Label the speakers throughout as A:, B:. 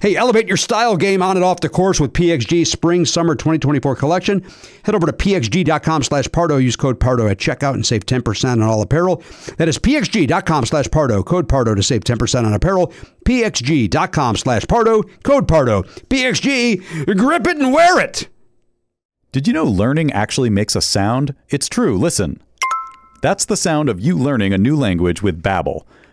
A: Hey, elevate your style game on and off the course with PXG Spring Summer 2024 collection. Head over to pxg.com slash Pardo. Use code Pardo at checkout and save 10% on all apparel. That is pxg.com slash Pardo. Code Pardo to save 10% on apparel. pxg.com slash Pardo. Code Pardo. PXG, grip it and wear it.
B: Did you know learning actually makes a sound? It's true. Listen. That's the sound of you learning a new language with Babbel.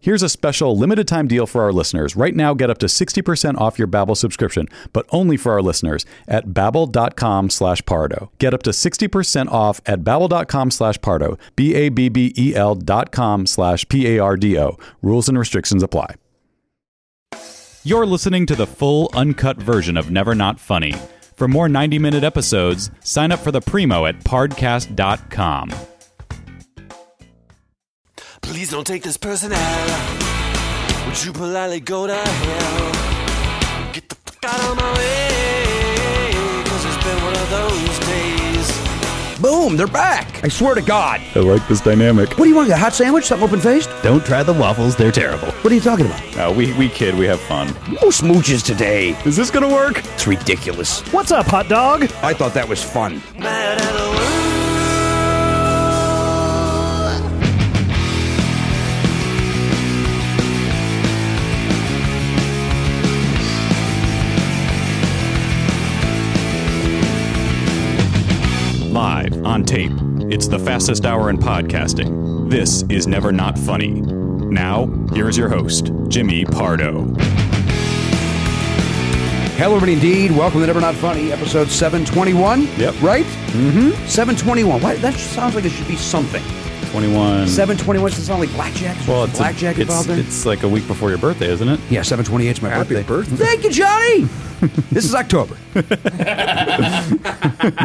B: Here's a special limited time deal for our listeners. Right now, get up to 60% off your Babbel subscription, but only for our listeners at babbel.com slash pardo. Get up to 60% off at babbel.com slash pardo, B-A-B-B-E-L E dot com slash P-A-R-D-O. Rules and restrictions apply. You're listening to the full, uncut version of Never Not Funny. For more 90-minute episodes, sign up for the primo at podcast.com.
C: Please don't take this person out. Would you politely go to hell? Get the fuck out of my way. Cause it's been one of those days.
A: Boom, they're back. I swear to God.
B: I like this dynamic.
A: What do you want? A hot sandwich? Something open faced?
D: Don't try the waffles, they're terrible.
A: What are you talking about?
B: No, we, we kid. We have fun.
D: No smooches today.
B: Is this going to work?
D: It's ridiculous.
E: What's up, hot dog?
A: I thought that was fun.
C: Mad at the world.
B: Live, on tape. It's the fastest hour in podcasting. This is Never Not Funny. Now, here's your host, Jimmy Pardo.
A: Hello, everybody, indeed. Welcome to Never Not Funny, episode 721.
B: Yep. Mm-hmm.
A: Right? Mm hmm. 721. What? That sounds like it should be something.
B: 21.
A: 721 doesn't sound like blackjack. Is
B: Well, it's, a-
A: blackjack
B: it's,
A: involved there?
B: it's like a week before your birthday, isn't it?
A: yeah, 728 is my
F: Happy
A: birthday.
F: birthday.
A: Thank you, Johnny. this is October.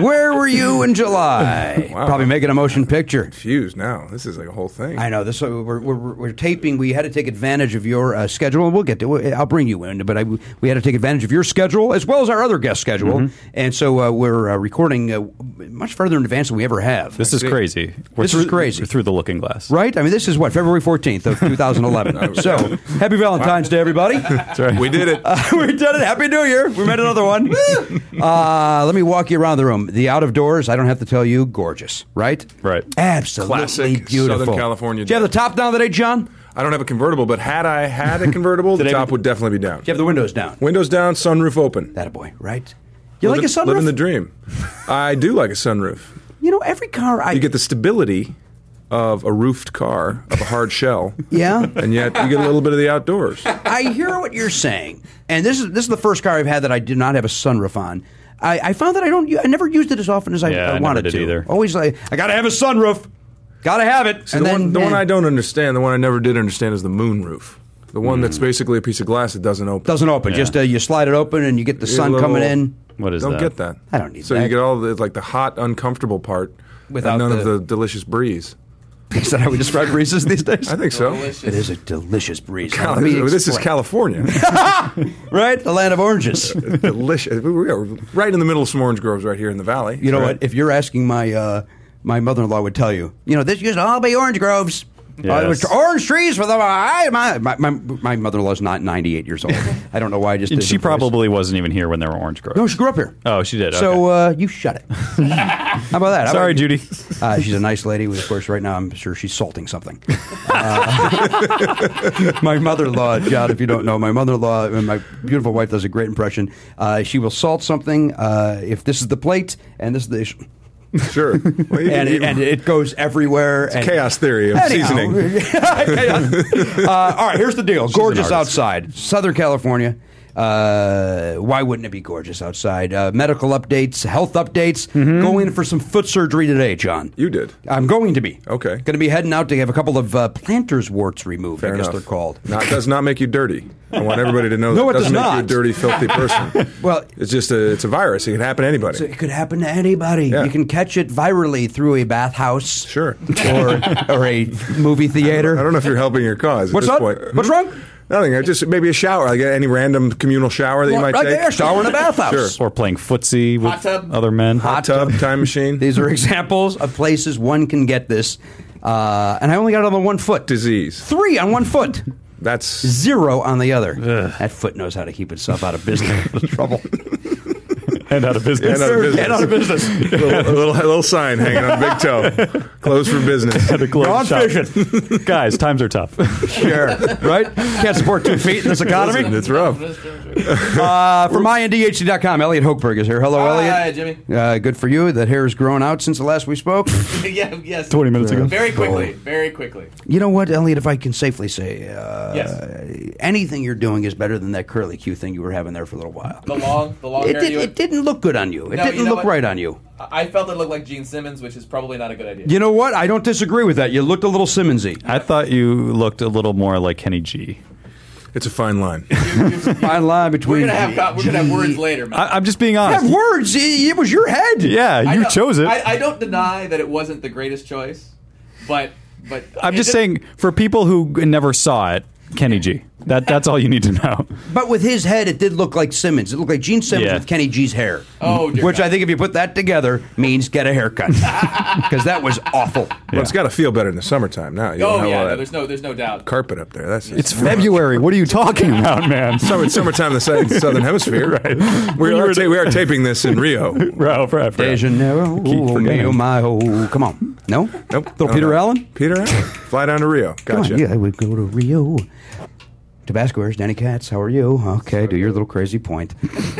A: Where were you in July?
F: Wow.
A: Probably making a motion picture.
F: Confused now. This is like a whole thing.
A: I know this. We're, we're, we're we're taping. We had to take advantage of your uh, schedule, and we'll get to. I'll bring you in, but I, we had to take advantage of your schedule as well as our other guest schedule,
B: Mm-hmm.
A: and so uh, we're uh, recording uh, much further in advance than we ever have.
B: This is crazy. We're
A: This is
B: through,
A: crazy.
B: We're through the looking glass.
A: right? I mean, this is what February fourteenth of two thousand eleven. so happy Valentine's Day, everybody.
B: That's right.
F: We did it.
A: we did it. Happy New Year. We made another one. Woo! uh, let me walk you around the room. The out of doors. I don't have to tell you. Gorgeous, right?
B: Right.
A: Absolutely
F: Classic
A: beautiful.
F: Southern California
A: Do you have
F: day.
A: the top down today, John? Do
F: I don't have a convertible, but had I had a convertible, the
B: Today
F: top
B: we-
F: would definitely be down.
A: you have the windows down?
F: Windows down, sunroof open.
A: That a boy, right? You
F: Living-
A: like a sunroof?
F: Living the dream. I do like a sunroof.
A: you know, every car I
F: You get the stability of a roofed car, of a hard shell.
A: Yeah.
F: And yet you get a little bit of the outdoors.
A: I hear what you're saying, and this is this is the first car I've had that I did not have a sunroof on. I, I found that I don't. u- I never used it as often as I,
B: Yeah, I never
A: wanted
B: did
A: to.
B: either.
A: Always like I gotta have a sunroof. Gotta have it.
F: See, the one, the one I don't understand, the one I never did understand is the moonroof. The one
A: Mm.
F: that's basically a piece of glass that doesn't open.
A: doesn't open. Just uh, you slide it open and you get the
F: You get a
A: sun
F: little-
A: coming in.
B: What is
F: don't
B: that?
F: get that.
A: I don't need
F: so
A: that.
F: you get all the like the hot, uncomfortable part,
A: Without
F: and none
A: the-
F: of the delicious breeze.
A: Is that how we describe breezes these days?
F: I think so.
A: it is a delicious breeze.
F: Cal-
A: Let me
F: this is
A: explain.
F: California.
A: right? The land of oranges.
F: delicious. We are right in the middle of some orange groves right here in the valley.
A: You know what? If you're asking my uh, my mother in law would tell you, you know, this used to all be orange groves. Uh, it was
B: Yes.
A: orange trees for the I, my my my, my mother in law's not 98 years old. I don't know why I just
B: And
A: did
B: she
A: her voice.
B: probably wasn't even here when there were orange groves.
A: no she grew up here.
B: Oh, she did.
A: So
B: okay.
A: uh, you shut it. How about that? How
B: sorry,
A: about you-
B: Judy.
A: Uh, she's a nice lady. Of course, right now I'm sure she's salting something. Uh, my mother-in-law, John, if you don't know, my mother-in-law and my beautiful wife does a great impression. Uh, she will salt something uh, if this is the plate and this is the
F: Sure. Well, you-
A: and
F: you-
A: it, and it goes everywhere. and
F: chaos theory of seasoning.
A: uh, all right, here's the deal. gorgeous
B: artist.
A: outside, Southern California. Uh, why wouldn't it be gorgeous outside? Uh, medical updates, health updates. Going in for some foot surgery today, John.
F: Mm-hmm. you did.
A: I'm going to be
F: Okay.
A: Going to be heading out to have a couple of uh, planters warts removed.
F: Fair
A: I guess
F: enough.
A: they're called.
F: Not, does not make you dirty. I want everybody to know
A: No,
F: that
A: it does
F: doesn't make you
A: not.
F: a dirty, filthy person.
A: Well-
F: it's just a it's a virus. It can happen to anybody.
A: So it could happen to anybody.
F: Yeah.
A: You can catch it virally through a bathhouse,
F: Sure.
A: or or a movie theater.
F: I don't know if you're helping your cause.
A: What's up?
F: at this point. Hmm?
A: What's wrong?
F: Nothing. I Just maybe a shower. Like any random communal shower that you
A: Well,
F: might
A: right
F: take.
A: there, shower in a bathhouse.
F: Sure.
B: or playing footsie with
G: Hot tub.
B: other men.
F: Hot tub, time machine,
A: These are examples of places one can get this. Uh, and I only got it on the one foot.
F: disease.
A: Three on one foot,
F: That's
A: zero on the other. That foot knows how to keep itself out of business trouble.
B: and out of business.
F: And out of business.
A: And out of business.
F: a little, a little, a little sign hanging on the big toe. Closed for business.
B: The globe
A: Gone
B: shop. Guys, times are tough.
A: Sure, right? Can't support two feet in this
F: Listen,
A: economy.
F: it's rough.
A: Uh, from myndhd.com, Elliot Hochberg is here. Hello,
G: Hi,
A: Elliot.
G: Jimmy.
A: Uh, good for you. That hair's grown out since the last we spoke.
G: yeah, yes.
B: 20 minutes ago.
G: Very quickly. Very quickly.
A: you know what, Elliot? If I can safely say, uh,
G: Yes.
A: anything you're doing is better than that curly Q thing you were having there for a little while.
G: The long, the long
A: It,
G: hair.
A: did,
G: you
A: it didn't look good on you. It
G: No,
A: didn't
G: you know
A: look
G: what?
A: right on you.
G: I I felt it looked like Gene Simmons, which is probably not a good idea.
A: You know what? I don't disagree with that. You looked a little Simmonsy.
B: I thought you looked a little more like Kenny G.
F: It's a fine line.
A: Fine line
G: we're
A: between.
G: gonna have co- we're gonna have words later. Man.
B: I, I'm just being honest.
A: Have words. It, it was your head.
B: Yeah,
G: I
B: you
G: know-
B: chose it.
G: I, I don't deny that it wasn't the greatest choice, but but
B: I'm
G: it
B: just
G: did-
B: saying, for people who g- never saw it, Kenny G. That that's all you need to know.
A: But with his head, it did look like Simmons. It looked like Gene Simmons
B: Yeah.
A: with Kenny G's hair.
G: Oh, dear
A: which
G: God.
A: I think if you put that together means get a haircut because that was awful.
F: Well, it's got to feel better in the summertime now. You don't
G: Oh
F: have
G: yeah,
F: all
G: no,
F: that
G: there's no there's no doubt.
F: carpet up there. That's
B: It's February. What are you talking about, man?
F: Summer, it's summertime in the southern, southern hemisphere.
B: Right.
F: We,
B: You
F: are
B: were-
F: ta- we are taping this in Rio.
B: Bro, bro, bro.
A: De Janeiro,
B: Keep forgetting.
A: Rio, my oh, come on. No,
F: Nope.
A: Little
F: No,
A: Peter
F: no.
A: Allen.
F: Peter Allen. Fly down to Rio.
A: Come
F: Gotcha.
A: on, yeah, I would go to Rio. Tabasco, where's Danny Katz? How are you? Okay, do your little crazy point.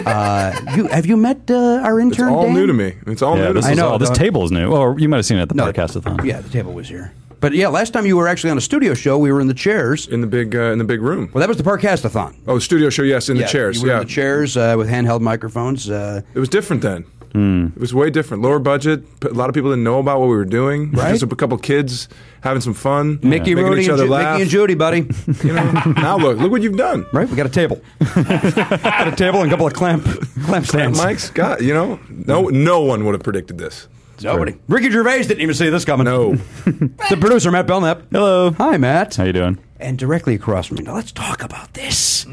A: Uh, you have you met uh, our
F: It's
A: intern?
F: all
A: Dan?
F: new to me. It's all
B: Yeah,
F: new to
B: this
F: me.
A: I
B: is
A: know,
B: all. This
A: don't-
B: table is new. Or you might have seen it at the
A: No,
B: podcastathon.
A: Yeah, the table was here. But yeah, last time you were actually on a studio show, we were in the chairs.
F: in the big uh, in the big room.
A: Well, that was the Parkastathon.
F: Oh, studio show, yes, in the chairs.
A: You were
F: yeah,
A: in the chairs uh, with handheld microphones. Uh,
F: it was different then. It was way different. Lower budget. p- A lot of people didn't know about what we were doing.
A: Right.
F: Just a couple kids having some fun.
A: Mickey,
F: making
A: Rudy,
F: each
A: and
F: other
A: Ju-
F: laugh.
A: Mickey and Judy, buddy.
F: you know, now look, look what you've done.
A: right? We got a table. got a table and a couple of clamp clamp stands.
F: Mike's got you know, no, no one would have predicted this.
A: Nobody. Ricky Gervais didn't even see this coming.
F: No,
A: The producer, Matt Belknap.
B: Hello.
A: Hi, Matt.
B: How you doing?
A: And directly across from me. Now, let's talk about this.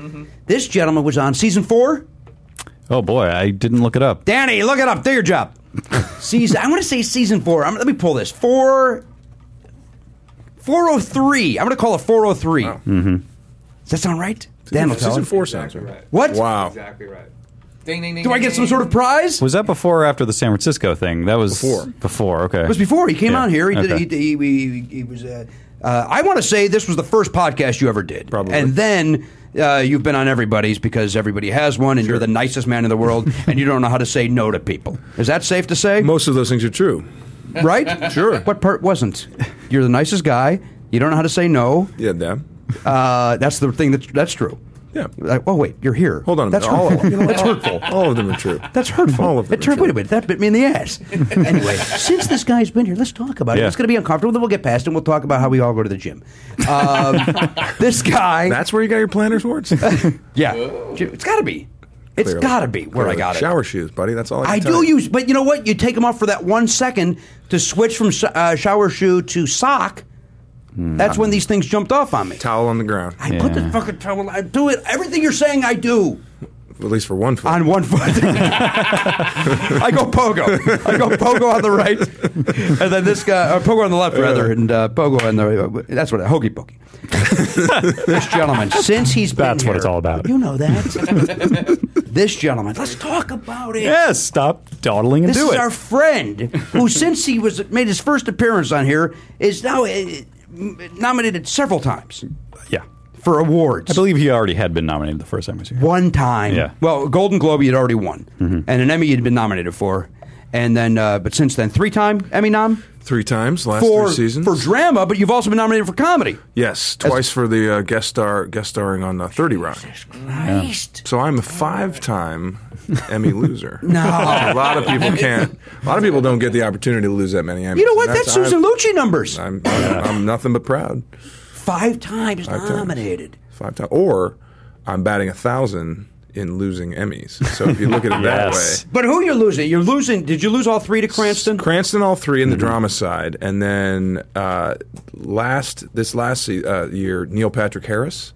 A: This gentleman was on season four.
B: Oh boy, I didn't look it up.
A: Danny, look it up. Do your job. season. I want to say season four. I'm, let me pull this. Four. 403. I'm going to call it 403.
B: Mm-hmm.
A: Does that sound right? Dan will tell
F: season
A: us.
F: four sounds
G: Exactly
F: right.
G: right.
A: What?
F: Wow.
G: Exactly right. Ding ding ding.
A: Do I
G: ding,
A: get some
G: ding.
A: sort of prize?
B: Was that before or after the San Francisco thing? That was
F: Before.
B: Before, okay.
A: It was before he came
B: Yeah,
A: on here. He
B: okay.
A: did. He, he, he, he was. Uh, uh, I want to say this was the first podcast you ever did.
F: Probably.
A: And then uh, you've been on everybody's because everybody has one, and you're the nicest man in the world, and you don't know how to say no to people. Is that safe to say?
F: Most of those things are true.
A: right?
F: Sure.
A: What part wasn't? You're the nicest guy. You don't know how to say no.
F: Yeah, damn.
A: Uh, that's the thing that that's true.
F: Yeah.
A: Like, oh wait, you're here.
F: Hold on a
A: that's
F: minute. All of
A: hurtful.
F: them. You know, that's hurtful. All of them are true.
A: That's hurtful.
F: All of them
A: It turned,
F: are
A: wait a
F: true.
A: minute, that bit me in the ass. anyway, since this guy's been here, let's talk about it.
B: Yeah.
A: It's going to be uncomfortable, then we'll get past it, and we'll talk about how we all go to the gym. Um, this guy.
F: That's where you got your planner's warts.
A: yeah. It's got to be. It's
F: Clearly.
A: got to be where I
F: Clearly.
A: got it.
F: Shower shoes, buddy. That's all I
A: I
F: can tell
A: do
F: you.
A: use, but you know what? You take them off for that one second to switch from so- uh, shower shoe to sock. That's when these things jumped off on me.
F: towel on the ground.
A: I put the
B: Hmm. Yeah.
A: fucking towel. I do it. Everything you're saying, I do.
F: At least for one foot.
A: on one foot. I go pogo. I go pogo on the right, and then this guy, or pogo on the left rather, and uh, pogo on the. That's what hokey pokey. this gentleman, since he's been
B: That's what
A: here-
B: it's all about.
A: You know that. this gentleman. Let's talk about it.
B: Yes, stop dawdling and
A: This
B: do
A: is
B: it.
A: our friend who, since he was made his first appearance on here, is now uh, nominated several times
B: yeah.
A: for awards.
B: I believe he already had been nominated the first time he was here.
A: one time.
B: Yeah.
A: Well, Golden Globe he had already won, and an Emmy he'd been nominated for, and then uh, but since then three time Emmy nom
F: three times last
A: for
F: three seasons.
A: for drama, but you've also been nominated for comedy.
F: yes, twice for the uh, guest star guest starring on uh, Thirty Rock.
A: Christ.
F: So I'm a five-time Emmy loser.
A: No.
F: a lot of people can't. A lot of people don't get the opportunity to lose that many Emmys.
A: You know what?
F: And
A: That's, Susan Lucci numbers.
F: I'm, I'm, I'm nothing but proud.
A: five times
F: times.
A: nominated.
F: Five times, or I'm batting a thousand in losing Emmys. So if you look at it
B: Yes.
F: that way,
A: But who you're losing? You're losing. Did you lose all three to Cranston?
F: Cranston all three in the drama side, and then uh, last this last se- uh, year Neil Patrick Harris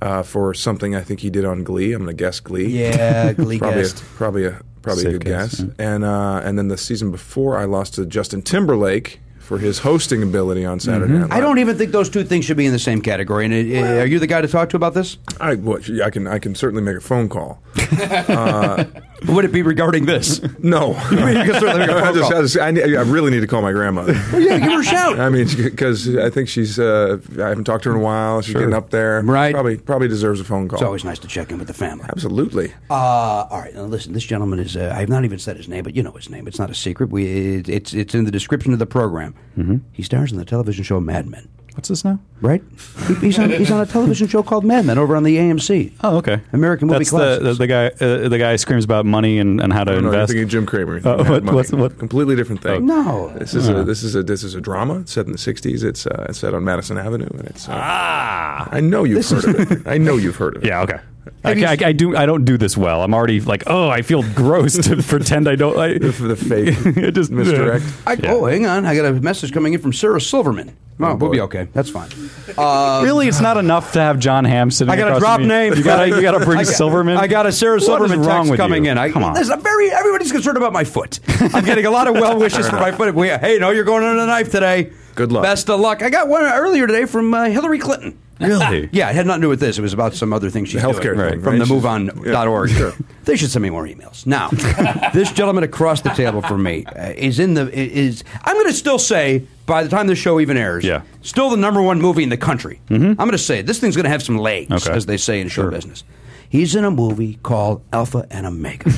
F: uh, for something I think he did on Glee. I'm going to guess Glee.
A: yeah, Glee
F: probably
A: guest.
F: A, probably a probably
B: Safe
F: a good
B: guess,
F: guess. And uh, and then the season before, I lost to Justin Timberlake for his hosting ability on Saturday Night Live.
A: I don't even think those two things should be in the same category. And it, uh, are you the guy to talk to about this?
F: I, well, gee, I can I can certainly make a phone call.
A: Would it be regarding this?
F: No,
A: can certainly make a
F: I,
A: phone
F: just,
A: call.
F: I, just- I ne- I really need to call my grandmother.
A: yeah, give her a shout.
F: I mean, because I think she's uh, I haven't talked to her in a while. She's getting up there.
A: Right.
F: Probably probably deserves a phone call.
A: It's always nice to check in with the family.
F: Absolutely.
A: Uh, all right, now listen. This gentleman is—I have not even said his name, but you know his name. It's not a secret. We—it's—it's in the description of the program. He stars in the television show Mad Men,
B: What's this now?
A: right? He- he's on he's on a television show called Mad Men over on the AMC.
B: Oh, okay.
A: American movie
B: That's
A: classics.
B: the, the, the guy. Uh, the guy screams about money and, and how to
F: No, you're
B: invest.
F: thinking Jim Cramer.
B: Uh, what-
F: Money.
B: what's- what-
F: Completely different thing.
A: No.
F: This is a this is a this is a drama. It's set in the '60s. It's uh, it's set on Madison Avenue, and it's. Uh, ah. I know you've heard of it. I know you've heard of it.
B: yeah. Okay. I, I, I do. I don't do this well. I'm already like, oh, I feel gross to pretend I don't. I,
F: For the fake
B: It just-
F: misdirect.
A: I, Oh, hang on. I got a message coming in from Sarah Silverman. Oh, we'll be okay. That's fine. Uh,
B: really, it's not enough to have John Hamm sitting.
A: I got to
B: across
A: drop
B: from you.
A: names.
B: You gotta, you gotta bring
A: I got-
B: Silverman.
A: I got a Sarah
B: What is
A: Silverman
B: wrong
A: text
B: with
A: coming
B: you?
A: in. I,
B: Come on.
A: There's a very everybody's concerned about my foot. I'm getting a lot of well wishes for my foot. We, hey, no, you're going under the knife today.
F: Good luck.
A: Best of luck. I got one earlier today from uh, Hillary Clinton.
B: Really?
A: Yeah, it had nothing to do with this. It was about some other thing she's
F: The healthcare
A: doing
F: thing,
A: from
F: right?
A: the
F: She's-
A: moveon.org.
F: yeah, sure.
A: They should send me more emails. Now, this gentleman across the table from me uh, is in the is I'm going to still say by the time this show even airs,
B: Yeah.
A: still the number one movie in the country.
F: Mm-hmm.
A: I'm going to say it. this thing's going to have some legs,
B: Okay.
A: as they say in show business. He's in a movie called Alpha and uh, Omega,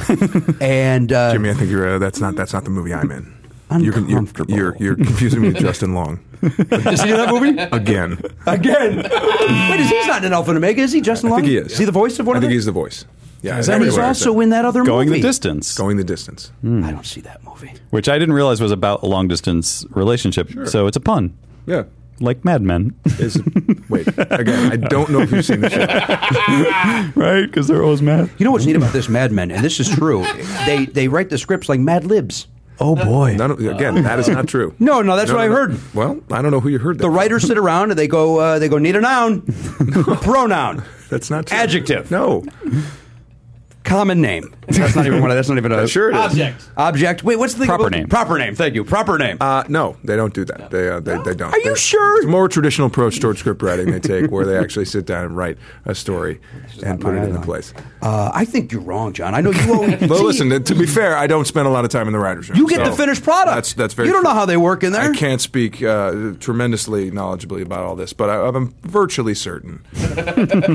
A: and uh,
F: Jimmy, I think you're. Uh, that's not that's not the movie I'm in. You're, con- you're,
A: Uncomfortable.
F: you're, you're confusing me with Justin Long
A: Is he in that movie?
F: again.
A: Again. Wait, is he's not in Alpha and Omega, is he, Justin Long?
F: think he is.
A: Is he the voice of one
F: I
A: of
F: think
A: the
F: he's the voice. Yeah,
A: And
F: that's
A: he's
F: what I
A: also
F: said.
A: in Hmm. that other
B: Going
A: movie.
B: the distance,
F: going the distance.
A: I don't see that movie.
B: which I didn't realize was about a long distance relationship. So it's a pun,
F: Yeah.
B: like Mad Men,
F: Is, wait again. I don't know if you've seen the show.
B: right? Because they're always mad.
A: You know what's neat about this Mad Men, and this is true. they they write the scripts like Mad Libs.
B: Oh boy,
F: None of, again, that is not true.
A: No, no, that's what I heard.
F: Well, I don't know who you heard. That.
A: The writers sit around and they go uh, they go need a noun, pronoun,
F: from. That's not true.
A: Adjective.
F: No.
A: common name. That's not even one. Of, that's not even a
F: Sure it is.
G: Object.
A: object. Wait, what's the thing
B: Proper
A: about-
B: name.
A: Proper name. Thank you. Proper name.
F: Uh, no, they don't do that. They, uh, they, they don't.
A: Are you
F: They-
A: sure?
F: It's a more traditional approach towards script writing they take, where they actually sit down and write a story and put it into place.
A: Uh, I think you're wrong, John. I know you. Always,
F: But
A: See,
F: listen, to- to be fair, I don't spend a lot of time in the writers' room.
A: you get
F: so
A: the finished product.
F: That's that's very.
A: You don't
F: true.
A: know how they work in there.
F: I can't speak uh, tremendously knowledgeably about all this, but I, I'm virtually certain.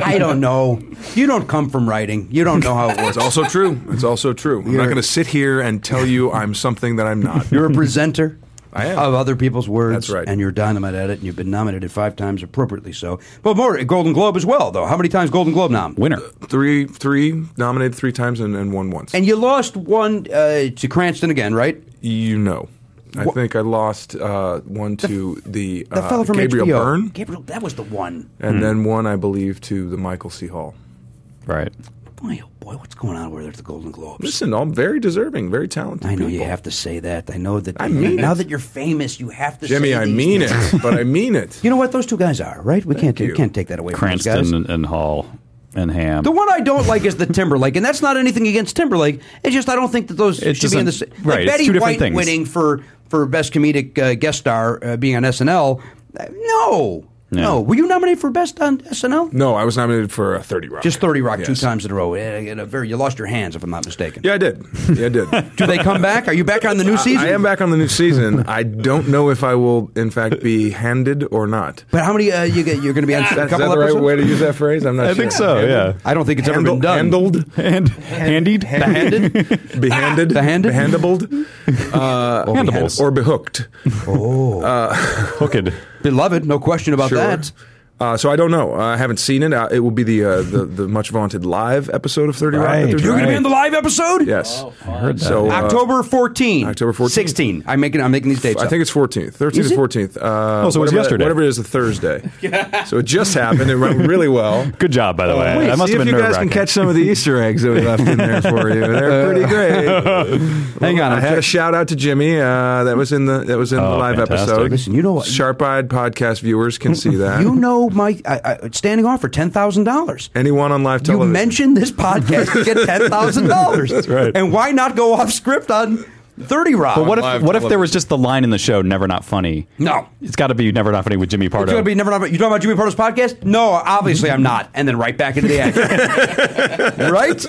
A: I don't know. You don't come from writing. You don't know how it works.
F: It's also true. It's also true. I'm not
A: You're-
F: going to sit here and tell you I'm something that I'm not.
A: You're a presenter.
F: I am.
A: Of other people's words.
F: That's right.
A: And you're dynamite at it, and you've been nominated five times appropriately so. But more, Golden Globe as well, though. How many times Golden Globe nom?
B: winner.
F: three, three nominated three times and, and won once.
A: And you lost one uh, to Cranston again, right?
F: you know, I think I lost uh, one to the,
A: The
F: uh,
A: fellow from
F: Gabriel
A: HBO.
F: Byrne,
A: Gabriel, that was the one.
F: and then one I believe to the Michael C. Hall.
B: Right.
A: Boy, oh boy, what's going on over there at the Golden Globes?
F: Listen, all very deserving, very talented.
A: I know
F: people.
A: you have to say that. I know that.
F: I mean
A: now
F: it.
A: that you're famous, you have to.
F: Jimmy.
A: say
F: I
A: these
F: mean
A: things.
F: it, but I mean it.
A: You know what? Those two guys are right. We can't
F: you.
A: can't take that away from those guys.
B: Cranston and, and Hall and Ham.
A: The one I don't like is the Timberlake, and that's not anything against Timberlake. It's just I don't think that those
B: It
A: should be in the
B: doesn't-
A: same.
B: right,
A: Like
B: it's
A: Betty
B: two different
A: White
B: things.
A: winning for for best comedic uh, guest star uh, being on SNL. Uh, no,
B: Yeah.
A: no. Were you nominated for best on SNL?
F: No, I was nominated for a Thirty Rock.
A: Just Thirty Rock two
F: Yes.
A: times in a row. Uh, in a very, you lost your hands, if I'm not mistaken.
F: Yeah, I did. Yeah, I did.
A: Do they come back? Are you back on the new season?
F: I am back on the new season. I don't know if I will, in fact, be handed or not.
A: But how many uh, you get? You're going to be on a
F: That, is that
A: couple
F: the
A: episodes.
F: right way to use that phrase? I'm not
B: I
F: sure.
B: think so. Yeah.
A: I don't think it's ever been
F: Handled-
A: done.
F: handled,
B: And handied.
A: Handed? behanded?
F: behanded, behandabled, uh,
B: Handables.
F: or behooked.
B: Hooked.
A: Beloved, no question about that.
F: Uh, so I don't know. I haven't seen it. Uh, it will be the, uh, the the much vaunted live episode of Thirty Rock.
B: Right,
F: that they're
B: right.
A: You're going to be on the live episode.
F: yes.
B: Heard that.
F: So uh,
A: October 14.
F: October 14.
A: 16. I'm making I'm making these dates.
F: I
A: up.
F: think it's 14th, 13th
A: Is
F: or
A: it?
F: 14th. Uh,
B: Oh, so it was
F: whatever that-
B: yesterday.
F: whatever it is, a Thursday. So it just happened. It went really well.
B: Good job,
A: Oh,
B: by the
A: Uh,
B: way.
F: Wait,
B: I must
F: see
B: have been
F: if you
B: nerve
F: guys can catch some of the Easter eggs that we left in there for you. They're pretty great.
A: Hang on,
F: I
A: I'm
F: had a
A: just-
F: shout out to Jimmy. Uh, that was in the that was in the
B: Oh,
F: live
B: fantastic.
F: episode.
A: Listen, you know what-
F: Sharp-eyed podcast viewers can see that.
A: you know my I, I, standing offer ten thousand dollars.
F: Anyone on live
A: You
F: television?
A: mentioned this podcast, you get ten thousand dollars. That's
B: right.
A: And why not go off script on Thirty Rock?
B: But what if
F: live
B: what if there
F: television.
B: was just the line in the show "Never Not Funny"?
A: No.
B: it's got to be "Never Not Funny" with Jimmy Pardo.
A: It's gonna be never. Not, you talking about Jimmy Pardo's podcast? No, obviously I'm not. And then right back into the action, right?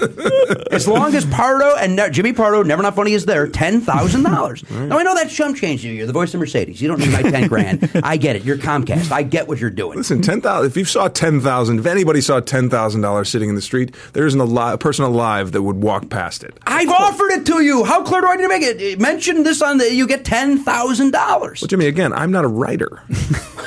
A: As long as Pardo and ne- Jimmy Pardo, never not funny, is there, ten thousand dollars. Now I know that chump change you. You're the voice of Mercedes. You don't need my ten grand. I get it. You're Comcast. I get what you're doing.
F: Listen, ten thousand. If you saw ten thousand, if anybody saw ten thousand dollars sitting in the street, there isn't a, li- a person alive that would walk past it.
A: I've offered it to you. How clear do I need to make it? Mention this on the. You get ten thousand dollars.
F: Well, Jimmy, again, I'm not a writer.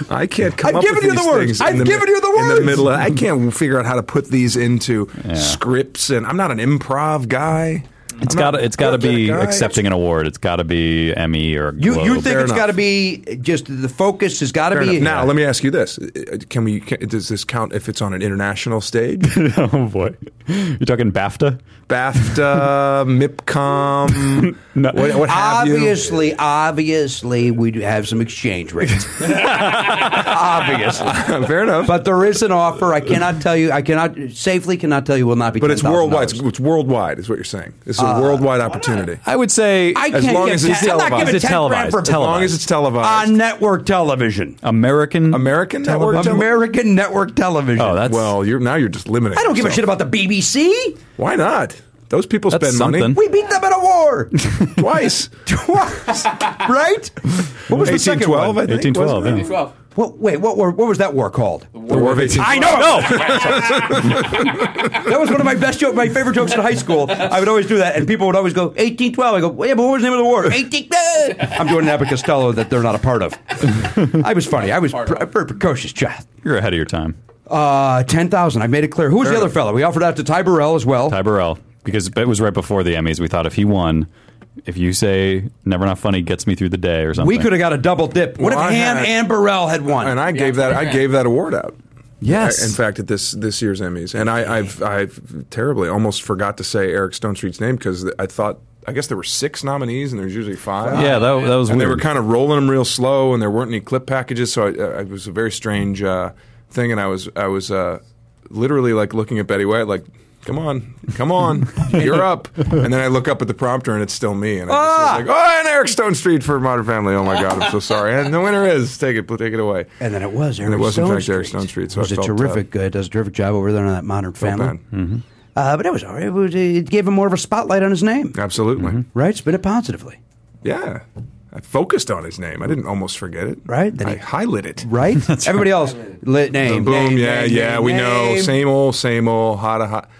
F: I can't come
A: I've
F: up
A: given
F: with
A: you
F: these
A: the words.
F: things
A: I've
F: in the, mi-
A: given you the
F: In the
A: words.
F: middle, of, I can't figure out how to put these into scripts, and I'm not an improv guy.
B: it's
F: I'm not
B: got it's got to
F: a
B: be
F: guy.
B: accepting an award. It's got to be Emmy or
A: You
B: Globe.
A: you think
F: fair
A: it's
F: enough.
A: got to be just the focus has got to
F: Fair
A: be
F: enough. Now, let me ask you this: Uh, Can we? Can, does this count if it's on an international stage?
B: oh boy, you're talking BAFTA.
F: BAFTA, MIPCOM,
B: No.
F: what, what have you?
A: Obviously, obviously, we do have some exchange rates. obviously,
F: Fair enough.
A: but there is an offer. I cannot tell you. I cannot safely cannot tell you. Will not be.
F: But it's
A: $10,000.
F: worldwide. It's, it's worldwide, is what you're saying. This is a worldwide opportunity.
B: I would say
A: Uh, I
F: as
A: can't
F: long
A: give
F: as it's
A: ten- I'm not
F: televised.
A: giving
B: It's
A: 10 grand
B: televised.
A: for-
B: It's
F: as long as it's televised.
A: on network television,
B: American
F: American network. tele-
A: American network television.
B: Oh, that's
F: well, you're now you're just limiting.
A: I don't give a
F: yourself.
A: shit about the BBC.
F: Why not? Those people
B: That's
F: spend money
B: something.
A: We beat them in a war.
F: twice.
A: Twice, right? What was the second
F: 1812,
A: one?
F: I think.
B: 1812,
F: wasn't it?
B: yeah.
G: Twelve.
A: What? Wait, what? War, what was that war called?
F: The War of 1812.
A: I know. that was one of my best jokes, my favorite jokes in high school. I would always do that, and people would always go 1812. I go, well, yeah, but what was the name of the war? 1812. I'm doing an Abbott Costello that they're not a part of. I was funny. I was pre- a very precocious child.
B: You're ahead of your time.
A: Uh, ten thousand. I made it clear. Who was the other fellow? We offered out to Ty Burrell as well.
B: Ty Burrell, because it was right before the Emmys. We thought if he won, if you say "Never Not Funny" gets me through the day or something,
A: we could have got a double dip. What
F: Well,
A: if
F: I
A: Ham
F: had-
A: and Burrell had won?
F: and I gave that I gave that award out.
B: Yes.
F: I- in fact, at this this year's Emmys, and I, I've I've terribly almost forgot to say Eric Stonestreet's name because I thought I guess there were six nominees and there's usually five.
B: Yeah, that, that was
F: and
B: weird.
F: they were kind of rolling them real slow, and there weren't any clip packages, so I, I, it was a very strange uh, thing. And I was I was uh, literally like looking at Betty White, like, "Come on, come on, you're up." And then I look up at the prompter, and it's still me. And I
A: Ah!
F: just was like, "Oh, and Eric Stone Street for Modern Family." Oh my god, I'm so sorry. And the winner is take it, take it away.
A: And then it was Eric
F: and it was
A: Stone
F: in fact
A: Street.
F: Eric Stone Street. So
A: was a
F: I felt, uh, Mm-hmm.
A: terrific, uh, does a terrific job over there on that Modern Family. Uh, but it was all right. It, was, it gave him more of a spotlight on his name,
F: absolutely,
A: right? Spin it positively,
F: yeah. I focused on his name. I didn't almost forget it.
A: Right, then
F: I
A: he-
F: highlight it.
A: right? Everybody else lit name.
F: Boom,
A: name,
F: yeah,
A: name,
F: yeah,
A: name,
F: we know.
A: name.
F: Same old, same old, hot, hot.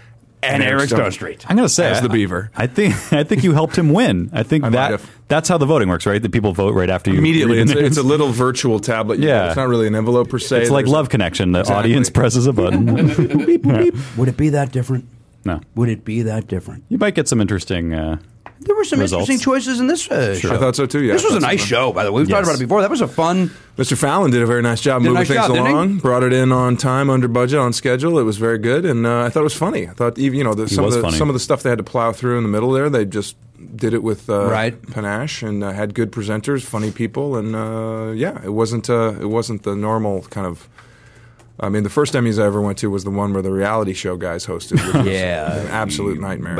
F: And,
H: Eric Stone Street.
B: I'm gonna say
F: As the
B: I-
F: beaver.
B: I think I think you helped him win. I think
F: I might
B: that
F: have.
B: that's how the voting works, right? That people vote right after you
F: Immediately,
B: read
F: it's,
B: the
F: it's a
B: names.
F: little virtual tablet.
B: Yeah.
F: it's not really an envelope per se.
B: It's like
F: There's-
B: Love Connection. The
F: Exactly.
B: audience presses a button.
A: Would it be that different?
B: no,
A: Would it be that different?
B: you might get some interesting. Uh,
A: There were some
B: Results.
A: interesting choices in this uh, show.
F: I thought so too. Yeah,
A: This was a
F: That's
A: nice
F: fun.
A: show, by the way. We've
B: Yes.
A: talked about it before. That was a fun.
F: Mr. Fallon did a very nice job
A: Did a
F: moving
A: nice
F: things
A: job, didn't he?
F: along. Brought it in on time, under budget, on schedule. It was very good, and uh, I thought it was funny. I thought even you know the, some of
B: was
F: the
B: funny.
F: some of the stuff they had to plow through in the middle there, they just did it with uh,
A: Right.
F: panache and uh, had good presenters, funny people, and uh, yeah, it wasn't uh, it wasn't the normal kind of. I mean, the first Emmys I ever went to was the one where the reality show guys hosted. Which was
A: Yeah,
F: an absolute nightmare.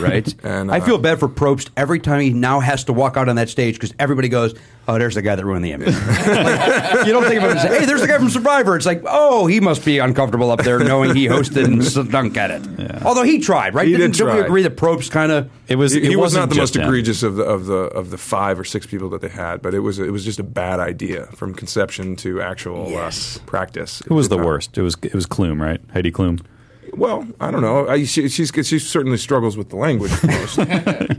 A: right?
F: And,
A: I
F: uh,
A: feel bad for Probst every time he now has to walk out on that stage because everybody goes, "Oh, there's the guy that ruined the image." Like, you don't think of him as, "Hey, there's the guy from Survivor." It's like, "Oh, he must be uncomfortable up there knowing he hosted and stunk at it." Although he tried, right?
F: He
A: Didn't,
F: did
A: don't we
F: try.
A: agree that Probst kind of?
B: it was.
F: He, he
B: it
F: was
B: wasn't
F: not the
B: just
F: most
B: him.
F: egregious of the of the of the five or six people that they had, but it was it was just a bad idea from conception to actual
A: Yes.
F: uh, practice.
B: Who was the worst? It was it was Klum, right? Heidi Klum.
F: Well, I don't know. I, she, she's she certainly struggles with the language the most,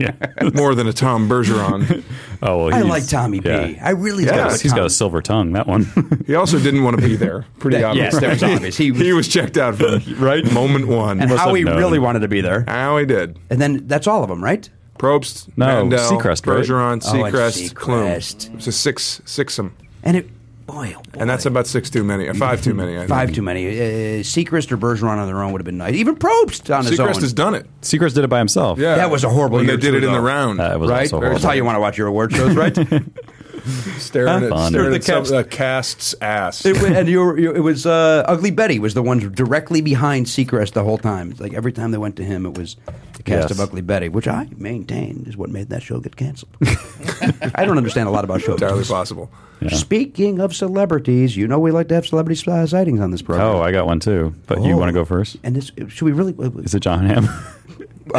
B: Yeah.
F: more than a Tom Bergeron.
B: Oh, well,
A: I
B: he's-
A: like Tommy B. I
B: yeah.
A: really
F: Yeah.
A: like.
F: Yes,
B: He's
A: Tommy.
B: got a silver tongue. That one.
F: He also didn't want to be there. Pretty
A: That-
F: obvious.
A: yes, that was obvious. He was-
F: he was checked out from
B: Right.
F: moment one.
A: and
B: must
A: how
B: have
A: he
B: known.
A: really wanted to be there.
F: how he did.
A: And then that's all of them, right?
F: Probst,
B: No,
F: Mandel,
B: Seacrest, right?
F: Bergeron,
A: Oh, and
F: Seacrest,
A: Seacrest.
F: Klum. It's a six sixum,
A: And it, boy, oh boy.
F: and that's about six too many, uh, five too many. I think.
A: Five too many. Uh, Seacrest or Bergeron on their own would have been nice. Even Probst on his own.
F: Seacrest has done it.
B: Seacrest did it by himself.
F: Yeah,
A: That was a horrible
F: When
A: year,
F: they did
A: too,
F: it in
A: though.
F: the round.
B: Uh, it was
A: right?
B: also
A: That's
B: horrible.
A: how you want to watch your award shows, right?
F: staring
B: Have fun.
F: at, staring
B: The
F: at some-
B: cast-
F: uh, cast's ass.
A: it, wa- and you were, you, it was uh, Ugly Betty was the one directly behind Seacrest the whole time. It's like every time they went to him, it was the
B: Yes.
A: cast of Ugly Betty, which I maintain is what made that show get canceled. I don't understand a lot about show
F: entirely
A: business.
F: possible.
A: Speaking of celebrities, you know we like to have celebrity uh, sightings on this program.
B: Oh, I got one too. But you
A: Oh.
B: want to go first?
A: And this should we really? uh,
B: Is it John Hamm?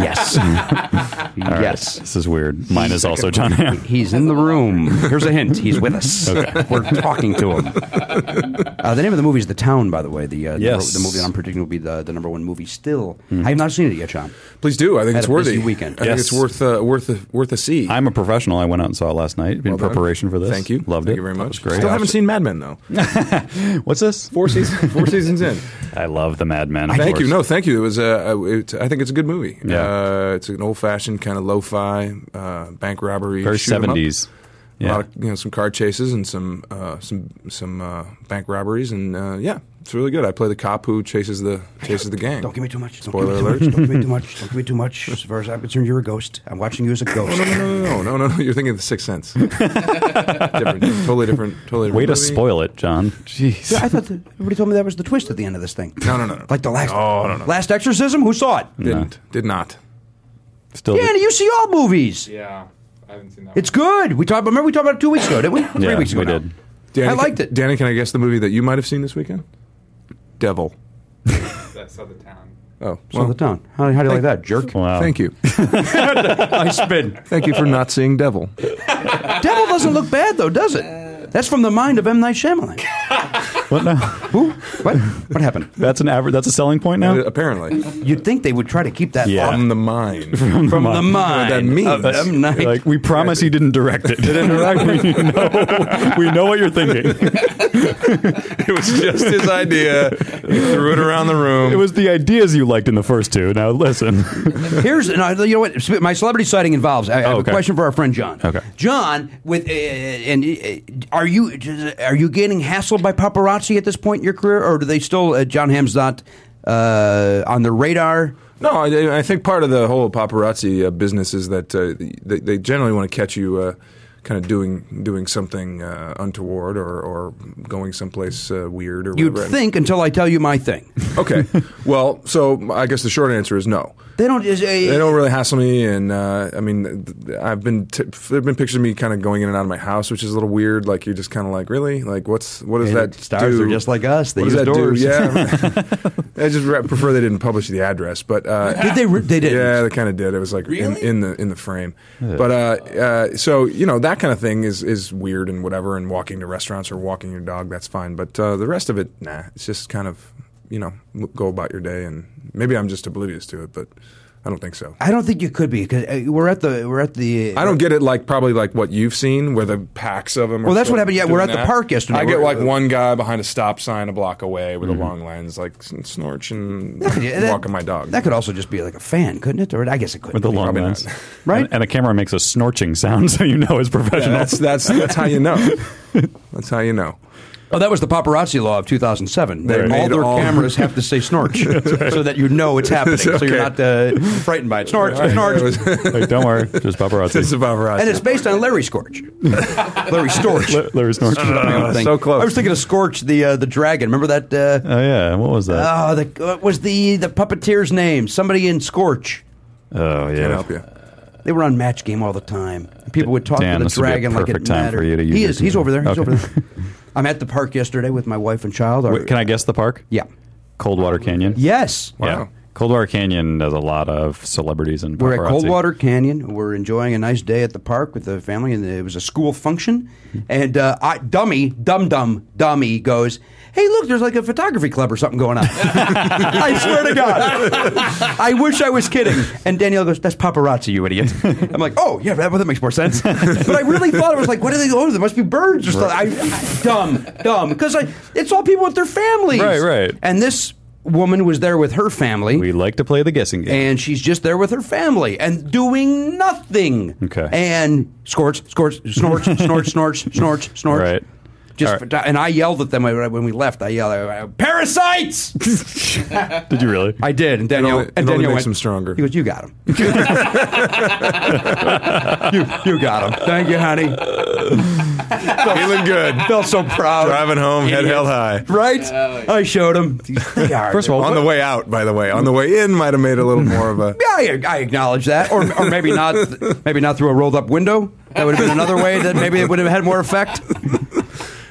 A: yes,
B: All right.
A: yes.
B: This is weird. Mine is also John Hamm.
A: He's in the room. Here's a hint. He's with us. We're talking to him. Uh, the name of the movie is The Town, by the way. The, uh, the-
B: Yes.
A: the, movie that I'm predicting will be the, the number one movie still. I have not seen it yet, Sean.
F: Please do. I think
A: Had
F: it's
A: a busy
F: worthy.
A: weekend.
F: I
B: Yes.
F: think it's worth uh, worth a, worth a see.
B: I'm a professional. I went out and saw it last night in
F: Well done.
B: preparation for this.
F: Thank you.
B: Loved
F: Thank
B: it.
F: you very
B: That
F: much.
B: was great.
F: Still haven't seen Mad Men though.
B: What's this?
F: Four seasons. Four seasons in.
B: I love the Mad Men. of
F: Thank you.
B: course.
F: No, thank you. It was. Uh, uh, it, I think it's a good movie.
B: Yeah.
F: Uh, it's an old-fashioned kind of lo-fi uh, bank robbery.
B: Very
F: shoot 'em up.
B: seventies.
F: A
B: Yeah.
F: lot of you know some car chases and some uh, some some uh, bank robberies and uh, yeah, it's really good. I play the cop who chases the chases the gang.
A: Don't give me too much. Don't
F: Spoiler
A: give
F: alert.
A: me too much. Don't give me too much. Don't give me too much. As far as I'm concerned, you're a ghost. I'm watching you as a ghost.
F: No, no, no, no, no, no, no. You're thinking of the Sixth Sense. different, totally different, totally different.
B: Way to
F: movie.
B: spoil it, John. Jeez.
A: I thought that, everybody told me that was the twist at the end of this thing.
F: No, no, no, no.
A: Like the last
F: Oh, no, no.
A: last exorcism. Who saw it?
F: Didn't. Did not.
B: Still.
A: Yeah, you see all movies.
G: Yeah, I haven't seen that.
A: It's good. We talked. Remember we talked about it two weeks ago, didn't we? Three
B: Yeah,
A: weeks ago.
B: we
A: now.
B: did.
F: Danny,
A: I liked it.
F: Danny, can I guess the movie that you might have seen this weekend? Devil.
G: one. That's Southern Town.
F: Oh,
A: Saw the town. How, how do you like that, jerk?
B: Wow.
F: Thank you.
B: I spin.
F: Thank you for not seeing Devil.
A: Devil doesn't look bad though, does it? That's from the mind of M. Night Shyamalan.
B: What now?
A: Who? What? What happened?
B: That's an average. That's a selling point now.
F: uh, Apparently,
A: You'd think they would try to keep that
B: Yeah.
A: off
F: from the mind.
A: from the mind
F: that means.
A: of M. Night.
B: Like we promise you didn't direct it. we, know, we know what you're thinking.
F: it was just his idea. He threw it around the room.
B: It was the ideas you liked in the first two. Now listen.
A: Here's no, you know what my celebrity sighting involves. I have
B: okay.
A: a question for our friend John.
B: Okay.
A: John, with uh, and uh, are you are you getting hassled by paparazzi at this point in your career, or do they still uh, John Hamm's not uh, on the radar?
F: No, I, I think part of the whole paparazzi uh, business is that uh, they, they generally want to catch you uh, kind of doing doing something uh, untoward or, or going someplace uh, weird or
A: You'd
F: whatever.
A: think until I tell you my thing.
F: okay, well, so I guess the short answer is no.
A: They don't. Is, uh,
F: They don't really hassle me, and uh, I mean, th- th- I've been t- there've been pictures of me kind of going in and out of my house, which is a little weird. Like you're just kind of like, really, like what's what does
A: And
F: that
A: stars
F: do?
A: are just like us. They
F: what does
A: use
F: that
A: doors.
F: do? Yeah, I just re- prefer they didn't publish the address, but uh,
A: Did they? Re- they did.
F: yeah, they kind of did. It was like in,
G: Really?
F: in the in the frame. But uh, uh, so you know that kind of thing is is weird and whatever. And walking to restaurants or walking your dog, that's fine. But uh, the rest of it, nah. It's just kind of you know w- go about your day. And maybe I'm just oblivious to it, but I don't think so.
A: I don't think you could be because we're at the we're at the.
F: I don't get it like probably like what you've seen where the packs of them. Are
A: Well, that's
F: still
A: what happened. Yeah, we're
F: doing
A: at the
F: that.
A: park yesterday.
F: I
A: We're-
F: get
A: Mm-hmm.
F: like one guy behind a stop sign a block away with a long lens, like sn- snorching,
A: Yeah, that-
F: walking my dog.
A: That could also just be like a fan, couldn't it? Or I guess it could.
B: With the long
F: Probably
B: lens,
F: not.
A: Right?
B: And, and a camera makes a snorching sound, so you know it's professional.
F: that's that's that's how you know. That's how you know.
A: Oh, that was the paparazzi law of 2007.
F: They
A: That all
F: made
A: their
F: all-
A: cameras have to say snorch so that you know it's happening, so you're not uh, frightened by it. Snorch,
F: It
A: snorch.
F: was- it's
B: like, don't worry, just paparazzi.
F: about right.
A: And it's based on Larry Scorch. Larry Storch.
B: L- Larry Snorch.
A: Damn thing.
F: so close.
A: I was thinking of Scorch, the uh, the dragon. Remember that? Uh,
B: Oh yeah, what was that?
A: oh, the, what was the, the puppeteer's name? Somebody in Scorch.
B: oh yeah.
F: Can help you.
A: They were on Match Game all the time. People would talk
B: Dan,
A: to the
B: this would be a
A: dragon like it
B: perfect time
A: mattered.
B: for you to use
A: he
B: your
A: is. He's
B: computer.
A: over there.
B: Okay.
A: He's over there. I'm at the park yesterday with my wife and child. Our-
B: Wait, can I guess the park?
A: Yeah.
B: Coldwater Canyon.
A: Yes.
B: Yeah.
F: Wow.
B: Coldwater Canyon has a lot of celebrities and paparazzi.
A: We're at Coldwater Canyon. We're enjoying a nice day at the park with the family, and it was a school function.
B: Mm-hmm.
A: And uh, I, dummy, dum dum, dummy goes, "Hey, look, there's like a photography club or something going on." I swear to God, I wish I was kidding. And Danielle goes, "That's paparazzi, you idiot." I'm like, "Oh yeah, that, well, that makes more sense." but I really thought it was like, "What are they? Oh, there must be birds or something." I, I- dumb, dumb, because it's all people with their families,
B: Right, right.
A: And this woman was there with her family
B: We like to play the guessing game.
A: and she's just there with her family and doing nothing.
B: Okay.
A: And scorch, scorch, snorch, snorch, snorch, snorch, snorch.
B: Right.
A: Just
B: All
A: and I yelled at them when we left. I yelled, "Parasites!"
B: Did you really?
A: I did, and Daniel
F: only- it
A: and
F: only
A: Daniel
F: makes
A: went,
F: them stronger.
A: He goes, "You got him. you you got him. Thank you, honey.
F: Feeling good.
A: Felt so proud.
F: Driving home, head held high.
A: Right? I showed him. They are.
B: First of all,
F: On the way out, by the way. On the way in, might have made a little more of a.
A: Yeah, I, I acknowledge that, or, or maybe not. Maybe not through a rolled up window. That would have been another way that maybe it would have had more effect.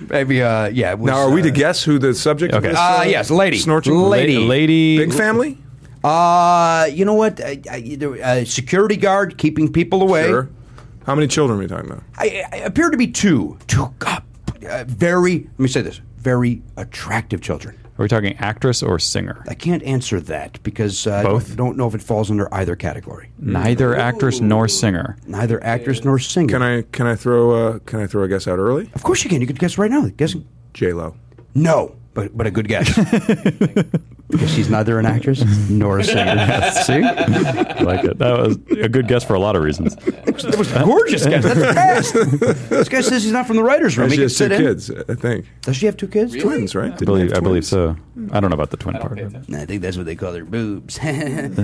A: maybe, uh, yeah. it was,
F: Now, are we to
A: uh,
F: guess who the subject?
B: Okay.
F: Of this,
A: Uh, yes, lady,
F: Snorching
A: lady,
B: La- lady.
F: Big family.
A: Uh, you know what? I, I, either, uh, security guard keeping people away.
F: Sure. How many children are we talking about?
A: I, I appear to be two, two uh, uh, very. Let me say this: very attractive children.
B: Are we talking actress or singer?
A: I can't answer that because uh,
B: Both?
A: I don't know if it falls under either category.
B: Neither actress nor singer.
A: Neither actress nor singer.
F: Mm. Can I can I throw a, can I throw a guess out early?
A: Of course you can. You could guess right now. Guessing.
F: J Lo.
A: No, but but a good guess. because she's neither an actress nor a singer.
B: See, I like it. That was a good guess for a lot of reasons.
A: That was a gorgeous guess. That's the best. This guy says he's not from the writers' room.
F: And
A: He
F: she
A: can
F: has two
A: sit in.
F: kids, I think.
A: Does she have two kids?
F: Twins, right?
B: I
F: Didn't they
B: believe,
F: have
B: I believe so.
F: twins?
B: I don't know about the twin part. but-
A: I think that's what they call their boobs. Guys, Say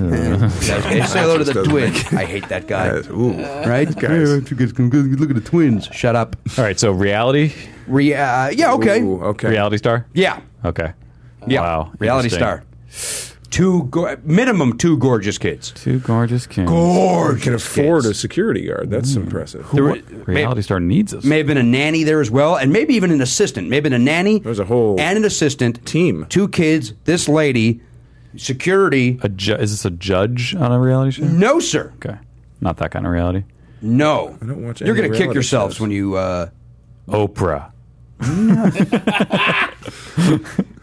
A: hello to the twin. I hate that guy.
F: Yes. Ooh.
A: Right? Yeah, if you guys can go- look at the twins. Shut up.
B: All right, so reality,
A: Re- uh, yeah, okay.
F: Ooh, okay.
B: reality star.
A: Yeah.
B: Okay.
A: yeah.
B: Wow.
A: Reality
B: Interesting.
A: star. Two, go- minimum two gorgeous kids.
B: Two gorgeous kings.
F: Or can afford a security guard. That's impressive.
A: There
B: What
A: were-
B: reality star needs us?
A: May have been a nanny there as well, and maybe even an assistant. Maybe a nanny.
F: There's a whole
A: and an assistant
F: team.
A: Two kids. This lady, security.
B: A ju- is this a judge on a reality show?
A: No, sir.
B: Okay, not that kind of reality.
A: No. I
F: don't watch
A: You're
F: any
A: gonna kick
F: reality
A: yourselves
F: shows.
A: when you. Uh,
B: Oprah.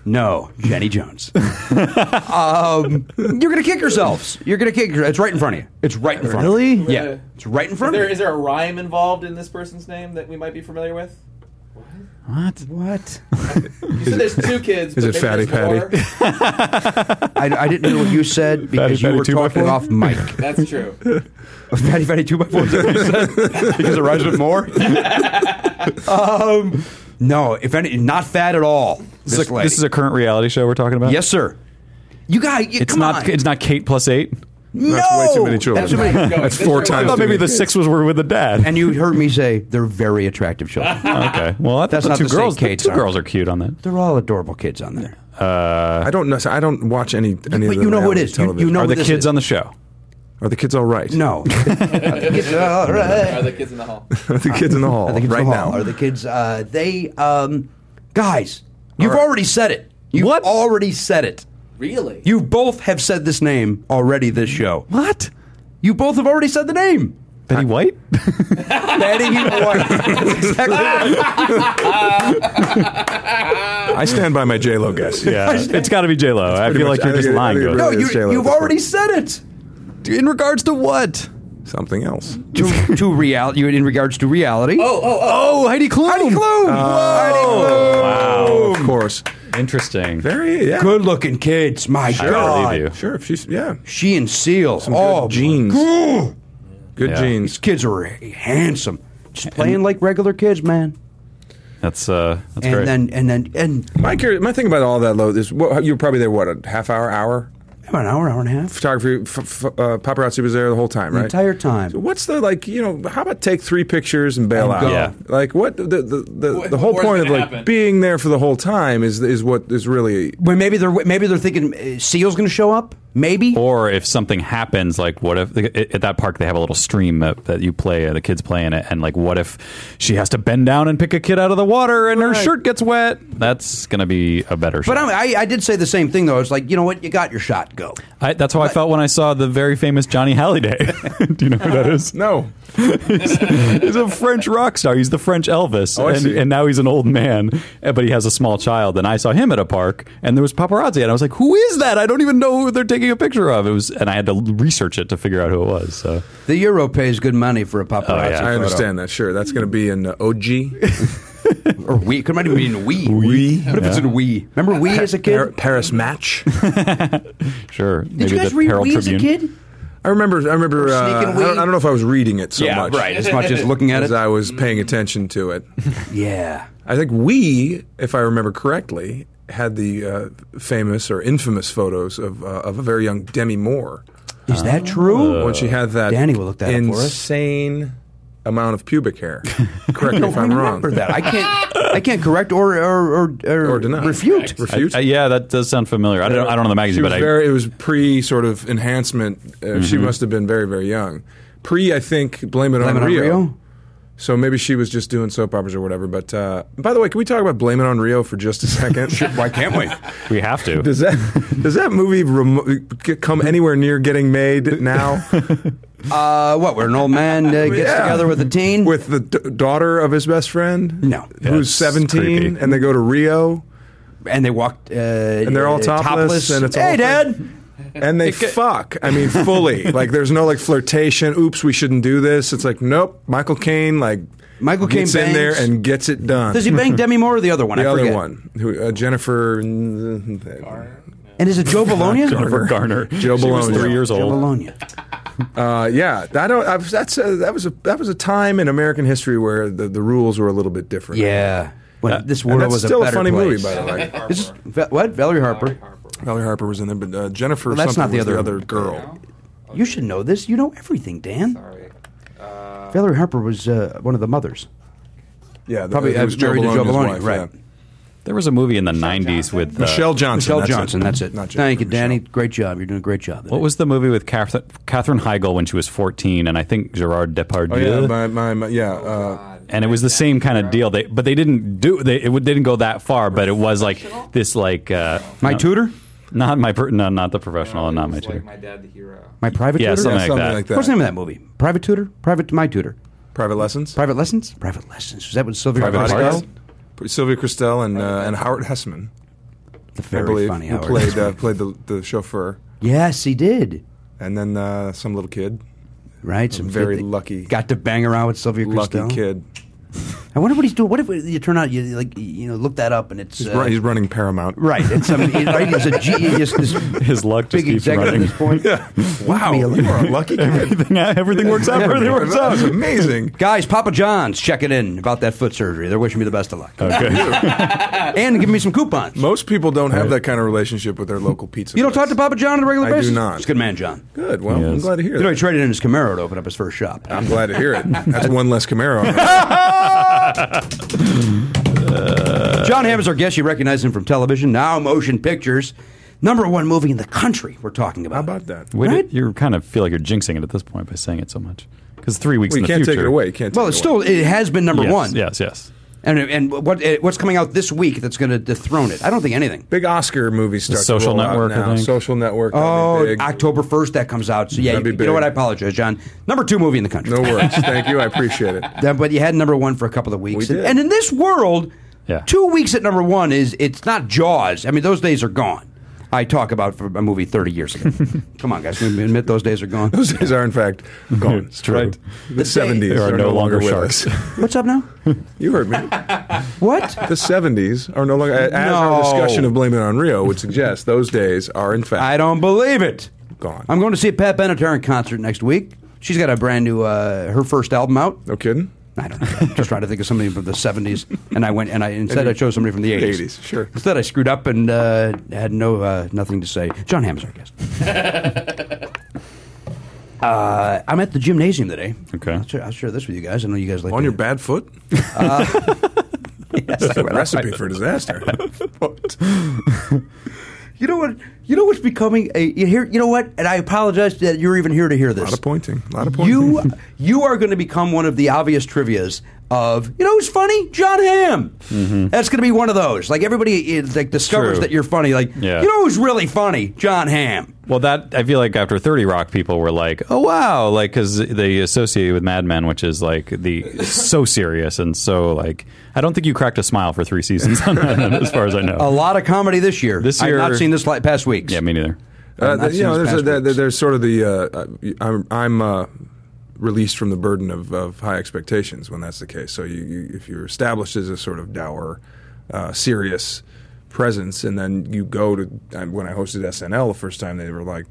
A: No, Jenny Jones. um, you're gonna kick yourselves. You're gonna kick. Your, it's right in front of you. It's right in front.
I: Really?
A: Of you. Yeah. It's right in
G: Is
A: front
G: there,
A: of
G: is
A: you.
G: there a rhyme involved in this person's name that we might be familiar with?
B: What?
A: What?
G: You said there's two kids.
F: is
G: but
F: it
G: maybe
F: Fatty
G: there's
F: Patty?
G: more.
A: I, I didn't know what you said because you
B: Fatty
A: were
B: two by
A: talking
B: four?
A: off mic.
G: That's true.
A: Fatty Fatty two by four. is that what you said? because it rhymes with more. um, no, if any, not fat at all. This,
B: This is, a,
A: lady.
B: this is a current reality show we're talking about.
A: yes, sir. You guys,
B: It's not. It's not Kate plus eight.
A: no,
F: That's way too many children.
A: That's too many.
G: Go.
F: That's
G: This
F: four
G: is-
B: I
F: times.
B: thought
F: too
B: maybe
F: many
B: the
F: kids.
B: six was were with the dad.
A: and you heard me say they're very attractive children.
B: okay. Well, I thought
A: That's
B: the
A: not
B: two
A: to say
B: girls. the
A: Kate's
B: two
A: aren't.
B: girls are cute on that.
A: they're all adorable kids on there.
F: I don't know. I don't watch any. any
A: but
F: of the
A: you know who it
F: reality
A: is. You- you
F: television.
A: know-
B: Are
A: Oh,
B: the
A: this
B: kids
A: is-
B: on the show?
F: Are the kids all right?
A: No. It's all
G: Are
A: right.
G: the kids in the hall?
F: Are the kids in the hall
A: Are the kids
F: right
A: from Hall?
F: now?
A: Are the kids? Uh, they um, guys, you've already said it. You've
B: What?
A: already said it.
G: Really?
A: You both have said this name already. This show.
B: What?
A: You both have already said the name.
B: Betty White?
A: Betty White. That's exactly right.
F: I stand by my J Lo guess.
B: yeah, it's got to be J Lo. I
F: pretty
B: feel
F: much-
B: like you're
F: I think
B: just
F: it- I
B: lying
F: think it
B: to us.
A: No,
F: Really
A: you,
F: is J-Lo at
A: you've
F: this
A: already
F: point.
A: said it.
B: In regards to what?
F: Something else.
A: To, to reality, in regards to reality.
G: Oh, oh, oh.
B: Oh, Heidi Klum.
A: Heidi Klum.
B: Uh,
F: Oh, of course.
B: Interesting.
F: Very yeah.
A: Good looking kids. My
B: I
A: God.
B: believe you.
F: Sure. If she's yeah.
A: She and Seal.
F: Some
A: oh,
F: good jeans. Good
B: Yeah.
F: jeans.
A: These kids are handsome. Just playing like regular kids, man.
B: That's uh, that's
A: and
B: great.
A: then and then and
F: My curi- my thing about all that though is what, you were probably there what a half hour hour
A: about an hour, hour and a half.
F: photography f- f- uh, paparazzi was there the whole time right
A: entire time.
F: So what's the like you know how about take three pictures and bail
A: And
F: out
A: go.
B: Yeah.
F: like what the the, the,
G: Wh-
F: the whole
G: where's
F: point
G: it
F: of
G: gonna
F: like
G: happen?
F: being there for the whole time is is what is really
A: Well, maybe they're maybe they're thinking uh, Seal's going to show up. Maybe
B: or if something happens, like what if at that park they have a little stream that, that you play, uh, the kids play in it, and like what if she has to bend down and pick a kid out of the water and her shirt gets wet? That's gonna be a better. show.
A: but I'm, I I did say the same thing though. It's like you know what, you got your shot. Go.
B: I, that's how I felt when I saw the very famous Johnny Halliday. Do you know who that is?
F: no
B: he's a French rock star. He's the French Elvis,
F: Oh, I
B: and,
F: see.
B: and now he's an old man, eh, but he has a small child. And I saw him at a park, and there was paparazzi, and I was like, "Who is that? I don't even know who they're taking a picture of." It was, and I had to l- research it to figure out who it was. So
A: The euro pays good money for a paparazzi.
B: Oh, yeah.
F: I
A: photo.
F: understand that sure that's going to be in uh, OG
A: Or we could might even be in we.
B: We.
A: What if it's in we? Remember we as a kid.
F: Par- Paris match
B: sure,
A: did you guys read we as a kid?
F: I remember I remember uh, I,
A: Sneaking
F: don't,
A: weed.
F: I don't know if I was reading it so much
A: As much as looking at
F: as
A: it.
F: I was paying attention to it
A: yeah.
F: I think we, if I remember correctly, had the uh, famous or infamous photos of uh, of a very young Demi Moore
A: Is
B: Oh.
A: that
B: Uh,
A: true?
F: when she had that
A: Uh, Danny will look that up for us.
F: insane amount of pubic hair. Correct me if I'm wrong.
A: remember that. I can't. I can't correct or or or, or,
F: Or deny.
A: refute.
F: Refute.
B: Uh, yeah, that does sound familiar. I don't, I don't know the
F: she
B: magazine,
F: was
B: but I, Mm-hmm.
F: very, it was pre sort of enhancement. Uh, She must have been very very young. Pre, I think, blame it,
A: Blame
F: on,
A: it on
F: Rio.
A: Rio?
F: So maybe she was just doing soap operas or whatever. But uh, by the way, can we talk about blame it on Rio for just a second? Why can't we?
B: we have to.
F: Does that does that movie remo- g- come anywhere near getting made now?
A: Uh, what? Where an old man uh, gets
F: Yeah.
A: together with a teen.
F: With the d- daughter of his best friend,
A: No. Yeah,
F: who's
B: it's
F: seventeen,
B: creepy.
F: and they go to Rio,
A: and they walked. Uh,
F: and they're all topless, and it's
A: hey,
F: all
A: Dad.
F: and they fuck. I mean, fully. like there's no like flirtation. Oops, we shouldn't do this. It's like nope. Michael Caine like
A: Michael Caine
F: gets in there
A: bangs.
F: and gets it done.
A: Does he bang Demi Moore or the other one?
F: the
A: I
F: other
A: forget.
F: one, who uh, Jennifer,
A: And is it Joe Bologna?
B: Jennifer Garner.
F: Joe
B: She was
F: Bologna.
B: three years
A: Joe
B: old.
A: Bologna.
F: Uh, yeah, I don't. I've, that's a, that was a that was a time in American history where the, the rules were a little bit different.
A: Yeah. When this world
F: and
A: was
F: that's still
A: a
F: a,
A: better
F: funny
A: place.
F: movie, by the way.
A: This is- Ve- what? Valerie Harper.
F: Valerie Harper was in there, but uh, Jennifer.
A: Well, that's
F: something
A: not the
F: was
A: other-
F: other girl.
A: You should know this. You know everything, Dan.
G: Sorry.
A: Valerie Harper was uh, one of the mothers.
F: Yeah, the,
A: Probably
F: it was
A: uh, married to Joe
F: Bologna's
A: Bologna,
F: wife,
A: right?
F: yeah.
B: There was a movie in the '90s with uh,
F: Michelle Johnson.
A: Michelle
F: that's
A: Johnson.
F: It.
A: That's it.
F: Not Jennifer,
A: Thank you, Danny.
F: Michelle.
A: Great job. You're doing a great job.
B: What was the movie with Catherine, Catherine Heigl when she was 14, and I think Gerard Depardieu?
F: Oh yeah, my, my, my yeah.
A: Oh,
F: Uh,
B: and it was the same kind of deal. They but they didn't do they it, would- they didn't go that far, but it was like this like uh,
A: my
B: no,
A: tutor?
B: not my per- no, not the professional, and Oh, not my tutor.
G: Like my dad, the hero.
A: My private
B: Yeah,
A: tutor?
B: something
F: yeah,
B: like
F: something
B: that.
F: like that.
A: What's the name of that movie? Private tutor? Private my tutor?
F: Private lessons.
A: Private lessons? Private lessons. Is that what Sylvia
B: Private
A: Private
B: Bodyguard?
F: bodyguard. Sylvia Christel and uh, and Howard Hessman.
A: Very
F: I believe,
A: funny.
F: who
A: Howard.
F: played uh, played the the chauffeur,
A: yes, he did.
F: and then uh, some little kid,
A: Right, some
F: very
A: kid that
F: lucky-
A: Got to bang around with Sylvia
F: lucky
A: Christel.
F: kid.
A: I wonder what he's doing. What if you turn out you like you know look that up and it's
F: He's,
A: uh,
F: run, he's running Paramount.
A: right. It's some he's, right. He's a G. He's this
B: His luck just
A: big
B: keeps
A: executive
B: running.
A: at this point.
F: Wow, you are a lucky kid.
B: Everything, uh, everything works out. Everything works
F: That was
B: out.
F: amazing.
A: Guys, Papa John's checking in about that foot surgery. They're wishing me the best of luck
B: Okay.
A: and giving me some coupons.
F: Most people don't have that kind of relationship with their local pizza.
A: you don't
F: place.
A: talk to Papa John on a regular
F: I do
A: basis.
F: not.
A: He's a good man, John.
F: Good. Well, I'm
B: Yes.
F: glad to hear
A: You know, he
F: that.
A: traded in his Camaro to open up his first shop.
F: I'm glad to hear it. That's one less Camaro. on there. uh,
A: John Hamm is our guest. You recognize him from television, now motion pictures. Number one movie in the country we're talking about.
F: How about that?
B: Wait,
A: Right?
B: you kind of feel like you're jinxing it at this point by saying it so much. Because three weeks
F: Well,
B: in
F: you
B: the
F: can't
B: future.
F: take it away. You can't. Take
A: Well, it's
F: it away.
A: still, it has been number
B: Yes,
A: one.
B: Yes, yes.
A: And, and what, eh, what's coming out this week that's going to dethrone it? I don't think anything.
F: big Oscar movies start. to
B: Social
F: roll out
B: Network, I
F: now.
B: think.
F: Social network. that'll
A: Oh,
F: be big.
A: October 1st, that comes out. So, yeah, you,
F: That'd be
A: you know
F: big.
A: what? I apologize, John. Number two movie in the country.
F: No worries. Thank you. I appreciate it.
A: That- but you had number one for a couple of weeks.
F: We
A: And,
F: did.
A: and in this world,
B: Yeah.
A: two weeks at number one is it's not Jaws. I mean, those days are gone. I talk about for a movie 30 years ago. Come on, guys. We admit those days are gone.
F: Those days are in fact gone.
B: It's true.
F: Right? The seventies
B: There are no longer
F: with
B: sharks.
F: us.
A: What's up now?
F: You heard me.
A: What?
F: The seventies are no longer. As
A: No.
F: our discussion of Blame It on Rio would suggest, those days are in fact
A: I don't believe it.
F: gone.
A: I'm going to see a Pat Benatar in concert next week. She's got a brand new, uh, her first album out.
F: no kidding.
A: I don't know. I'm just trying to think of somebody from the 70s. And I went, and I instead I chose somebody from the 80s.
F: 80s, sure.
A: Instead, I screwed up and uh, had no uh, nothing to say. John Hamm's our guest. uh, I'm at the gymnasium today.
B: Okay.
A: I'll share, I'll share this with you guys. I know you guys like
F: On
A: to-
F: your bad foot. That's a recipe for disaster.
A: You know what? You know what's becoming a you hear. You know what? And I apologize that you're even here to hear
F: a
A: this.
F: lot of pointing. A lot of pointing.
A: you you are going to become one of the obvious trivia's of you know who's funny John Hamm.
F: Mm-hmm.
A: That's going to be one of those. Like everybody is, like discovers
B: True.
A: that you're funny. Like
B: Yeah.
A: you know who's really funny John Hamm.
B: Well, that I feel like after Thirty Rock, people were like, "Oh wow!" Like because they associate with Mad Men, which is like the so serious and so like. I don't think you cracked a smile for three seasons on Mad Men, as far as I know.
A: A lot of comedy this year.
B: This
A: I've
B: year-
A: not seen this like past weeks.
B: yeah, me neither.
F: Uh,
A: I've
F: th- you
A: seen
F: know,
A: his
F: there's, a,
A: past
F: there,
A: works.
F: there's sort of the uh, I- I'm, I'm uh, released from the burden of, of high expectations when that's the case. So you, you if you're established as a sort of dour, uh, serious presence, and then you go to I, when I hosted SNL the first time, they were like,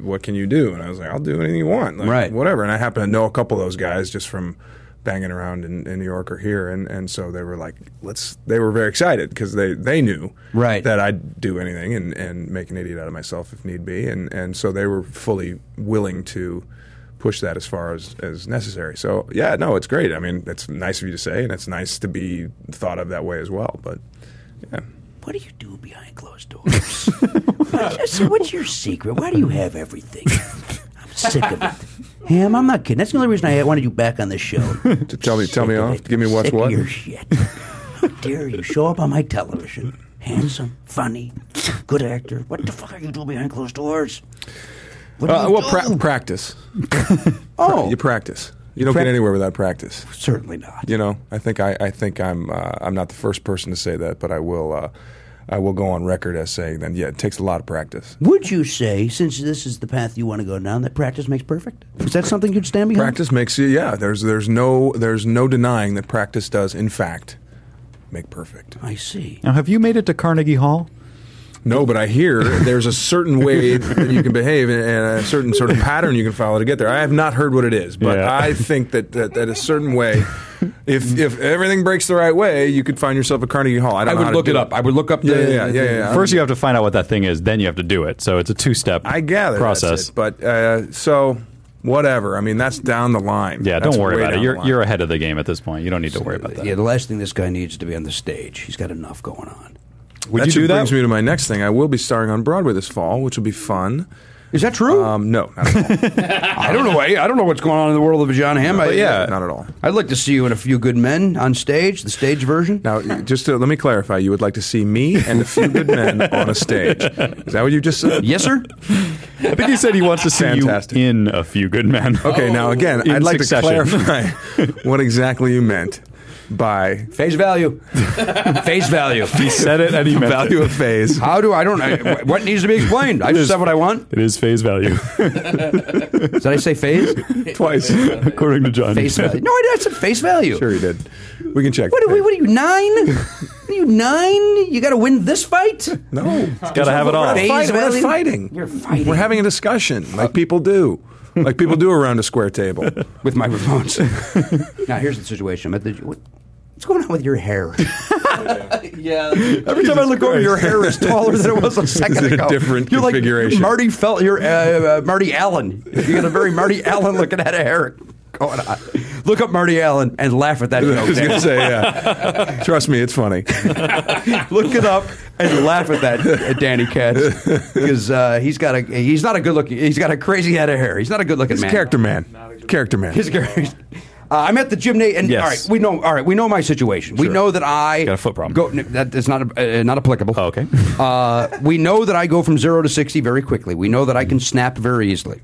F: "What can you do?" And I was like, "I'll do anything you want, like,
A: Right.
F: Whatever." And I happen to know a couple of those guys just from. Banging around in, in New York or here, and, and so they were like, let's. They were very excited because they, they knew
A: Right.
F: that I'd do anything and, and make an idiot out of myself if need be. And, and so they were fully willing to push that as far as, as necessary. So, yeah, no, it's great. I mean, it's nice of you to say, and it's nice to be thought of that way as well. But
J: What do you do behind closed doors? What- just- what's your secret? Why do you have everything? I'm sick of it. Ham, I'm not kidding. That's the only reason I wanted you back on the show.
F: to tell me, tell me
J: Sick of
F: off,
J: it.
F: give me what's
J: Sick of
F: what. Uh,
J: your shit. How dare you show up on my television? Handsome, funny, good actor. What the fuck are you doing behind closed doors? What do
F: Uh,
J: you
F: well, pra-
J: do?
F: practice.
A: Oh,
F: You practice. You don't get anywhere without practice.
A: certainly not.
F: You know, I think I, I think I'm uh, I'm not the first person to say that, but I will uh, I will go on record as saying that yeah, it takes a lot of practice.
J: Would you say, since this is the path you want to go down, that practice makes perfect? Is that something you'd stand behind?
F: Practice makes you. Yeah, there's there's no there's no denying that practice does in fact make perfect.
J: I see.
B: Now, have you made it to Carnegie Hall?
F: No, but I hear there's a certain way that you can behave and, and a certain sort of pattern you can follow to get there. I have not heard what it is, but
B: Yeah.
F: I think that, that that a certain way, if if everything breaks the right way, you could find yourself at Carnegie Hall. I, don't
A: I
F: know how
A: would
F: to
A: look
F: do
A: it up. I would look up.
F: Yeah,
A: the,
F: yeah, yeah, yeah. yeah.
B: First, you have to find out what that thing is. Then you have to do it. So it's a two-step.
F: I gather that's
B: process.
F: it, but uh, so whatever. I mean, that's down the line.
B: yeah,
F: That's
B: don't worry
F: way
B: about it.
F: down the
B: You're
F: line.
B: you're ahead of the game at this point. You don't need to worry about that.
A: Yeah, the last thing this guy needs is to be on the stage. He's got enough going on.
B: Would
F: that
B: you
F: should
B: do that?
F: brings me to my next thing. I will be starring on Broadway this fall, which will be fun.
A: Is that true?
F: Um, no, not at all.
A: I don't know. I, I don't know what's going on in the world of John Hamm. I-
F: But yeah, not at all.
A: I'd like to see you in a few good men on stage, the stage version.
F: Now, just to, let me clarify, you would like to see me and a few good men on a stage. Is that what you just said?
A: Yes, sir.
B: I think he said he wants to see
F: Fantastic.
B: you in a few good men.
A: Oh,
F: Okay, now again,
B: In
F: I'd like
B: succession.
F: to clarify what exactly you meant. by
A: Face value. Face value.
B: He said it and he meant
F: value
B: it.
F: of phase.
A: How do I don't know what needs to be explained? I just said what I want.
B: It is phase value,
A: Did I say phase?
B: twice, according to John.
A: Face value. No, I did. I said face value.
F: Sure, he did. We can check.
A: What are, we, what are you nine? What are you nine? You got to win this fight.
F: No,
B: Gotta have it all.
F: We're not,
A: Phase
F: fighting. We're not
A: value?
F: fighting.
A: You're fighting.
F: We're having a discussion, like people do, like people do around a square table.
A: with microphones. now here's the situation. I'm at the- what- what's going on with your hair?
G: yeah.
A: Every time I look over,
F: Christ.
A: your hair is taller than it was a second
F: It's a
A: ago.
F: different
A: you're like
F: configuration.
A: Marty felt you're uh, uh, Marty Allen. You got a very Marty Allen looking at a hair going on. Look up Marty Allen and laugh at that
F: I was
A: joke.
F: gonna say, yeah. Trust me, it's funny.
A: Look it up and laugh at that at Danny Katz because uh, he's got a he's not a good looking he's got a crazy head of hair. He's not a good looking man.
F: Character man, character man.
A: His character. Uh, I'm at the gymnasium, and
B: Yes.
A: all right, we know. All right, we know my situation. We know that I
B: Got a foot problem.
A: Go, n- that is not uh, not applicable.
B: Oh, okay.
A: uh, we know that I go from zero to sixty very quickly. We know that I can
B: Mm-hmm.
A: snap very easily.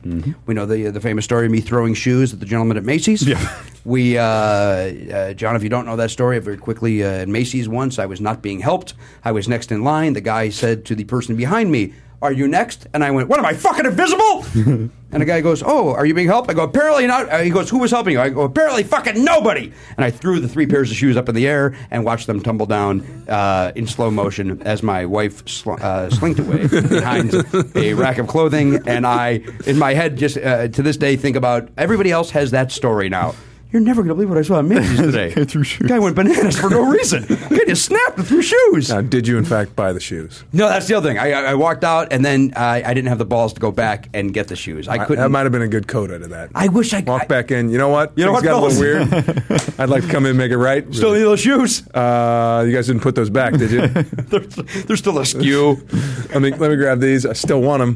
A: We know the the famous story of me throwing shoes at the gentleman at Macy's.
B: Yeah.
A: We, uh, uh, John, if you don't know that story, I very quickly uh, at Macy's once I was not being helped. I was next in line. The guy said to the person behind me, "Are you next?" And I went, "What am I fucking invisible?" and the guy goes, "Oh, are you being helped?" I go, "Apparently not." Uh, he goes, "Who was helping you?" I go, "Apparently fucking nobody." And I threw the three pairs of shoes up in the air and watched them tumble down uh, in slow motion as my wife sl- uh, slinked away behind a rack of clothing. And I, in my head, just uh, to this day, think about everybody else has that story now. You're never going to believe what I saw at Macy's today.
B: Guy threw shoes.
A: Guy went bananas for no reason. Guy just snapped and threw shoes.
F: Now, Uh, did you in fact buy the shoes?
A: No, that's the other thing. I, I I walked out and then I, I didn't have the balls to go back and get the shoes. I
F: I-
A: couldn't.
F: that might have been a good coat out of that.
A: I wish I-
F: walk
A: I-
F: back in. You know what?
A: You know
F: Things
A: what,
F: got a little weird. I'd like to come in, and make it right.
A: still need those shoes.
F: Uh, you guys didn't put those back, did you?
A: they're, they're still askew.
F: let me let me grab these. I still want them.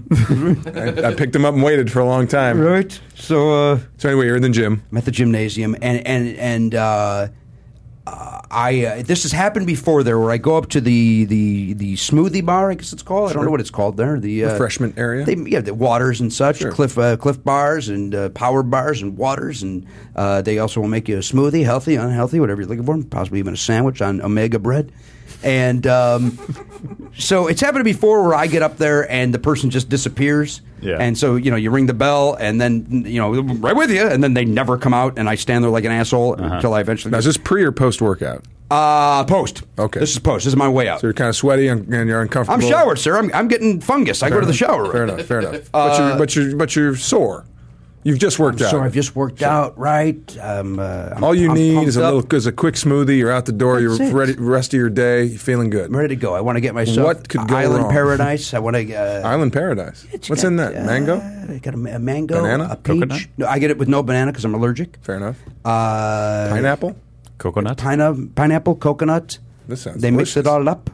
F: I, I picked them up and waited for a long time.
A: right. So uh,
F: So anyway, you're in the gym.
A: I'm at the gymnasium and and and. Uh, uh, I uh, this has happened before there, where I go up to the the the smoothie bar, I guess it's called. I don't know what it's called there. The uh,
F: Refreshment area?
A: They, yeah, the waters and such, cliff uh, cliff bars and uh, power bars and waters, and uh, they also will make you a smoothie, healthy, unhealthy, whatever you're looking for, and possibly even a sandwich on omega bread. And um, so it's happened before where I get up there and the person just disappears.
B: Yeah.
A: And so you know you ring the bell and then you know right with you, and then they never come out, and I stand there like an asshole
F: Uh-huh.
A: until I eventually.
F: Now, is this pre or post workout?
A: Uh, post.
F: Okay.
A: This is post. This is my way out.
F: So you're kind of sweaty and, and you're uncomfortable.
A: I'm showered, Uh, sir. I'm, I'm getting fungus. I go to the shower room.
F: Fair enough. Fair enough. but, you're, but you're but you're sore. You've just worked out.
A: So I've just worked out, right? Um, uh, I'm,
F: All you
A: I'm
F: need
A: pumped
F: is a
A: up.
F: little is a quick smoothie. You're out the door.
A: That's
F: you're
A: it.
F: ready. Rest of your day. You're feeling good.
A: I'm ready to go. I want to get myself
F: What could go
A: Island
F: wrong?
A: Paradise. I want to. Uh,
F: Island paradise. What's in that?
A: uh,
F: Mango.
A: I got a, ma- a mango,
F: Banana?
A: a peach.
B: Coconut?
A: No, I get it with no banana because I'm allergic.
F: Fair enough.
A: Uh,
F: Pineapple.
B: Coconut.
A: pine- pineapple, coconut.
F: This sounds
A: They mix it
F: delicious.
A: all up.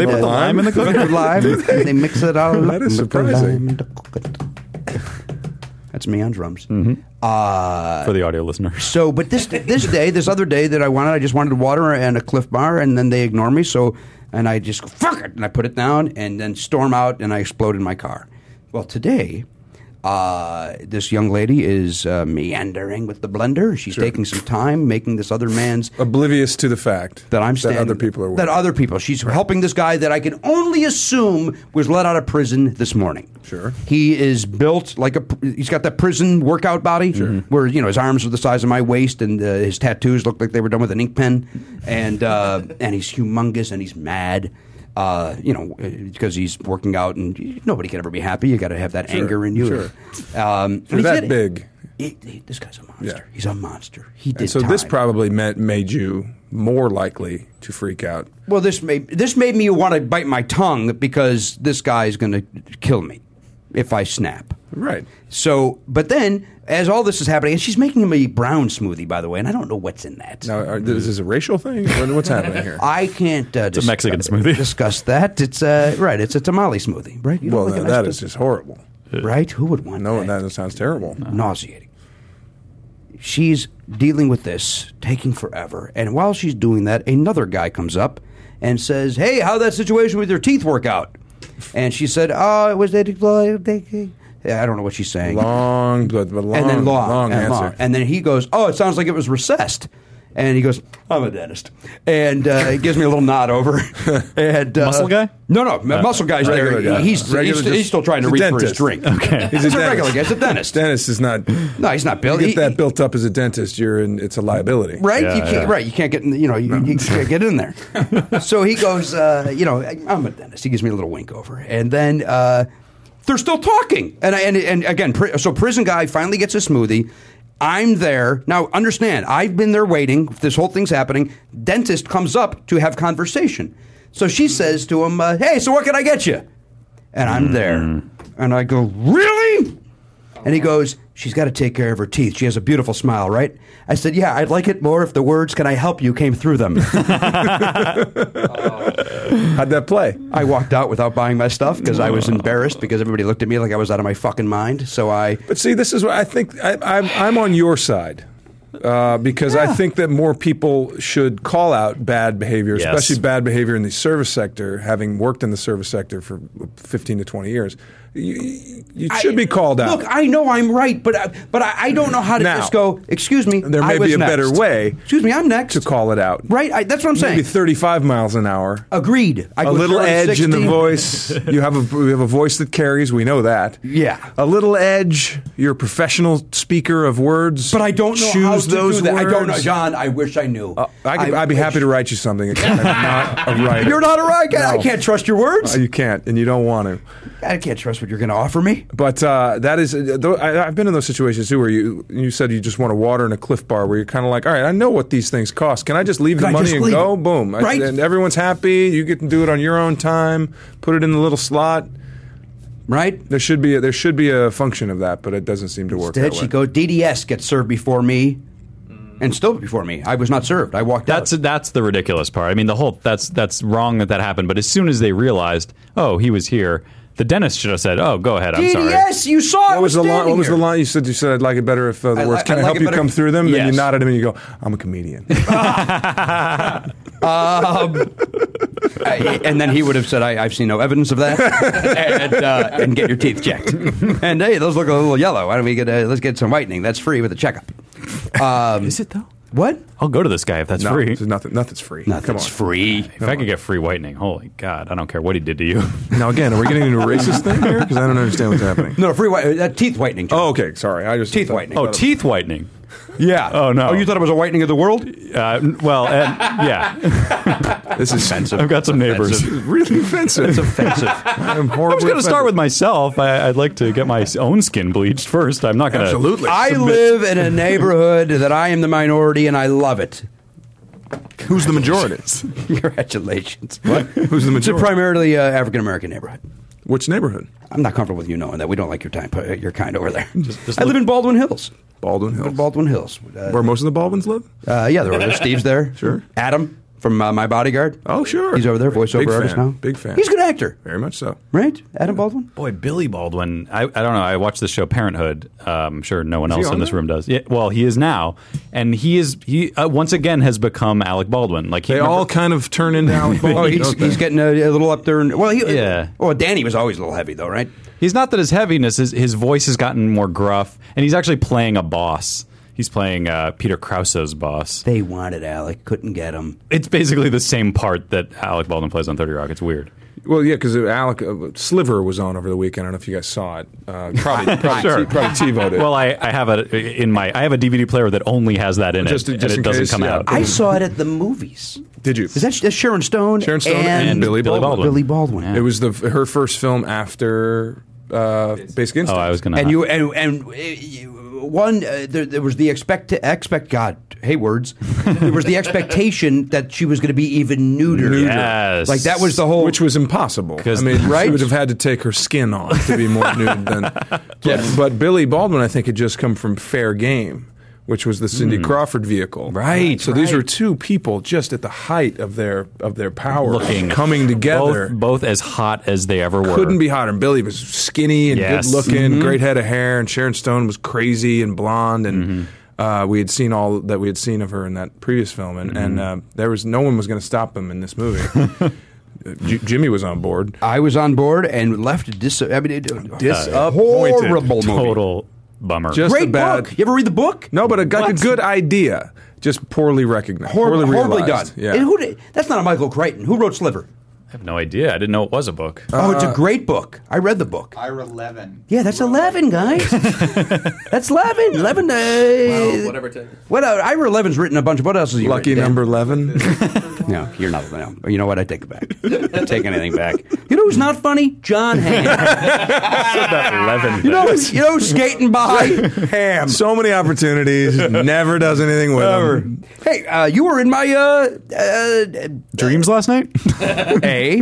B: They put the lime in the
A: they put
B: coconut?
A: lime, and they mix it all up.
F: That is
A: Put the lime
F: surprising.
A: in the coconut. That's me on drums.
B: Mm-hmm.
A: Uh,
B: for the audio listeners.
A: so, but this this day, this other day that I wanted, I just wanted water and a Cliff Bar, and then they ignore me. So, and I just go, fuck it, and I put it down, and then storm out, and I explode in my car. Well, today, uh, this young lady is uh, meandering with the blender. She's taking some time making this other man's
F: Oblivious to the fact
A: that I'm standing,
F: that other people are
A: that
F: working.
A: other people. She's helping this guy that I can only assume was let out of prison this morning.
F: Sure.
A: he is built like a. pr- He's got that prison workout body, sure. where you know his arms are the size of my waist, and uh, his tattoos look like they were done with an ink pen, and uh, and he's humongous and he's mad. Uh, you know, uh, because he's working out, and nobody can ever be happy. You got to have that anger in you.
F: sure.
A: Um, and
F: You're
A: he's
F: that
A: got-
F: big.
A: he- he- this guy's a monster.
F: Yeah.
A: He's a monster. He did.
F: And so this
A: time.
F: probably meant made you more likely to freak out.
A: Well, this made this made me want to bite my tongue because this guy is going to kill me if I snap.
F: Right.
A: So, but then as all this is happening, and she's making him a brown smoothie, by the way, and I don't know what's in that.
F: Now, are, is this a racial thing? What- What's happening here?
A: I can't. Uh, it's
B: a Mexican smoothie.
A: Discuss that. It's uh, right. It's a tamale smoothie, right? You don't
F: well,
A: like a
F: now,
A: nice
F: that
A: ta-
F: is just horrible.
A: right. Who would want
F: No,
A: that?
F: that sounds terrible.
A: nauseating. She's dealing with this, taking forever. And while she's doing that, another guy comes up and says, Hey, how'd that situation with your teeth work out? And she said, Oh, it was. They, they, I don't know what she's saying
F: Long, but but long,
A: and then long,
F: long
A: and
F: answer.
A: long. And then he goes, "Oh, it sounds like it was recessed." And he goes, "I'm a dentist," and uh, he gives me a little nod over. and uh,
K: Muscle guy?
A: No, no, muscle guy's there.
F: Regular guy.
A: He- He's,
F: Regular
A: he's,
F: just-
A: he's still trying to
F: he's a
A: reach for his
F: dentist.
A: drink.
K: Okay.
A: he's, a regular guy. He's a dentist.
F: Dennis is not.
A: No, he's not Bill.
F: You
A: He-
F: get that built up as a dentist, you're in. It's a liability.
A: Right?
K: Yeah,
A: you can't,
K: yeah.
A: Right. You can't get in. the- You know, you, you can't get in there. so he goes. Uh, you know, I'm a dentist. He gives me a little wink over, and then uh, they're still talking. And I, and and again, pri- so prison guy finally gets a smoothie. I'm there now. Understand? I've been there waiting. This whole thing's happening. Dentist comes up to have conversation. So she says to him, uh, "Hey, so what can I get you?" And I'm
K: Mm.
A: there, and I go, "Really?" And he goes, She's got to take care of her teeth. She has a beautiful smile, right? I said, Yeah, I'd like it more if the words, Can I help you, came through them.
F: How'd that play?
A: I walked out without buying my stuff because I was embarrassed because everybody looked at me like I was out of my fucking mind. So I.
F: But see, this is what I think. I, I'm I'm on your side uh, because I think that more people should call out bad behavior,
K: Yes.
F: especially bad behavior in the service sector. Having worked in the service sector for 15 to 20 years, you, you should be called out.
A: Look, I know I'm right, but I, but I, I don't know how to
F: Now,
A: just go, Excuse me.
F: there
A: I
F: may
A: was
F: be a
A: next."
F: better way
A: Excuse me, I'm next.
F: to call it out.
A: Right? I, that's what I'm saying.
F: Maybe 35 miles an hour.
A: Agreed. I
F: A
A: was
F: little
A: there at
F: edge in the
A: 16.
F: voice. You have a you have a voice that carries. We know that.
A: Yeah.
F: A little edge. You're a professional speaker of words.
A: But I don't know
F: Choose
A: how to
F: those
A: do that. I don't know,
F: words. Uh,
A: John. I wish I knew.
F: I could, I would be
A: wish-
F: happy to write you something. I'm not a writer.
A: You're not a right guy. I
F: No.
A: can't trust your words.
F: Uh, You can't, and you don't want to.
A: I can't trust what you're going to offer me.
F: But uh, that is, uh, though, I, I've been in those situations too, where you you said you just want a water and a Cliff Bar, where you're kind of like, all right, I know what these things cost. Can I just leave
A: Can
F: the
A: I
F: money
A: just
F: and
A: leave
F: go?
A: it?
F: Boom! I-
A: Right.
F: and everyone's happy. You get to do it on your own time. Put it in the little slot.
A: Right?
F: There should be a, there should be a function of that, but it doesn't seem to work.
A: Did
F: that
A: she
F: way.
A: go? DDS gets served before me, and still before me. I was not served. I walked
B: That's
A: out.
B: that's the ridiculous part. I mean, the whole that's that's wrong that that happened. But as soon as they realized, oh, he was here, the dentist should have said, oh, go ahead. I'm sorry.
A: DDS, you saw it.
F: What was the line? What was the line? You said you said I'd like it better if uh, the
A: I
F: words.
A: like-
F: Can
A: I'd
F: I
A: like
F: help
A: it
F: you
A: better
F: come
A: if-
F: through them?
B: Yes.
F: Then you nod at him and you go, "I'm a comedian."
A: and then he would have said, I, "I've seen no evidence of that," and, uh, and get your teeth checked. And hey, those look a little yellow. Why don't we get? Uh, let's get some whitening. That's free with a checkup. Um,
B: Is it though?
A: what?
B: I'll go to this guy if that's
F: no,
B: free.
F: this is nothing. Nothing's free. Come on.
A: Nothing's free.
B: If I could get free whitening, holy God, I don't care what he did to you.
F: Now again, are we getting into a racist thing here? Because I don't understand what's happening.
A: No, free white. Uh, teeth whitening. John.
F: Oh, okay. Sorry, I just
A: Teeth whitening.
B: oh, teeth whitening.
A: yeah.
B: oh, no.
A: Oh, you thought it was a whitening of the world?
B: Uh, n- well, and, yeah,
F: This is offensive.
B: I've got some neighbors.
F: really offensive. It's offensive. I'm
B: I
F: horribly.
B: was going to start with myself. I, I'd like to get my own skin bleached first. I'm not going to
F: Absolutely.
A: I live in a neighborhood that I am the minority and I love it.
F: Who's the majority?
A: Congratulations.
F: What? Who's the
A: It's a
F: majority?
A: primarily uh, African American neighborhood.
F: Which neighborhood?
A: I'm not comfortable with you knowing that. We don't like your time, but your kind over there.
B: just
A: I live
B: look-
A: in Baldwin Hills.
F: Baldwin Hills.
A: Baldwin Hills. Uh,
F: Where most of the Baldwins live?
A: uh, yeah, there are other Steve's there.
F: Sure.
A: Adam from uh, My Bodyguard.
F: Oh, sure.
A: He's over there, voiceover
F: Big
A: artist
F: fan.
A: now.
F: Big fan.
A: He's a good actor,
F: Very much so.
A: right? Adam Baldwin.
B: Boy, Billy Baldwin. I, I don't know. I watched the show Parenthood. Um, I'm sure no one
F: he
B: else
F: on
B: in this
F: there?
B: room does. Yeah, well, he is now, and he is he uh, once again has become Alec Baldwin. Like he
F: They
B: remember-
F: all kind of turn into Alec Baldwin.
A: Oh, he's,
F: don't they?
A: he's getting a, a little up there. And, well, he,
B: Yeah.
A: Oh, Danny was always a little heavy though, right?
B: He's not that his heaviness is his voice has gotten more gruff, and he's actually playing a boss. He's playing uh, Peter Krause's boss.
A: They wanted Alec, couldn't get him.
B: It's basically the same part that Alec Baldwin plays on Thirty Rock. It's weird.
F: Well, yeah, because Alec uh, Sliver was on over the weekend. I don't know if you guys saw it. Uh, probably, probably,
B: Sure.
F: t- probably TiVo'd it.
B: Well, I, I have a in my I have a DVD player that only has that in
F: Just-
B: it,
F: just
B: and
F: in
B: it doesn't
F: case,
B: come
F: yeah.
B: out.
A: I saw it at the movies.
F: did you?
A: Is that that's Sharon Stone?
F: Sharon Stone and, Billy,
B: Billy
F: Baldwin.
A: Billy Baldwin.
F: It was the her first film after uh, Basic Instinct.
B: oh, I was gonna.
A: and you and and uh, you- one uh, there, there was the expect expect God hey words there was the expectation that she was going to be even neuter.
B: Yes.
A: like that was the whole
F: which was impossible. I
B: 'Cause-
F: mean,
A: Right?
F: she would have had to take her skin off to be more nude than. But, but Billy Baldwin, I think, had just come from Fair Game, which was the Cindy Crawford vehicle.
A: Hmm. Right,
F: So these
A: right.
F: were two people just at the height of their of their power,
B: looking
F: coming together.
B: both, both as hot as they ever were.
F: couldn't be hotter. And Billy was skinny and
B: Yes.
F: good looking,
A: Mm-hmm.
F: great head of hair, and Sharon Stone was crazy and blonde and.
B: Mm-hmm.
F: Uh, we had seen all that we had seen of her in that previous film, and, and
B: Mm-hmm.
F: uh, there was no one was going to stop them in this movie. J- Jimmy was on board.
A: I was on board and left dis I mean it, uh,
B: Uh,
F: Disappointed.
A: horrible movie
B: total bummer.
F: Just
A: Great
F: a bad.
A: book. You ever read the book?
F: No, but it got a good idea, just poorly recognized,
A: Horribly,
F: poorly
A: horribly done.
F: realized.
A: And
F: Yeah.
A: who did, that's not a Michael Crichton. Who wrote Sliver?
B: I have no idea. I didn't know it was a book.
A: Oh, it's a great book. I read the book.
G: Ira Levin.
A: Yeah, that's 11, guys. that's 11. 11. Uh,
L: Oh, whatever it takes.
A: What, uh, Ira Levin's written a bunch. What else is he
F: Lucky
A: written, Dan?
F: number eleven.
A: No, you're not. No. You know what? I take it back. I take anything back. You know who's not funny? John Hamm.
B: Eleven.
A: You know, who's, you know who's skating by? Ham.
F: so many opportunities, never does anything with them.
A: Hey, uh, you were in my uh, uh,
M: Dreams last night?
A: A,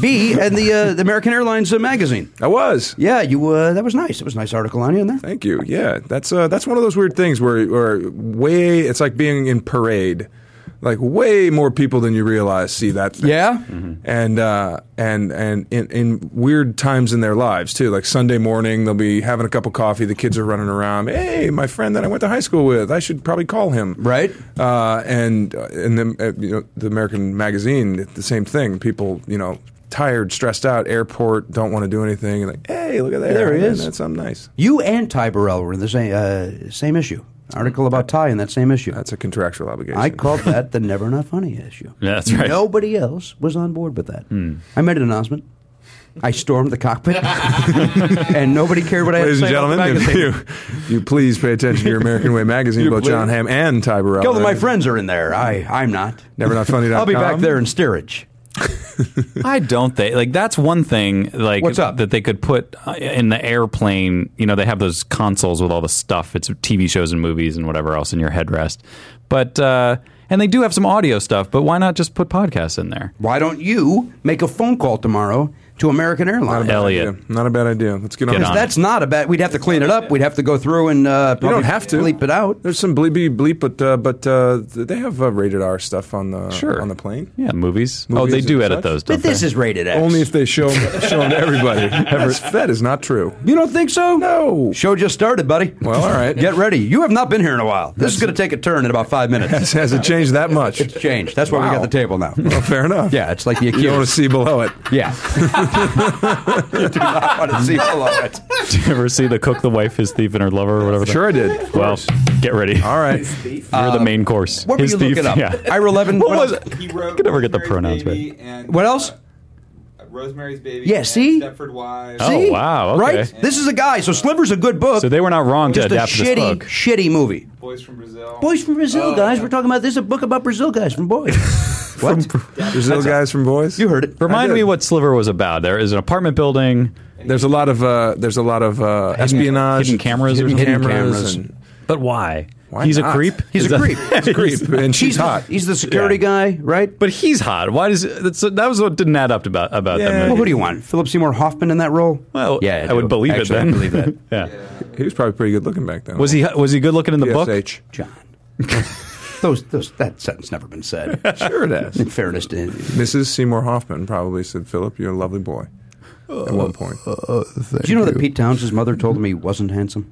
A: B, and the uh, the American Airlines uh, magazine.
F: I was.
A: Yeah, you. Uh, that was nice. It was a nice article on you in there.
F: Thank you. Yeah, that's uh, that's one of those weird things where, where way it's like being in parade, like way more people than you realize see that. Thing.
A: Yeah?
F: and uh, and and in, in weird times in their lives too. Like Sunday morning, they'll be having a cup of coffee. The kids are running around. Hey, my friend that I went to high school with, I should probably call him.
A: Right.
F: Uh, and uh, and the uh, you know the American magazine, the same thing. People, you know. Tired, stressed out, airport, don't want to do anything. And like, hey, look at that!
A: There he
F: Man,
A: is.
F: That's something nice.
A: You and Ty Burrell were in the same uh, same issue. Article about Ty in that same issue.
F: That's a contractual obligation.
A: I called that the never not funny issue.
B: Yeah, that's right.
A: Nobody else was on board with that.
F: Hmm.
A: I made an announcement. I stormed the cockpit, and nobody cared what I had
F: Ladies
A: to
F: and
A: say. about the
F: gentlemen, if
A: magazine.
F: you, if you please pay attention to your American Way magazine, both John Hamm and Ty Burrell.
A: Couple of my friends are in there. I, I'm not.
F: Never not funny.
A: I'll be back there in steerage.
B: I don't think like that's one thing like
A: What's up?
B: that they could put uh, in the airplane. You know, they have those consoles with all the stuff. It's TV shows and movies and whatever else in your headrest. But uh, and they do have some audio stuff. But why not just put podcasts in there?
A: Why don't you make a phone call tomorrow to American Airlines?
B: Elliot,
F: Not a bad idea. Let's get on.
B: Get
F: this.
B: on.
A: That's not a bad. We'd have to clean it up. We'd have to go through and uh,
F: You
A: probably
F: don't have to
A: bleep it out.
F: There's some bleepy bleep, but uh, but uh, they have uh, rated R stuff on the
B: Sure.
F: on the plane.
B: yeah, movies. oh,
F: Movies
B: they do
F: and
B: edit
F: such.
B: those. Don't
A: But this is rated X.
F: Only if they show show them to everybody. That's- that is not true.
A: you don't think so?
F: No.
A: Show just started, buddy.
F: Well, all right.
A: Get ready. You have not been here in a while. This is going to take a turn in about five minutes.
F: Has it changed that much?
A: It's changed. That's why we
F: Wow.
A: got the table now.
F: Well, fair enough.
A: yeah, it's like the
F: You don't want to
A: accused.
F: see below it.
A: Yeah. You do not want to see all of it.
B: they? Did you ever see the cook, the wife, his thief, and her lover, or whatever? the-
F: Sure, I did. Of
B: Well,
F: course.
B: get ready.
F: All right.
B: You're the main course.
A: Um, What were
B: His
A: you
B: thief.
A: looking up?
B: Yeah.
A: Ira Levin.
B: What
A: else-
B: was it?
G: He wrote.
B: could never get the pronouns
G: Rosemary's Baby And,
A: What else?
G: uh, Rosemary's Baby.
A: Yeah,
G: and
A: see?
G: Stepford Wives.
B: Oh,
A: See?
B: wow, okay.
A: Right? This is a guy. So Sliver's a good book.
B: So they were not wrong to
A: just a
B: adapt this
A: shitty,
B: book.
A: shitty movie.
G: Boys from Brazil.
A: Boys from Brazil,
L: Oh,
A: guys.
L: yeah.
A: We're talking about this is a book about Brazil guys from Boys. what?
F: Brazil guys from Boys.
A: you heard it.
B: Remind
F: I did.
B: me what Sliver was about. There is an apartment building.
F: There's a lot of uh, there's a lot of uh, espionage,
B: hidden cameras or
F: hidden
B: something? Hidden
F: cameras
B: cameras.
F: and
B: But why?
F: Why
B: he's
F: not?
B: a creep.
A: He's
B: Is
A: a
B: that-
A: creep. He's a
F: creep, and she's
A: He's the-
F: hot.
A: He's the security guy, right?
B: But he's hot. Why does that's, that was what didn't add up about about
F: Yeah.
B: that
A: Well,
B: movie?
A: who do you want? Philip Seymour Hoffman in that role?
B: Well,
A: yeah,
B: I, would
A: do.
B: believe
A: Actually,
B: it then.
A: I believe that.
B: yeah.
F: He was probably pretty good looking back then.
B: Was he was he good looking in the book?
F: PSH.
A: John. those, those, that sentence never been said.
F: Sure it
A: In
F: is.
A: fairness to him.
F: Mrs. Seymour Hoffman probably said, "Philip, you're a lovely boy." At one point,
A: Do you know that Pete Towns' mother told him he wasn't handsome?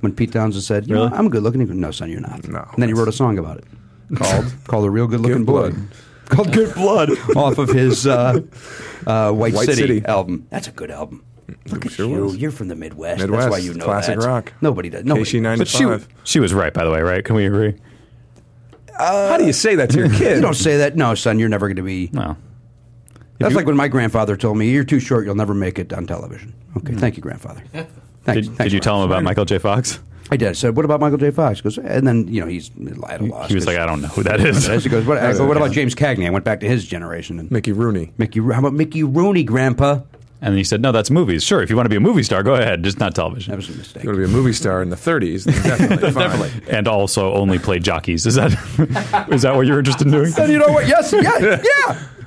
A: When Pete Towns had said, you know, I'm good looking, he goes, no, son, you're not.
F: No.
A: And then he wrote a song about it called called A Real Good Looking
F: Good
A: Boy.
F: Blood.
A: Called Good Blood off of his uh, uh, White,
F: White
A: City,
F: City.
A: album. That's a good album. Look at
F: sure
A: you.
F: was.
A: You're from the Midwest. That's
F: Midwest,
A: why you know
F: classic
A: that.
F: rock.
A: Nobody does. Nobody
F: KC
A: does.
F: ninety
B: But she
F: five.
B: she was right by the way, right? Can we agree?
F: How do you say that to your kid?
A: You don't say that. No, son, you're never going to be.
B: Well,
A: That's like when my grandfather told me, "You're too short. You'll never make it on television." Okay, thank you, grandfather. Thanks,
B: did,
A: thanks,
B: did you tell him about Michael J. Fox?
A: I did. I said, "What about Michael J. Fox?" He goes, and then you know he's at a loss.
B: He was like, I don't know who that is.
A: He goes, "What, I go, what about James Cagney?" I went back to his generation and
F: Mickey Rooney.
A: Mickey. How about Mickey Rooney, Grandpa?
B: And he said, No, that's movies. Sure, if you want to be a movie star, go ahead, just not
A: That
B: television.
A: was a mistake.
F: You want to be a movie star in the 30s? Then definitely. fine.
B: And also only play jockeys. Is that is that what you're interested in doing?
A: And you know what? Yes, yeah, yeah.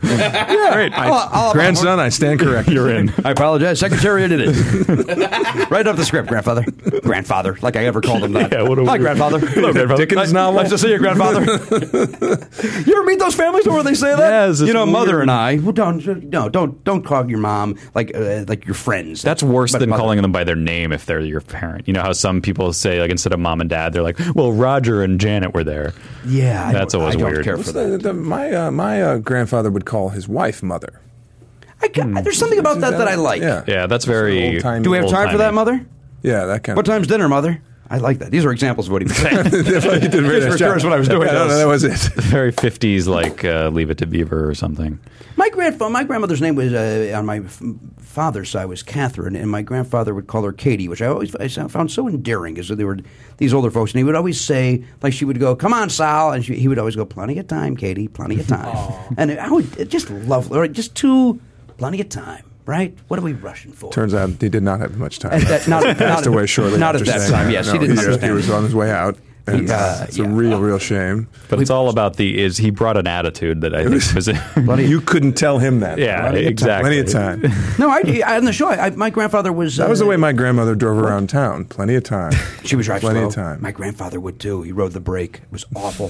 A: yeah.
B: Great. I-
A: I'll- I'll-
F: Grandson, I stand corrected.
B: You're in.
A: I apologize. Secretary did it. right off the script, grandfather. Grandfather, like I ever called him that.
B: Yeah, what a
A: Hi,
B: weird-
A: grandfather.
B: Hello, grandfather.
F: Dickens
A: nice,
F: novel.
A: nice to see you, grandfather. you ever meet those families where they say that?
B: Yes, it's
A: you know, mother
B: weird.
A: and I. Well, don't no, don't don't call your mom like uh, like your friends.
B: That's worse
A: But
B: than
A: mother-
B: calling them by their name if they're your parent. You know how some people say like instead of mom and dad, they're like, "Well, Roger and Janet were there."
A: Yeah, I
B: That's
A: don't-
B: always
A: I don't
B: weird.
A: care
F: What's
A: for
F: the,
A: that.
F: the, my uh, my uh, grandfather would call his wife mother.
B: Hmm.
A: I ca- there's something about that that I like.
F: Yeah.
B: Yeah, that's very.
F: Old-timey.
A: Do we have time for
B: old-timey.
A: that, mother?
F: Yeah, that kind
A: What
F: of
A: time's dinner, mother? I like that. These are examples of what he was saying.
F: That's why you did a very nice
A: Christopher
F: job.
A: Curse, what I was doing.
F: Yeah, no, no, that was it.
N: Very 50s, like uh, Leave It to Beaver or something.
A: My grandfather, my grandmother's name was uh, on my f- father's side was Catherine, and my grandfather would call her Katie, which I always I so- found so endearing, because they were these older folks, and he would always say, like she would go, "Come on, Sal," and she, he would always go, "Plenty of time, Katie, plenty of time," and I would it just lovely, right? just too plenty of time, right? What are we rushing for?
F: Turns out he did not have much time.
A: At that- not-
F: he passed
A: not-
F: away shortly
A: not
F: after
A: at that
F: saying
A: time, yes, he didn't
F: he's-
A: understand. uh,
F: He was on his way out. And uh,
A: Yeah,
F: it's a
A: yeah.
F: real, real shame.
N: But it's all about the is he brought an attitude that I think was
F: you couldn't tell him that.
N: Yeah,
F: Plenty of time.
N: exactly.
F: Plenty of time.
A: no, I, I on the show, I, my grandfather was
F: That was
A: uh,
F: the way my grandmother drove around town. Plenty of time.
A: She was right.
F: Plenty
A: slow.
F: of time.
A: My grandfather would too. He rode the brake. It was awful.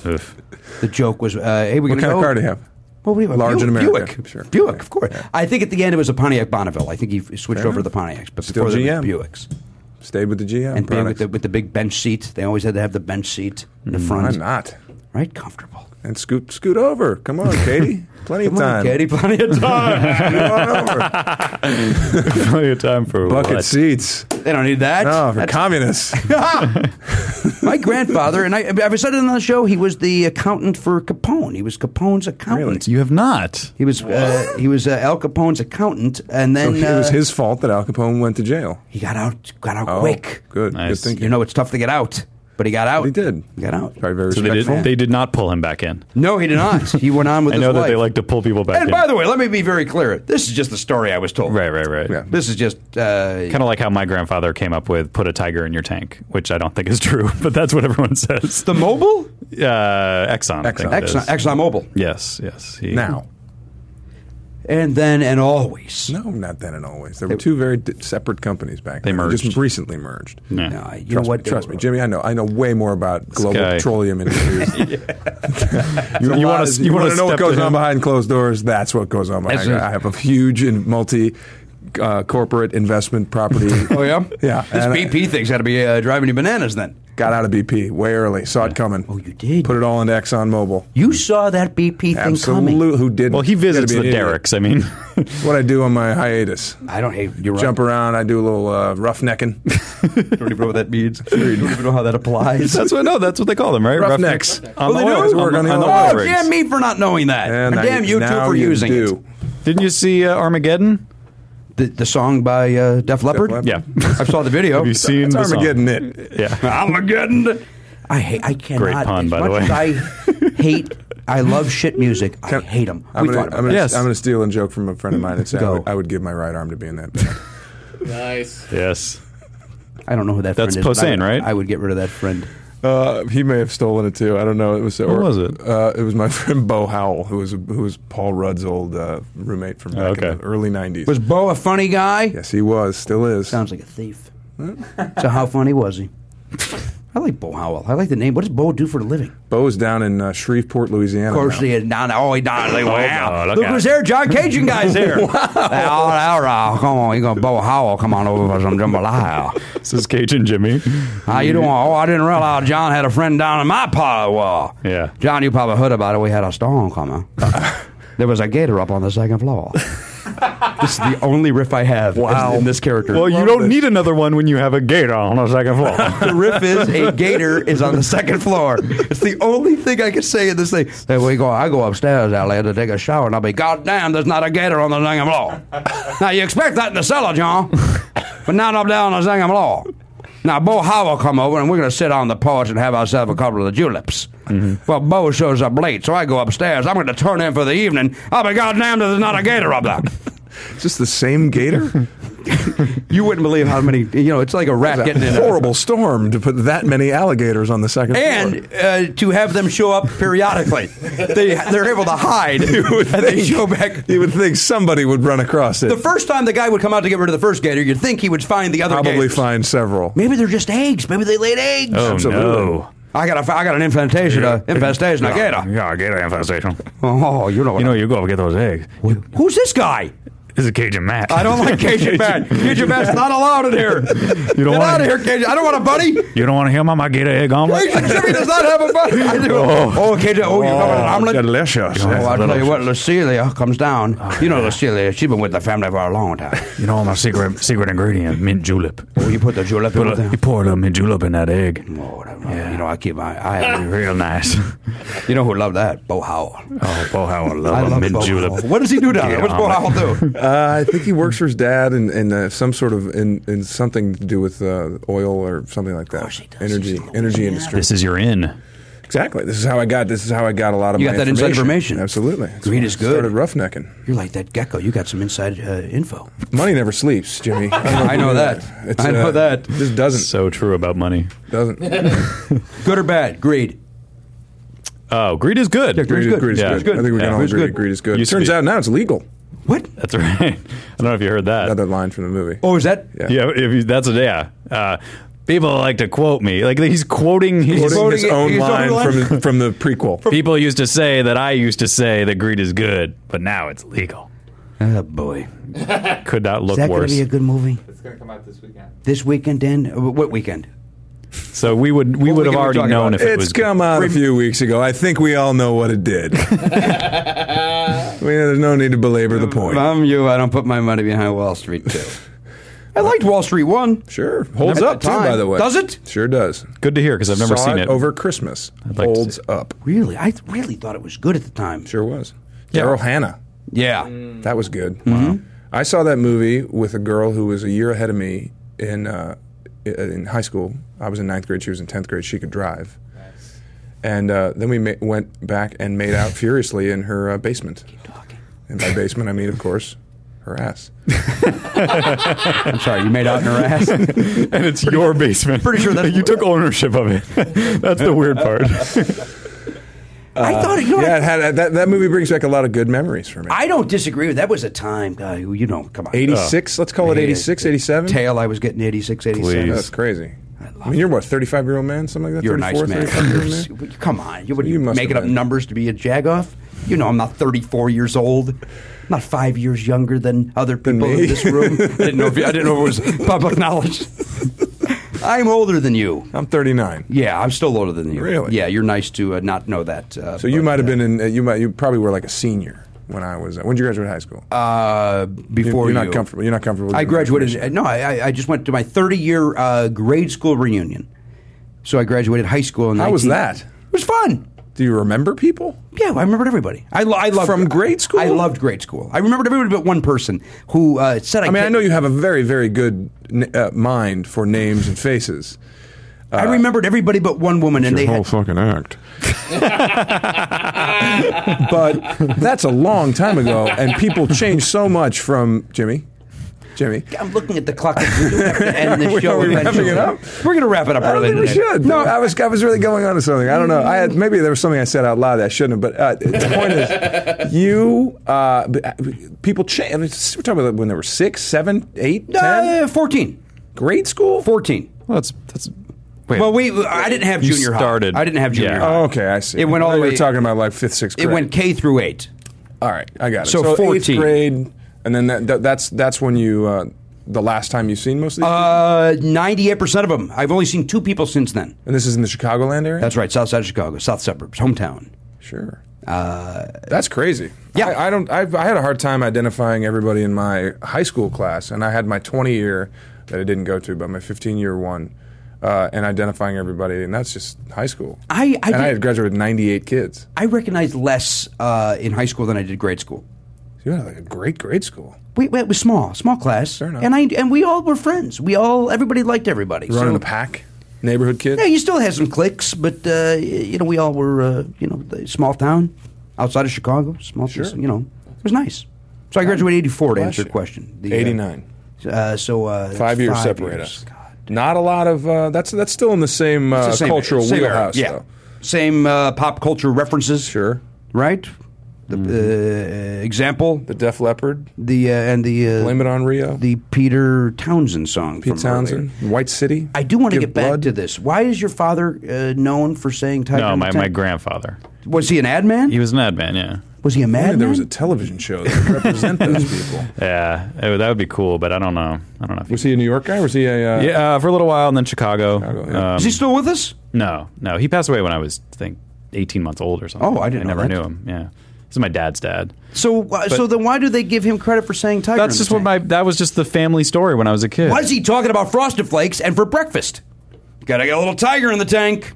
A: the joke was, uh, "Hey, we're gonna
F: what kind
A: go."
F: of car do you have?
A: Well, what do you have?
F: Large
A: Buick,
F: in America, I'm
A: Buick,
F: sure.
A: Buick, of course.
F: Yeah.
A: I think at the end it was a Pontiac Bonneville. I think he f- switched
F: Fair
A: over to the
F: enough.
A: Pontiacs, but
F: Still
A: before that, it was
F: GM.
A: Buicks
F: Stayed with the GM.
A: and being with
F: products.
A: the, with the big bench seat. They always had to have the bench seat in the front,
F: Mm, Why not?
A: right? Comfortable.
F: And scoot, scoot over. Come on, Katie. Plenty of
A: Come on,
F: time.
A: Katie, plenty of time.
F: Come on over.
N: plenty of time for
F: Bucket
N: what?
F: seats.
A: they don't need that.
F: No, for communists.
A: My grandfather and I. I've said it on the show. He was the accountant for Capone. He was Capone's accountant.
N: You have not.
A: He was uh, he was uh, Al Capone's accountant, and
F: So
A: then
F: it was
A: uh,
F: his fault that Al Capone went to jail.
A: He got out. Got out
F: Oh,
A: quick.
F: Good.
N: Nice.
F: Good thinking.
A: You know, it's tough to get out, but he got out.
F: He did.
A: He got out.
F: Probably very
N: So they did,
F: respectful.
N: they did not pull him back in.
A: No, he did not. He went on with
N: I
A: his
N: know that
A: life.
N: they like to pull people back
A: and
N: in.
A: by the way, let me be very clear. This is just the story I was told.
N: right, right, right.
F: Yeah.
A: This is just. Uh,
N: Kind of like how my grandfather came up with put a tiger in your tank, which I don't think is true, but that's what everyone says.
A: the mobile?
N: Uh, Exxon, I think it is.
A: Exxon, Exxon Mobil.
N: Yes, yes. He,
F: now.
A: And then and always.
F: No, not then and always. There were two very di separate companies back
N: They
F: then.
N: merged.
F: Just recently merged.
N: Yeah.
A: No, I- Uh, you
F: trust
A: know what?
F: Me, trust me, Jimmy. I know. I know way more about global
N: guy.
F: petroleum industries. you
N: you wanna- you wanna
F: to know what
N: step
F: goes
N: to
F: on
N: him.
F: behind closed doors? That's what goes on behind. I have a huge and multi. Uh, corporate investment property.
A: Oh yeah,
F: Yeah,
A: This
F: and I-
A: BP thing's got to be uh, driving you bananas. Then
F: Got out of BP way early. Saw it coming.
A: Oh, you did?
F: Put it all into ExxonMobil.
A: you saw that BP thing coming.
F: Absolutely. Who didn't?
N: Well, he visits
F: Gotta
N: the
F: be an idiot.
N: Derricks. I mean,
F: What I do on my hiatus.
A: I don't hate you.
F: Jump around. I do a little uh, roughnecking.
A: I don't even know what that means. I don't even know how that applies.
N: that's what no, that's what they call them, right?
F: Roughnecks.
N: on
F: Well,
N: the
F: they
N: oil,
F: do.
N: on,
F: Work
N: the-
F: on the
N: on the
F: oil
N: oil
A: Oh,
N: rigs.
A: damn me for not knowing that.
F: And
A: And
F: I-
A: damn you two
F: now
A: for
F: you
A: using
F: do.
A: it.
N: Didn't you see uh, Armageddon?
A: The, the song by uh, Def Leppard?
F: Leppard.
N: Yeah.
A: I saw the video.
N: Have you seen
F: It's
N: the song?
F: Armageddon. It.
N: Yeah.
A: Armageddon. I hate. I cannot.
N: pun,
A: as
N: by the
A: much
N: way.
A: as I hate. I love shit music. I
F: Can-
A: hate them.
F: I'm
A: we
F: gonna,
A: thought about
F: I'm gonna,
A: it.
N: Yes.
F: I'm gonna steal and joke from a friend of mine and say I
A: Go.
F: would, I would give my right arm to be in that band.
G: Nice.
N: Yes.
A: I don't know who that
N: That's
A: friend is. but I-
N: Posehn, right?
A: I would get rid of that friend.
F: uh, he may have stolen it too. I don't know. It was or,
N: was it?
F: Uh, it was my friend Bo Howell, who was who was Paul Rudd's old uh, roommate from back
N: Okay.
F: in the early '90s.
A: Was Bo a funny guy?
F: yes, he was. Still is.
A: Sounds like a thief. so how funny was he? I like Bo Howell. I like the name. What does Bo do for a living?
F: Bo's down in uh, Shreveport, Louisiana.
A: Of course,
F: now.
A: he is down. Oh, he down. Like, wow.
N: no, look
A: look
N: at
A: who's
N: it.
A: there. John Cajun guy's there. wow. All right, come on. You gonna Bo Howell? Come on over for some jambalaya.
N: This is Cajun Jimmy.
A: How you doing? Oh, I didn't realize John had a friend down in my part of the wall.
N: Yeah.
A: John, you probably heard about it. We had a storm coming. there was a gator up on the second floor. this is the only riff I have wow. in this character.
N: Well, you
F: Love
N: don't
F: this.
N: need another one when you have a gator on the second floor.
A: the riff is a gator is on the second floor. It's the only thing I can say in this thing. Then we go. I go upstairs, Elliot, to take a shower, and I'll be, God damn, there's not a gator on the second floor. now you expect that in the cellar, John, but not up there on the second floor. Now Bo Howell come over, and we're gonna sit on the porch and have ourselves a couple of the juleps. Well, Bo shows up late, so I go upstairs. I'm gonna turn in for the evening. I'll be, God damn, there's not a gator up there.
F: It's just the same gator.
A: You wouldn't believe how many. You know, it's like a rat
F: It's
A: getting
F: a
A: in. A,
F: horrible storm to put that many alligators on the second floor.
A: and uh, to have them show up periodically. they they're able to hide and they show back.
F: you would think somebody would run across it.
A: The first time the guy would come out to get rid of the first gator, you'd think he would find the other.
F: probably
A: gators.
F: find several.
A: Maybe they're just eggs. Maybe they laid eggs.
N: oh
F: Absolutely.
N: no.
A: I got a, I got an infestation uh, infestation of gator.
N: Yeah, gator infestation.
A: Oh, you know what?
N: You know, you go get those eggs.
A: who's this guy?
N: This is Cajun Matt.
A: I don't like Cajun Matt. Cajun Matt's not allowed in here.
N: You don't
A: Get
N: want
A: out of
N: him.
A: here, Cajun. I don't want a buddy.
N: You don't want to hear my I get an egg omelet.
A: Cajun Jimmy does not have a buddy. I do.
N: Oh.
A: Oh, Cajun. Oh, you oh, an omelet?
N: Delicious. Oh,
A: Oh, I'll tell you what, Lucilia comes down. you know Lucilia, she's been with the family for a long time.
N: You know my secret secret ingredient, mint julep.
A: Oh, you put the julep in
N: Put a-
A: there?
N: you pour a little mint julep in that egg.
A: Oh, whatever. You know, I keep my eye
N: Real nice.
A: You know who loved that? Bo Howell.
N: Oh, boy, how I love,
A: I
N: a
A: love
N: mint
A: Bo
N: julep.
A: Howell. What does he do down
N: Get
A: there? What's Bo
N: on it.
A: Howell do?
F: Uh, I think he works for his dad and and uh, some sort of in, in something to do with uh, oil or something like that.
J: he does.
F: Energy
J: He's an old
F: energy
J: man.
F: industry.
N: This is your in.
F: Exactly. This is how I got. This is how I got a lot of
A: You
F: my
A: got that inside information.
F: Absolutely. That's
A: Green
F: why
A: is
F: I
A: good.
F: Started roughnecking.
A: You're like that gecko. You got some inside uh, info.
F: Money never sleeps, Jimmy.
A: I know that.
F: It's,
A: I know
F: uh,
A: that.
F: Just doesn't.
N: So true about money.
F: Doesn't.
A: Good or bad? Greed.
N: Oh, greed is good.
A: greed is
F: Greed is
N: Yeah.
F: good. I think we
N: Yeah.
F: can all
N: Greed is
F: agree.
N: good.
F: Greed is good.
N: Used to
F: Turns
N: be.
F: out now it's legal.
A: What?
N: That's right. I don't know if you heard that.
F: Another line from the movie.
A: Oh, is that?
F: Yeah.
N: Yeah, if you, that's a yeah. Uh, people like to quote me. Like he's quoting. He's
F: Quoting
A: quoting
F: his
A: it-
F: own
A: his own
F: line
A: line?
F: from from the prequel.
N: people used to say that I used to say that greed is good, but now it's legal.
A: Oh, boy.
N: Could not look
J: Is that going
N: worse.
J: to be a good movie?
O: It's gonna come out this weekend.
A: This weekend, Dan? Uh, What weekend?
N: so we would we would have
A: we can be
N: already
A: talking
N: known
A: about?
N: if it was.
F: It's come out a few weeks ago. I think we all know what it did. I mean, there's no need to belabor the point.
A: If I'm you, I don't put my money behind Wall Street 2. I liked Wall Street 1.
F: Sure, holds
A: At
F: up
A: the
F: too.
A: time.
F: By the way,
A: Does it?
F: Sure does.
N: Good to hear because I've never
F: Saw
N: seen it.
F: over Christmas.
N: like to
F: holds
N: see
F: up.
A: Really? I really thought it was good at the time.
F: Sure was. Daryl Hannah.
A: Yeah.
F: That was
A: Mm-hmm.
F: good. I saw that movie with a girl who was a year ahead of me in uh, i- in high school. I was in ninth grade. She was in tenth grade. She could drive. And uh, then we ma- went back and made out furiously in her uh, basement. And by basement, I mean, of course, her ass.
A: I'm sorry, you made out in her ass?
N: and it's your basement.
A: pretty sure that's-
N: you took ownership of it. that's the weird part.
A: I thought it, you know what?
F: Yeah, it had, that, that movie brings back a lot of good memories for me.
A: I don't disagree with that. was a time, guy. who- You know, come on.
F: 86, let's call it 86, 87.
A: Oh. Tail I was getting 86, 87.
N: Please.
F: That's crazy. I, mean, you're what, 35 year old man? Something like that?
A: You're a nice
F: 34,
A: man.
F: 35 year old
A: You're s-
F: man?
A: Come on. You wouldn't
F: You must
A: making
F: have
A: up
F: been.
A: numbers to be a jagoff. You know I'm not 34 years old. I'm not five years younger than other people
F: me.
A: in this room. I didn't know if you, I didn't know if it was public knowledge. I'm older than you.
F: I'm 39.
A: Yeah, I'm still older than you.
F: Really?
A: Yeah, you're nice to uh, not know that. Uh,
F: So you might have been in. Uh, you might. You probably were like a senior when I was. Uh, when did you graduate high school?
A: uh, before
F: you're
A: you.
F: not comfortable. You're not comfortable. with
A: I
F: your
A: graduated.
F: information.
A: No, I, I- I just went to my 30 year uh, grade school reunion. So I graduated high school. In
F: How was
A: 19
F: that?
A: It was fun.
F: Do you remember people?
A: Yeah, I remembered everybody. I, lo- I loved
F: From grade school?
A: I loved grade school. I remembered everybody but one person who uh, said I.
F: I mean, I
A: can't-
F: know you have a very, very good n- uh, mind for names and faces. uh,
A: I remembered everybody but one woman, and they had.
F: Oh, fucking act. but that's a long time ago, and people change so much from Jimmy. Jimmy,
A: I'm looking at the clock. We do have to end
F: Are
A: the
F: we-
A: show.
F: are we wrapping
A: eventually.
F: it up?
A: We're going to wrap it up
F: I don't
A: early.
F: think we
A: today.
F: should. No, I was I was really going on to something. I don't know. I had, maybe there was something I said out loud that I shouldn't have. But uh, the point is, you uh, b- uh, people change. We're talking about when they were six, seven, eight, ten,
A: Uh, 14.
F: grade school.
A: 14.
N: Well, that's that's. Wait,
A: Well, we. I didn't have
N: You
A: junior
N: started-
A: high. I didn't have junior
N: yeah.
A: high.
F: Oh, okay, I see.
A: It went all
F: I thought
A: the
F: you
A: way.
F: were talking about like fifth, sixth.
A: it
F: grade.
A: went K through eight.
F: All right, I got it.
A: So
F: eighth
A: 14.
F: grade, and then that, that, that's that's when you uh, the last time you've seen most of these. people?
A: Uh, 98% of them. I've only seen two people since then.
F: and this is in the Chicagoland area.
A: That's right. South side of Chicago, south suburbs, hometown.
F: Sure. That's crazy.
A: Uh, yeah.
F: I, I don't. I've, I had a hard time identifying everybody in my high school class, and I had my 20 year that I didn't go to, but my 15 year one, uh, and identifying everybody, and that's just high school.
A: I- I
F: and I
A: did-
F: had graduated 98 kids.
A: I recognized less uh, in high school than I did grade school.
F: So you had like a great grade school.
A: We, we- it was small, small class,
F: enough.
A: and I and we all were friends. We all everybody liked everybody.
F: Running
A: so,
F: the pack, neighborhood kid.
A: Yeah, you still had some cliques, but uh, y- you know we all were uh, you know the small town outside of Chicago, small.
F: Sure.
A: You know, it was nice. So I graduated eighty four to
F: Bless
A: answer your
F: you.
A: question. The, uh,
F: 89.
A: Uh, so uh, that's
F: Five years separate
A: years.
F: us.
A: God.
F: Not a lot of uh, that's that's still in the same,
A: It's
F: uh,
A: the same-
F: cultural
A: same era,
F: wheelhouse.
A: Yeah,
F: though.
A: same uh, pop culture references.
F: Sure.
A: right? The uh, example,
F: The Def Leppard,
A: the uh, and the uh,
F: Blame It on Rio,
A: the Peter Townsend song.
F: Pete
A: from earlier.
F: Townsend, White City.
A: I do want to
F: Give
A: get back
F: Blood.
A: to this. Why is your father uh, known for saying Tiger?
N: no,
A: in the
N: my,
A: Tent?
N: my grandfather.
A: was he an ad man?
N: He was an ad man. Yeah,
P: Was he a
F: Yeah,
P: madman?
F: there was a television show that would represent those people.
B: Yeah, it
N: Oh,
B: would- that would be cool, but I don't know. I don't know. If
F: Was he a New York guy? Or was he a? Uh,
B: yeah, uh, for a little while, and then Chicago.
F: yeah.
B: Um,
A: Is he still with us?
B: No, no, he passed away when I was, I think, eighteen months old or something.
A: Oh, I didn't know
B: never
A: that.
B: knew him. Yeah, this is my dad's dad.
A: So, uh, so then why do they give him credit for saying tiger?
B: That's
A: in
B: just
A: the
B: what
A: tank?
B: my that was just the family story when I was a kid.
A: Why is he talking about frosted flakes and for breakfast? Gotta get a little tiger in the tank.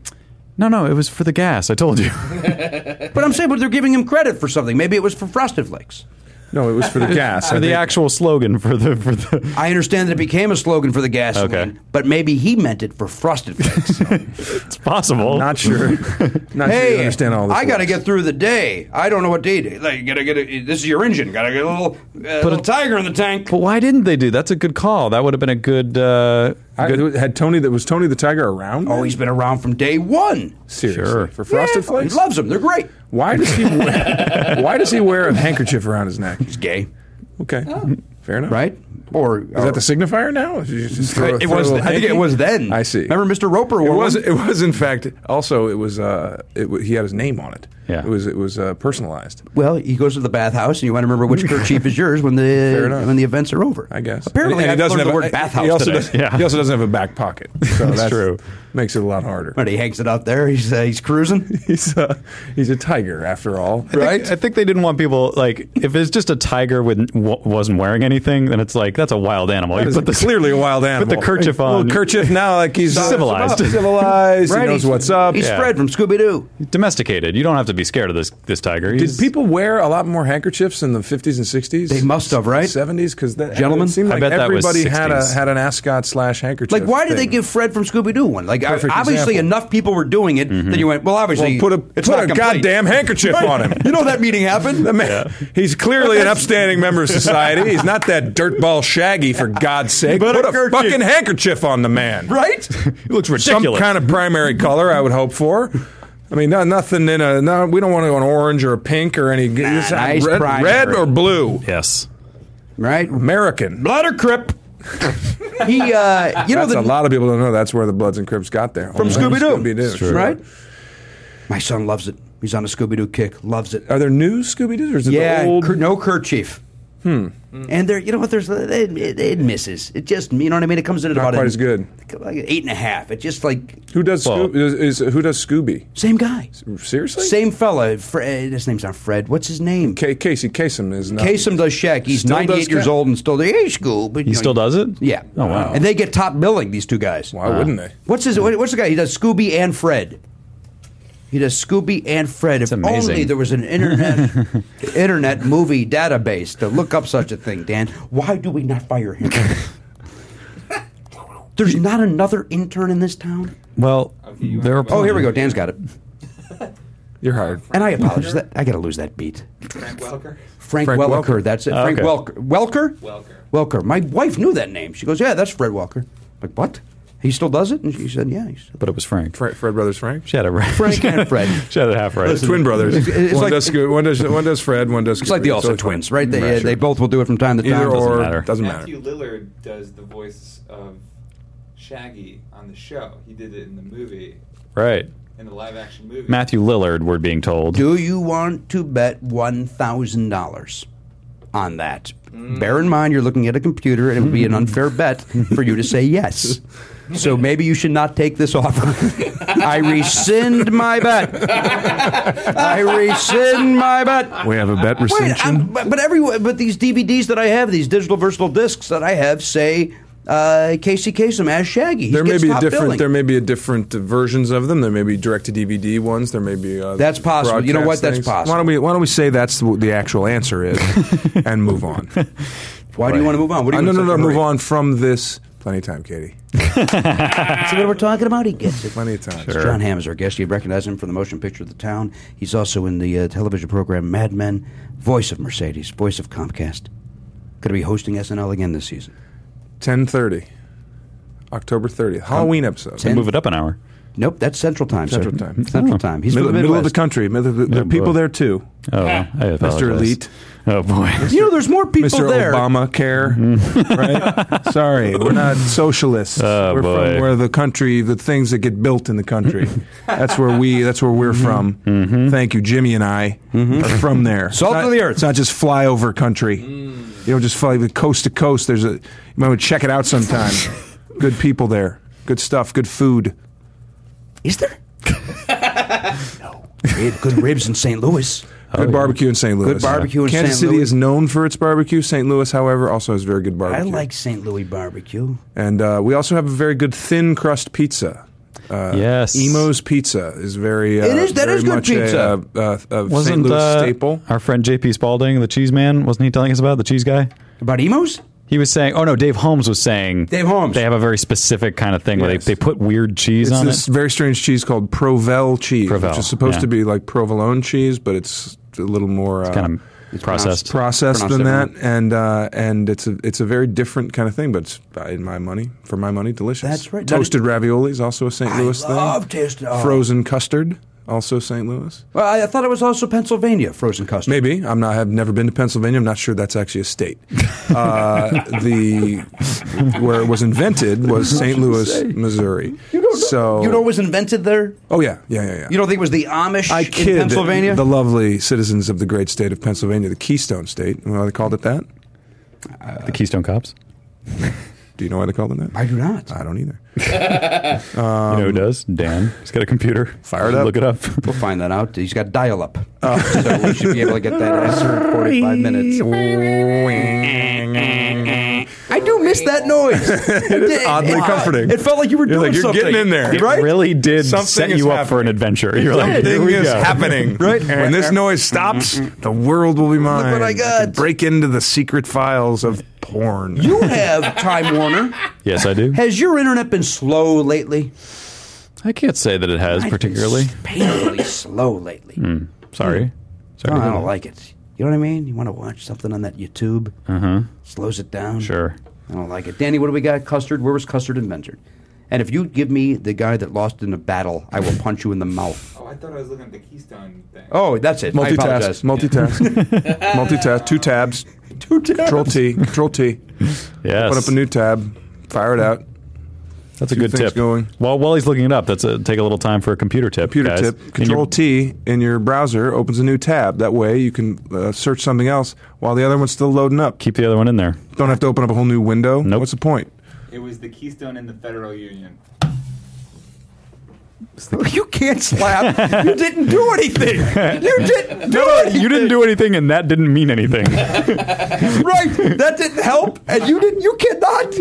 B: No, no, it was for the gas. I told you.
A: But I'm saying, but they're giving him credit for something. Maybe it was for frosted flakes.
F: no, it was for the gas.
B: for
F: I
B: the
F: think.
B: actual slogan for the for the.
A: I understand that it became a slogan for the gasoline,
B: Okay.
A: but maybe he meant it for frosted flakes.
B: It's possible.
F: Not sure. Not sure you understand all this.
A: I gotta
F: works.
A: get through the day. I don't know what day day. Like, you gotta get a, this is your engine. Gotta get a little, uh, little
B: a-
A: tiger in the tank.
B: but why didn't they do? That's a good call. That would have been a good. Uh,
F: I, had Tony that was Tony the Tiger around?
A: Oh,
F: then?
A: he's been around from day one.
F: seriously
B: Sure.
F: for Frosted
A: Yeah,
F: Flakes.
A: He loves them. They're great.
F: Why does he? Wear, why does he wear a handkerchief around his neck?
A: He's gay,
F: Okay, fair enough.
A: Oh. right? Or is
F: Is that the signifier now? Did you just throw-
A: it
F: throw a
A: was.
F: little
A: I think
F: hanky?
A: it was then.
F: I see.
A: Remember, Mr. Roper wore
F: It was.
A: one?
F: It was in fact. Also, it was. Uh, it, wa- he had his name on it.
B: Yeah.
F: It was. It was uh, personalized.
A: Well, he goes to the bathhouse, and you want to remember which kerchief is yours when the
F: enough.
A: when the events are over.
F: I guess.
A: Apparently,
F: And
A: I've learned the word
F: a-
A: bathhouse
F: He also,
A: today.
F: does,
B: Yeah.
F: he also doesn't have a back pocket. So that's,
B: true.
F: Makes it a lot harder.
A: But he hangs it out there. He's uh, he's cruising.
F: He's a he's a tiger after all,
B: I think-
F: right?
B: I think they didn't want people like if it's just a tiger with w- wasn't wearing anything, then it's like that's a wild animal. You
F: That is
B: put the-
F: clearly a wild animal.
B: Put the kerchief
F: Little
B: on.
F: kerchief now, like he's
B: Civilized.
F: Civilized. He knows
A: he's-
F: what's up.
A: He's
B: Yeah.
A: Fred from Scooby Doo.
B: domesticated. You don't have to be scared of this this tiger.
F: Did
B: He's-
F: people wear a lot more handkerchiefs in the 50s and 60s?
A: They must have, right?
F: Seventies, because
A: Gentlemen?
F: it seemed
B: I
F: like
B: bet that was
F: everybody had a
B: 60s.
F: had an ascot slash handkerchief.
A: Like, why did they
F: thing.
A: give Fred from Scooby Doo one? Like, I-
F: Perfect
A: obviously,
F: example.
A: enough people were doing it that you went, well, obviously,
F: Well, put a
A: it's
F: put
A: not
F: a
A: complete.
F: goddamn handkerchief on him?
A: You know that meeting happened.
F: The man, He's clearly an upstanding member of society. He's not that dirtball shaggy, for God's sake. Put,
A: Put a
F: a,
A: kerchief.
F: fucking handkerchief on the man.
A: Right?
B: He looks
F: Some
B: ridiculous.
F: kind of primary color, I would hope for. I mean, no, nothing in a. No, we don't want an orange or a pink or any. it's not
A: nice
F: red,
A: primary.
F: red or blue.
B: yes.
A: right?
F: American.
A: Blood or Crip? He, uh, you know,
F: That's
A: the,
F: a lot of people don't know. That's where the Bloods and Crips got there
A: from Scooby Doo,
F: Scooby-Doo.
A: right? My son loves it. He's on a Scooby Doo kick. Loves it.
F: Are there new Scooby Doo's or is it
A: yeah,
F: the old?
A: ker- no kerchief. Hmm. And there, you know what? There's it, it, it misses. It just, you know what I mean? It comes in at
F: Not
A: about
F: quite
A: an-
F: as good.
A: like an eight and a half. It just like
F: Who does
B: Well-
F: Scooby? Is, is- who does Scooby?
A: same guy,
F: Seriously?
A: same fella. Fred, his name's not Fred. What's his name?
F: Ca- Casey Kasem is not.
A: Kasem does Shaq. He's
F: Still does
A: 98 years
F: Shaq.
A: old and still the age school. But
B: He still does it?
A: Yeah.
B: Oh wow.
A: And they get top billing. These two guys.
F: Why wouldn't they?
A: What's his? what- What's the guy? He does Scooby and Fred. He does Scooby and Fred. If
B: amazing.
A: only there was an internet internet movie database to look up such a thing, Dan. Why do we not fire him? There's not another intern in this town.
B: well,
G: you
B: there
G: have
B: are
G: a-
A: Oh, here we go. Dan's got it.
F: You're hired.
A: And I apologize. That, I got to lose that beat.
G: Frank Welker.
A: Frank,
F: Frank
A: Welker, Ah,
F: Welker.
A: That's it.
B: Oh,
A: Frank
B: okay.
A: Welker. Welker.
G: Welker.
A: Welker. My wife knew that name. She goes, "Yeah, that's Fred Welker." like what? He still does it? And she said, "Yeah." He still
B: but it was Frank.
F: Fre- Fred Brothers Frank.
B: She had it right.
A: Frank and Fred.
B: she had it half right.
F: Twin brothers.
A: it's
F: one,
A: like-
F: does Scoo- one does one does Fred. One does.
A: It's like the
F: Scooby. So
A: Olsen
F: it's fine.
A: twins, right? They uh,
F: sure.
A: they both will do it from time to time.
F: Either or
B: matter.
F: doesn't matter.
G: Matthew Lillard does the voice of Shaggy on the show. He did it in the movie,
B: Right.
G: in the live action movie.
B: Matthew Lillard, we're being told.
A: Do you want to bet one thousand dollars on that? Bear in mind, you're looking at a computer, and it would be an unfair bet for you to say yes. So maybe you should not take this offer. I rescind my bet. I rescind my bet.
F: We have a bet
A: Wait, I'm, but, but every but these DVDs that I have, these digital versatile discs that I have, say uh, Casey Kasem as Shaggy. He
F: There may
A: gets
F: be a
A: top
F: different.
A: billing.
F: There may be a different uh, versions of them. There may be direct to DVD ones. There may be. Uh,
A: That's possible. You know
F: broadcast
A: what? That's
F: things.
A: possible.
F: Why don't we? Why don't we say that's what the actual answer is, and move on?
A: Why do you want to move on? What do
F: Uh,
A: you
F: no,
A: want
F: no,
A: to
F: no.
A: say?
F: Move on from this. Plenty of time, Katie.
A: See what we're talking about? He gets it.
F: Plenty of time.
A: It's John Hamm is our guest. You recognize him from the motion picture of the town. He's also in the uh, television program Mad Men, voice of Mercedes, voice of Comcast. Going to be hosting SNL again this season.
F: Ten thirty, October thirtieth, Halloween episode.
B: Move it up an hour.
A: Nope, that's Central Time. sir.
F: Central Time. Oh.
A: Central Time. He's
F: middle,
A: from the
F: middle of the
A: Midwest.
F: country. Middle of the, there are people
N: boy.
F: there too.
N: Oh, I
G: Ah.
N: apologize.
F: Mr. Elite.
N: Oh boy.
A: You know, there's more people
F: Mr.
A: there. Mm-hmm.
F: Obama Care. right? Sorry, we're not socialists.
N: Oh,
F: we're
N: boy.
F: from where the country, the things that get built in the country. that's where we. That's where we're from. Thank you, Jimmy and I are from there.
A: Mm-hmm. Salt
F: It's
A: of
F: not-
A: the earth. Mm.
F: It's not just flyover country. You don't just fly the coast to coast. There's a. You might want to check it out sometime. good people there. Good stuff. Good food.
A: Is there? no. Rib- good ribs in St. Louis.
F: Good barbecue in St. Louis.
A: Oh, Good barbecue in
F: Kansas
A: St.
F: City
A: Louis.
F: is known for its barbecue. St. Louis, however, also has very good
A: I
F: barbecue.
A: like St. Louis barbecue.
F: And uh, we also have a very good thin crust pizza. Uh,
N: Yes.
F: Emo's Pizza is very. Uh,
A: It is- that
F: very
A: is good
F: much
A: pizza.
F: A, uh, uh, a St.
N: Wasn't
F: Louis
N: uh,
F: staple.
N: our friend JP Spalding, the cheese man, wasn't he telling us about the cheese guy?
A: About emos?
N: He was saying, oh no, Dave Holmes was saying
A: Dave Holmes.
N: They have a very specific kind of thing where
F: Yes.
N: they, they put weird cheese
F: It's
N: on
F: this
N: it.
F: very strange cheese called Provel cheese,
N: Provel,
F: which is supposed
N: yeah.
F: to be like provolone cheese, but it's a little more uh,
N: Kind of processed.
F: processed
A: pronounced
F: than that,
A: differently.
F: and uh, and it's a it's a very different kind of thing. But it's, uh, in my money, for my money, delicious.
A: That's right. That
F: Toasted ravioli is also a St.
A: I
F: Louis
A: love
F: thing.
A: toasted- oh.
F: Frozen custard, also St. Louis.
A: Well, I, I thought it was also Pennsylvania frozen custard.
F: Maybe I'm not. I've never been to Pennsylvania. I'm not sure that's actually a state. Uh, the where it was invented was St. Louis, Missouri. You don't know. So
A: You know what was invented there?
F: Oh yeah, yeah, yeah, yeah.
A: You don't think it was the Amish
F: I kid
A: in Pennsylvania?
F: the lovely citizens of the great state of Pennsylvania, the Keystone State. You know why they called it that?
N: the Keystone Cops.
F: Do you know why they called it that?
A: I do not.
F: I don't either.
N: you know who does? Dan. He's got a computer. Fire
F: it up.
N: Look it up.
A: We'll find that out. He's got dial up.
F: Oh.
A: so we should be able to get that answer in 45 minutes. I do miss that noise. it is
F: oddly comforting.
A: It felt like you were
F: You're
A: doing
F: like, you're
A: something.
F: getting in there.
N: It
F: Right?
N: really did
F: Something
N: set
F: is
N: you up for an adventure. You're like, here
F: Something
N: we
F: is
N: go.
F: happening. right? When this noise stops, the world will be mine.
A: what I
F: can
A: got.
F: break into the secret files of porn.
A: You have Time Warner.
N: Yes, I do.
A: Has your internet been slow lately?
N: I can't say that it has particularly.
A: It's painfully slow lately.
N: Sorry.
A: Oh,
N: Sorry. to
A: I
N: hear
A: don't
N: that.
A: like it. You know what I mean? You want to watch something on that YouTube? Uh huh. Slows it down.
N: Sure.
A: I don't like it. Danny, what do we got? Custard. Where was custard invented? And if you give me the guy that lost in a battle, I will punch you in the mouth.
O: Oh, I thought I was looking at the Keystone thing.
A: Oh, that's it. I apologize.
F: Multitask. Multitask. multitask. Two tabs. Two tabs. Control T. Control T.
N: Yes.
F: Put up a new tab. Fire it out.
N: That's a
F: Two
N: good
F: things
N: tip.
F: going.
N: While while he's looking it up, that's a, take a little time for a computer tip.
F: Computer
N: guys.
F: tip.
N: And
F: Control
N: you're-
F: T in your browser opens a new tab. That way you can uh, search something else while the other one's still loading up.
N: Keep the other one in there.
F: Don't have to open up a whole new window.
N: Nope.
F: What's the point?
O: It was the Keystone in the Federal Union.
A: You can't slap. you didn't do anything. You didn't do anything.
N: You didn't do anything, and that didn't mean anything.
A: right. That didn't help, and you didn't. You cannot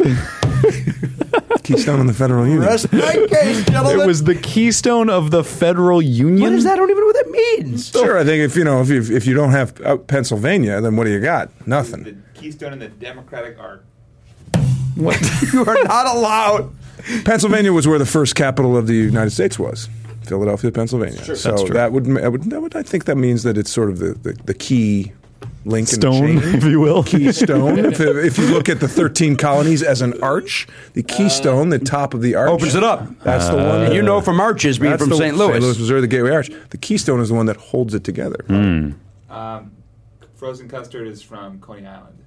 F: Keystone in the Federal Union.
A: rest my case, gentlemen.
N: it was the keystone of the federal union.
A: what is that? I don't even know what that means.
F: Sure, I think if you know if you, if you don't have uh, Pennsylvania, then what do you got?
O: The
F: Nothing.
O: Keystone in the Democratic Arc.
A: You are not allowed.
F: Pennsylvania was where the first capital of the United States was, Philadelphia, Pennsylvania. So
N: That's true.
F: that would that would that would I think that means that it's sort of the the, the key link in
N: Stone,
F: the chain.
N: if you will.
F: Keystone. if, if you look at the 13 colonies as an arch, the keystone, the top of the arch
A: Opens it up.
F: That's the one.
A: And you know from Arches being
F: that's
A: from
F: the-
A: St. Louis.
F: St. Louis, Missouri, the Gateway Arch. The keystone is the one that holds it together.
A: Hmm.
O: Um, frozen custard is from Coney Island.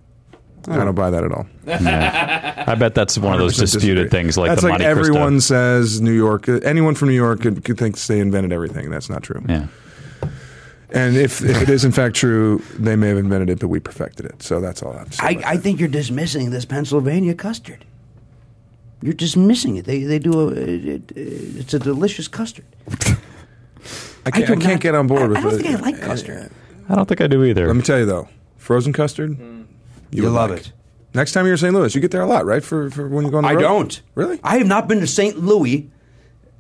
F: I don't buy that at all.
N: I bet that's one of those
F: 100%
N: disputed
F: disagree.
N: things, like
F: that's
N: the
F: like
N: Monte
F: everyone
N: Cristo.
F: says New York. Anyone from New York could, could thinks they invented everything. That's not true.
N: Yeah.
F: And if, if it is in fact true, they may have invented it, but we perfected it. So that's all I have to say.
J: I,
F: about
J: I
F: that.
J: think you're dismissing this Pennsylvania custard. You're dismissing it. They they do a it, it, it's a delicious custard.
F: I can't, I
J: do
F: can't
J: not-
F: get on board
J: I- I
F: with
J: don't
F: it.
J: think I like custard.
N: I don't think I do either.
F: Let me tell you though, frozen custard.
A: Mm. You,
F: would
A: love
F: like.
A: it.
F: Next time you're in St. Louis, you get there a lot, right? For, for when you go on the
A: I
F: road?
A: don't.
F: Really?
A: I have not been to St. Louis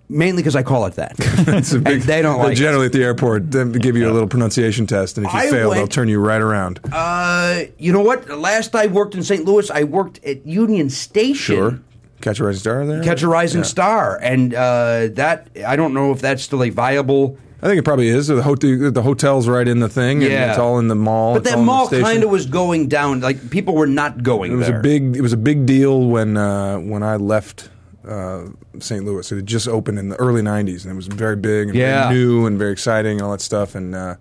A: mainly because I call it that.
F: It's a
A: and they don't
F: they
A: like it.
F: generally at the airport they give you a little pronunciation test, and if you
A: I
F: fail, they'll
A: went-
F: turn you right around.
A: Uh, you know what? Last I worked in St. Louis, I worked at Union Station.
F: sure. Catch a rising star there.
A: Catch a Rising
F: Yeah.
A: Star, and uh, that I don't know if that's still a viable.
F: I think it probably is. The, hotel, the hotel's right in the thing, and
A: Yeah.
F: it's all in the mall.
A: But
F: it's
A: that
F: all in the
A: mall
F: station.
A: kind of was going down. Like people were not going.
F: It was
A: there.
F: a big. It was a big deal when uh, when I left uh, St. Louis. It had just opened in the early '90s, and it was very big and
A: Yeah.
F: very new and very exciting and all that stuff. And uh,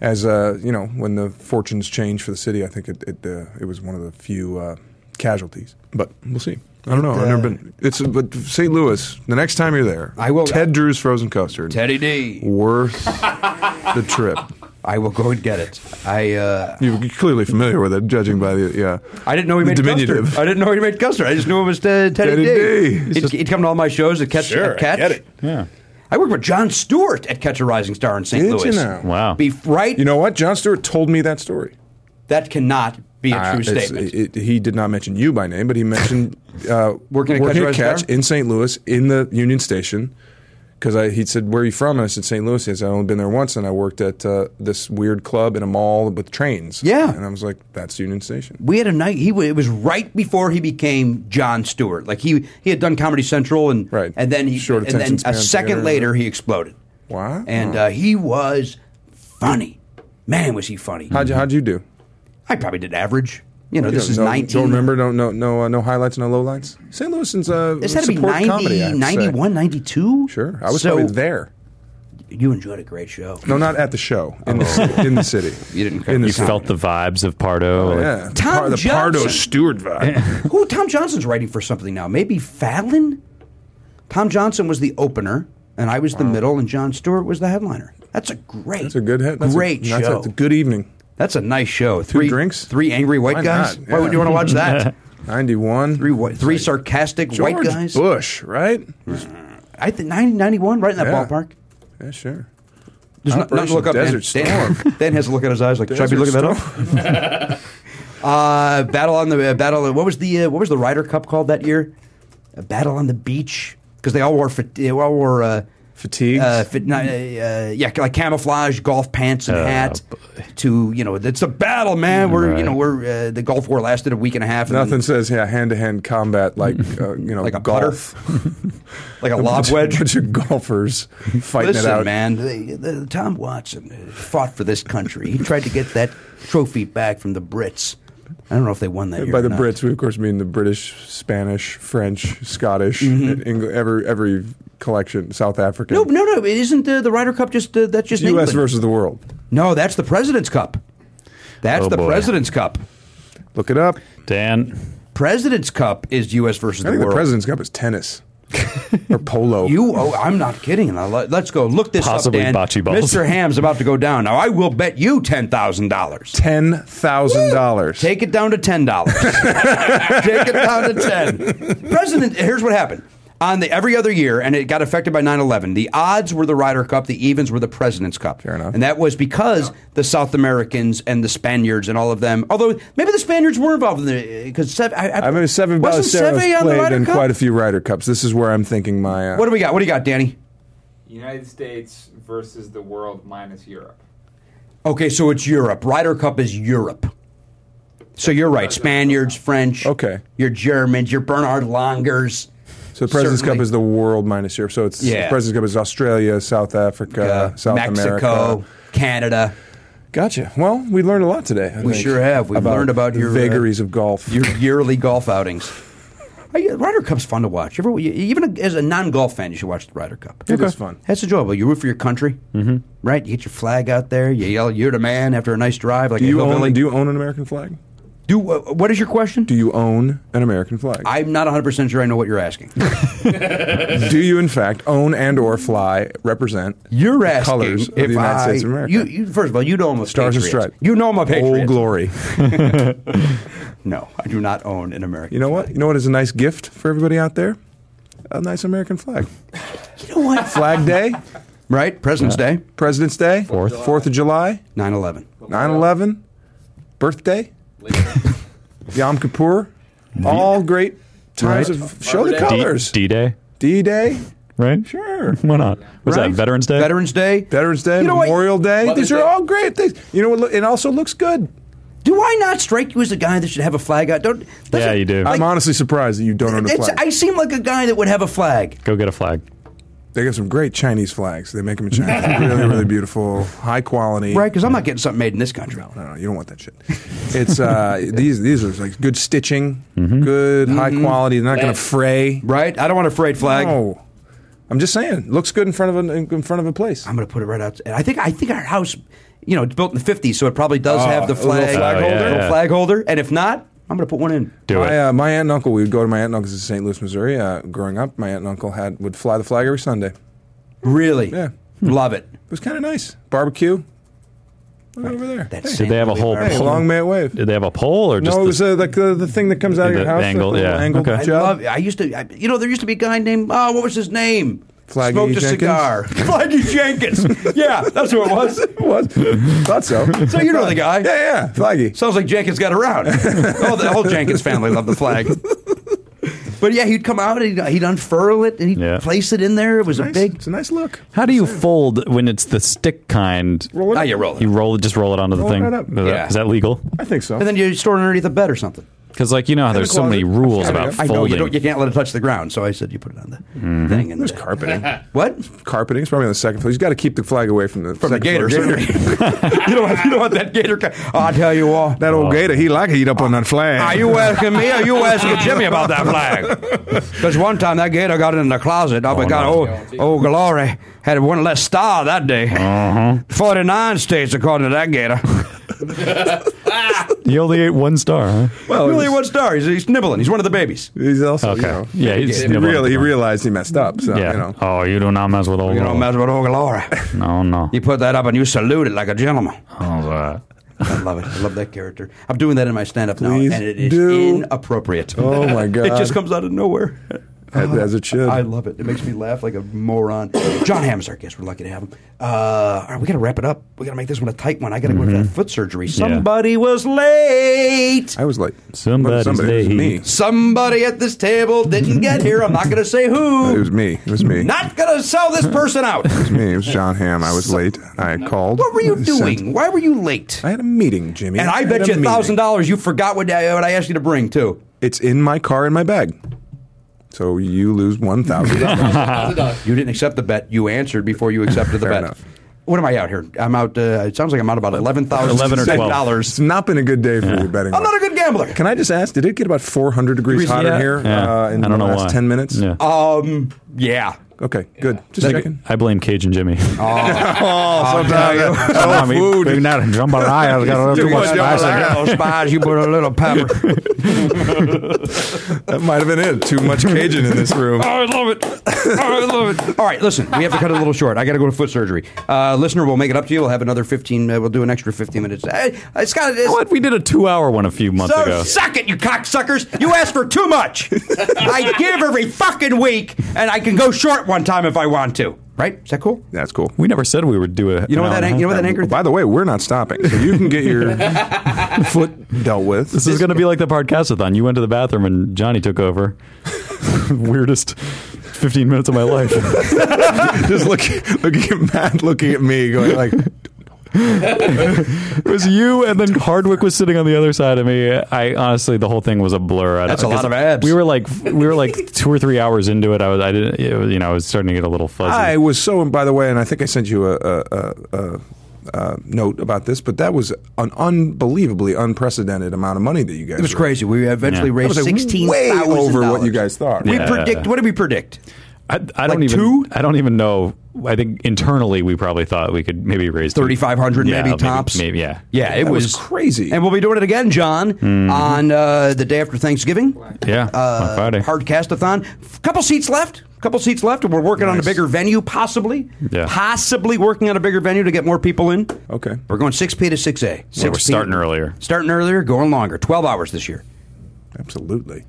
F: as uh, you know, when the fortunes changed for the city, I think it it, uh, it was one of the few uh, casualties. But we'll see. I don't know. I've never been. It's but St. Louis. The next time you're there, I will. Ted Drew's frozen custard.
A: Teddy D.
F: Worth the trip.
A: I will go and get it. I uh,
F: You're clearly familiar with it, judging by the yeah.
A: I didn't know he
F: the
A: made
F: diminutive.
A: custard. I didn't know he made custard. I just knew it was uh, Teddy,
F: Teddy
A: D.
F: D.
A: He'd, he'd come to all my shows at Catch.
D: Sure,
A: at
D: I
A: Catch.
D: get it.
B: Yeah.
A: I worked with John Stewart at Catch a Rising Star in St.
F: Did you
A: Louis.
F: now?
N: Wow.
A: Be right.
F: You know what? John Stewart told me that story.
A: that cannot be a
F: Uh,
A: true
F: it's-
A: statement.
F: it- he did not mention you by name, but he mentioned uh,
A: Working at Catch Rising Star?
F: in St. Louis in the Union Station. Because he said, "Where are you from?" And I said, "St. Louis." He said, "I've only been there once, and I worked at uh, this weird club in a mall with trains."
A: Yeah.
F: and I was like, "That's Union Station."
A: we had a night. He wa- it was right before he became John Stewart. Like he he had done Comedy Central and
F: Right.
A: and then he
F: Short
A: and then
F: attention
A: a
F: span
A: second
F: theater.
A: later he exploded.
F: Wow.
A: And uh, he was funny. Man, was he funny?
F: How'd you, how'd you do?
A: I probably did average. You know, this
F: You
A: is
F: don't- don't-
A: nineteen.
F: Don't remember. Don't no no uh, no highlights, no lowlights. St. Louis is uh,
A: This had to be
F: support
A: 90,
F: comedy. I have to say.
A: 91, 92?
F: Sure, I was
A: so
F: probably there.
A: You enjoyed a great show.
F: No, not at the show. In the city. In the city.
A: Oh. You didn't
F: In the
N: You
F: city.
N: felt the vibes of Pardo. like-
F: Oh, Yeah.
A: Tom
F: Par- the Pardo
A: Johnson.
F: Stewart vibe.
A: Who? Tom Johnson's writing for something now. Maybe Fallon? Tom Johnson was the opener, and I was the middle, and John Stewart was the headliner. That's a great,
F: That's a good head. That's a-
A: great
F: that's a-
A: show.
F: That's a good evening.
A: That's a nice show. Three
F: drinks?
A: three angry white
F: Why
A: guys.
F: not?
A: Why would you want to watch that?
F: Ninety-one.
A: three whi- three sarcastic
F: George
A: white guys.
F: Bush, right?
A: I think 90, 91, right in that
F: Yeah.
A: ballpark.
F: Yeah, sure.
A: There's no- nothing to
F: Operation
A: look up. Dan,
F: Desert
A: Dan, Dan has a look at his eyes like, should I be
F: Desert
A: looking that up? Uh, battle on the uh, battle. What was the uh, what was the Ryder Cup called that year? A battle on the beach because they all wore fit, they all wore uh,
F: Fatigues?
A: Uh, fit, not, uh, uh, yeah, like camouflage golf pants and
N: Oh,
A: hat. To you know, it's a battle, man. We're you know we're uh, the Gulf War lasted a week and a half. and
F: Nothing
A: then,
F: says yeah hand-to-hand combat like uh, you know
A: Like a
F: golf,
A: like a
F: bunch
A: lob
F: of-
A: wedge.
F: bunch of golfers fighting
A: Listen,
F: it out.
A: man, they, the, Tom Watson uh, fought for this country. He tried to get that trophy back from the Brits. I don't know if they won that year
F: By
A: or
F: the
A: not.
F: Brits, we of course mean the British, Spanish, French, Scottish,
A: Mm-hmm.
F: English, every every collection. South African.
A: No, no, no! It isn't uh, the Ryder Cup. Just uh, that's just
F: U.S.
A: England.
F: versus the world.
A: No, that's the President's Cup. That's
N: Oh,
A: the
N: boy.
A: President's Cup.
F: Look it up.
N: Dan,
A: President's Cup is U.S. versus the
F: I think the
A: world.
F: President's Cup is tennis or polo.
A: you, oh, I'm not kidding. Now, let- Let's go look this
N: Possibly
A: up. Dan.
N: bocce balls.
A: Mr. Ham's about to go down. Now, I will bet you ten thousand dollars.
F: ten thousand dollars.
A: Take it down to ten dollars. Take it down to ten. President, here's what happened. On the every other year, and it got affected by 9-11, the odds were the Ryder Cup, the evens were the President's Cup. Fair
F: enough.
A: And that was because the South Americans and the Spaniards and all of them, although maybe the Spaniards were involved in the because Seve, I, I,
F: I mean, seven
A: wasn't
F: Ballesteros
A: Seve on the
F: played
A: Ryder
F: in
A: Cup?
F: quite a few Ryder Cups. This is where I'm thinking my. Uh,
A: What do we got? What do you got, Danny?
O: United States versus the world minus Europe.
A: Okay, so it's Europe. Ryder Cup is Europe. So you're right. Spaniards, French.
F: Okay.
A: Your Germans, your Bernhard Longers.
F: so the President's
A: Certainly.
F: Cup is the world minus Europe. So it's
A: Yeah.
F: the President's Cup is Australia, South Africa,
A: uh,
F: South
A: Mexico,
F: America.
A: Canada.
F: Gotcha. Well, we learned a lot today. I
A: We
F: think,
A: sure have. We've learned about
F: the
A: your, uh,
F: vagaries of golf.
A: Your yearly golf outings. Uh, yeah, Ryder Cup's fun to watch. You ever- you- even as a non-golf fan, you should watch the Ryder Cup.
F: It is fun.
A: That's enjoyable. You root for your country, mm-hmm. right? You get your flag out there. You yell, "You're the man!" After a nice drive, like
F: Do
A: a
F: you
A: hillbilly.
F: own? Do you own an American flag?
A: Do, uh, what is your question?
F: Do you own an American flag?
A: I'm not 100 percent sure I know what you're asking.
F: do you in fact own and or fly represent?
A: You're
F: the
A: asking
F: colors
A: if
F: of the United
A: I,
F: States of America.
A: You, you, first of all, you know I'm a
F: Stars and
A: patriot.
F: stripes.
A: You know I'm a patriot.
F: Old glory.
A: No, I do not own an American.
F: You know what? You know what is a nice gift for everybody out there? A nice American flag.
A: You know what?
F: Flag Day,
A: right? President's Day,
F: President's Day,
N: Fourth.
F: Fourth of July,
A: 9/11.
F: 9/11, birthday, Yom Kippur, all great times of show the
O: Day.
F: colors.
N: D Day,
F: D Day,
N: right?
F: sure.
N: Why not? Was
A: Right?
N: that Veterans Day?
A: Veterans Day.
F: Veterans Day,
A: You know what?
F: Memorial Day.
G: Mother's
F: These are
G: Day.
F: all great things. You know what? lo- It also looks good.
A: Do I not strike you as a guy that should have a flag out? Don't. doesn't-
N: Yeah, you do.
A: Like,
F: I'm honestly surprised that you don't own a
A: it's,
F: flag.
A: I seem like a guy that would have a flag.
N: Go get a flag.
F: They got some great Chinese flags. They make them in China. really, really beautiful, high quality.
A: Right? Because I'm not getting something made in this country.
F: No, no, you don't want that shit. It's uh, these these are like good stitching, good high quality. They're not going to fray.
A: Right? I don't want a frayed flag.
F: No, I'm just saying, looks good in front of a in front of a place.
A: I'm going to put it right out. I think I think our house, you know, it's built in the 50s, so it probably does
F: Oh,
A: have the
F: a little
A: flag,
F: flag Oh,
B: yeah, holder?
A: little
B: yeah.
A: flag holder. And if not, I'm going to put one in.
B: Do it.
F: my, uh, my aunt and uncle, we would go to my aunt and uncle's in St. Louis, Missouri. Uh, growing up, my aunt and uncle had would fly the flag every Sunday. It
A: Really? Hmm.
F: Yeah.
A: Love it.
F: was kind of nice. Barbecue right over there.
A: That's
B: Did they have a whole
F: Hey,
B: pole?
F: long may it wave.
B: Did they have a pole or just
F: no, it was
B: the-
F: uh, like the, the thing that comes out of
B: The
F: your house.
B: angle,
F: the little
B: yeah.
F: angled
B: Okay.
A: I
F: jug.
A: love. I used to. I, you know, there used to be a guy named. Oh, what was his name?
F: Flaggy
A: Smoked a
F: Jenkins?
A: cigar. Flaggy Jenkins. yeah, that's who it was.
F: It was. Thought so.
A: So you know the guy.
F: Yeah, yeah. Flaggy.
A: Sounds like Jenkins got around. oh, the whole Jenkins family loved the flag. But yeah, he'd come out and he'd, he'd unfurl it and he'd
B: Yeah.
A: place it in there. It was a
F: Nice.
A: big.
F: It's a nice look.
B: How do you fold when it's the stick kind?
F: Roll it
A: Now
F: up.
A: you roll it.
B: You roll it, just roll it onto the
F: Roll it
B: thing.
F: right up.
B: Is, that-
A: Yeah.
B: is that legal?
F: I think so.
A: and then you store it underneath a bed or something.
B: Because like you know how
F: the
B: there's so
F: closet.
B: many rules
F: Yeah,
B: about folding.
F: I
B: Mm-hmm.
A: I know you don't. You can't let it touch the ground. So I said you put it on the thing. And
F: There's carpeting.
A: What?
F: Carpeting. It's probably on the second floor. He's got to keep the flag away from the
A: From the
F: second
A: gator.
F: floor.
A: certainly. you don't want. You don't want that gator. co- I'll tell you what.
F: That old gator, he like to eat up on that flag.
A: Are Oh. Ah, you asking me? Are you asking Jimmy about that flag? Because one time that gator got in the closet. Oh, my God. Oh, oh, glory. Had one less star that day.
B: Uh-huh.
A: 49 states, according to that gator.
B: You only ate one star, huh?
F: Well,
A: really,
F: it
A: one star. He's, he's nibbling. He's one of the babies.
F: He's also,
B: Okay.
F: you know,
B: Yeah, he's
F: he
B: nibbling.
F: really he realized he messed up. So
B: yeah.
F: you know,
B: Oh, you do not mess with old.
A: You don't
B: rules.
A: mess with oh, glory.
B: No, no.
A: You put that up and you salute it like a gentleman.
B: Oh, uh,
A: I love it. I love that character. I'm doing that in my stand up now,
F: Please
A: and it is
F: do.
A: inappropriate.
F: oh my god,
A: It just comes out of nowhere.
F: as, as it should.
A: I love it. It makes me laugh like a moron. John Hamm is our guest. We're lucky to have him. Uh, all right, we got to wrap it up. We got to make this one a tight one. I got to go for that foot surgery. Somebody was late.
F: I was like,
B: Somebody's
F: somebody, it was
B: late.
F: me.
A: Somebody at this table didn't get here. I'm not going to say
F: It
A: who.
F: was me. It was me.
A: Not going to sell this person out.
F: it was me. It was John Hamm. I was late. I called.
A: What were you
F: Sent-
A: doing? Why were you late?
F: I had a meeting, Jimmy.
A: And I
F: had
A: bet you
F: a meeting.
A: thousand dollars you forgot what I, what I asked you to bring too.
F: It's in my car in my bag. So you lose one thousand dollars.
A: You didn't accept the bet. You answered before you accepted the
F: Fair
A: bet.
F: enough.
A: What am I out here? I'm out. Uh, it sounds like I'm out about eleven thousand,
B: 11 or 12.
F: It's not been a good day for you betting.
A: I'm not a good gambler.
F: Can I just ask? Did it get about four hundred degrees
A: Degrees,
F: hotter
A: yeah.
F: here
B: yeah.
F: uh, in
B: I don't
F: the
B: know why.
F: last ten minutes?
B: Yeah.
A: Um, yeah.
F: Okay, good. Just checking.
B: I blame Cajun Jimmy.
F: Oh,
B: Oh, we, we not jambalaya. It's got a little too much
F: much
B: spice. in it.
A: A little spice, you put a little pepper.
F: That might have been it. Too much Cajun in this room.
A: I love it. I love it. All right, listen, we have to cut it a little short. I got to go to foot surgery. Uh, listener, we'll make it up to you. We'll have another 15, uh, we'll do an extra 15 minutes. Hey, it's got it's,
B: What? We did a two-hour one a few months
A: So
B: ago.
A: suck it, you cocksuckers. You ask for too much. I give every fucking week, and I can go short one time if I want to. Right? Is that cool?
F: That's cool.
B: We never said we would do it.
A: You know what that an- you know what that anchor
F: By the way, we're not stopping. So you can get your foot dealt with.
B: This is going to be like the podcastathon. You went to the bathroom and Johnny took over. Weirdest 15 minutes of my life.
F: just look, looking at Matt, looking at me, going like,
B: it was you, and then Hardwick was sitting on the other side of me. I honestly, the whole thing was a blur. I-
A: That's a lot
B: 'cause
A: of abs.
B: We were like, we were like two or three hours into it. I was, I didn't, it was- you know, I was starting to get a little fuzzy.
F: I was so. And by the way, and I think I sent you a. a, a, a uh, note about this, but that was an unbelievably unprecedented amount of money that you guys.
A: It was crazy. We eventually
B: Yeah.
A: raised
F: That was, like,
A: sixteen
F: way over what you guys thought.
A: We
B: Yeah.
A: predict. What did we predict?
B: I, I don't
A: Like
B: even.
A: two?
B: I don't even know. I think internally we probably thought we could maybe raise two.
A: 3,500
B: Yeah,
A: maybe tops.
B: Maybe, yeah.
A: Yeah, it
F: That was
A: was,
F: crazy.
A: And we'll be doing it again, John, on uh, the day after Thanksgiving.
B: Yeah,
A: Uh,
B: on Friday.
A: Hardcastathon. Couple seats left. Couple seats left, and we're working on a
F: Nice.
A: bigger venue, possibly.
B: Yeah.
A: Possibly working on a bigger venue to get more people in.
F: Okay.
A: We're going 6P to 6A.
B: Yeah, we're
A: 6P.
B: starting earlier.
A: Starting earlier, going longer. 12 hours this year.
F: Absolutely.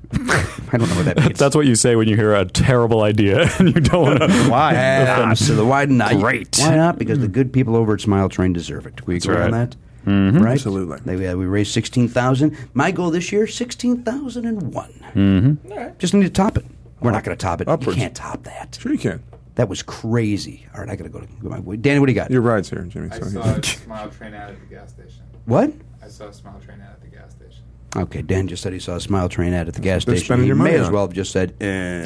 A: I don't know what that means.
B: That's what you say when you hear a terrible idea and you don't want to.
F: Why?
A: Yeah, Ah, so the why not?
B: Great.
A: Why not? Because the good people over at Smile Train deserve it. We agree on
B: right.
A: that,
F: Mm-hmm.
A: right?
F: Absolutely.
A: They, uh, we raised sixteen thousand. My goal this year sixteen thousand and one. Mm-hmm. Just need to top it. We're not going to top it.
F: Upwards.
A: You can't top that.
F: Sure you can.
A: That was crazy. All right, I got to go to go my way. Danny. What do you got?
F: Your ride's here, Jimmy.
G: I
F: so-
G: saw a smile train out at the gas station.
A: what?
G: I saw a smile train out at the gas station.
A: Okay, Dan just said he saw a Smile Train ad at the gas
F: They're
A: station.
F: spending
A: he
F: your money
A: may as
F: on it.
A: well have just said, eh.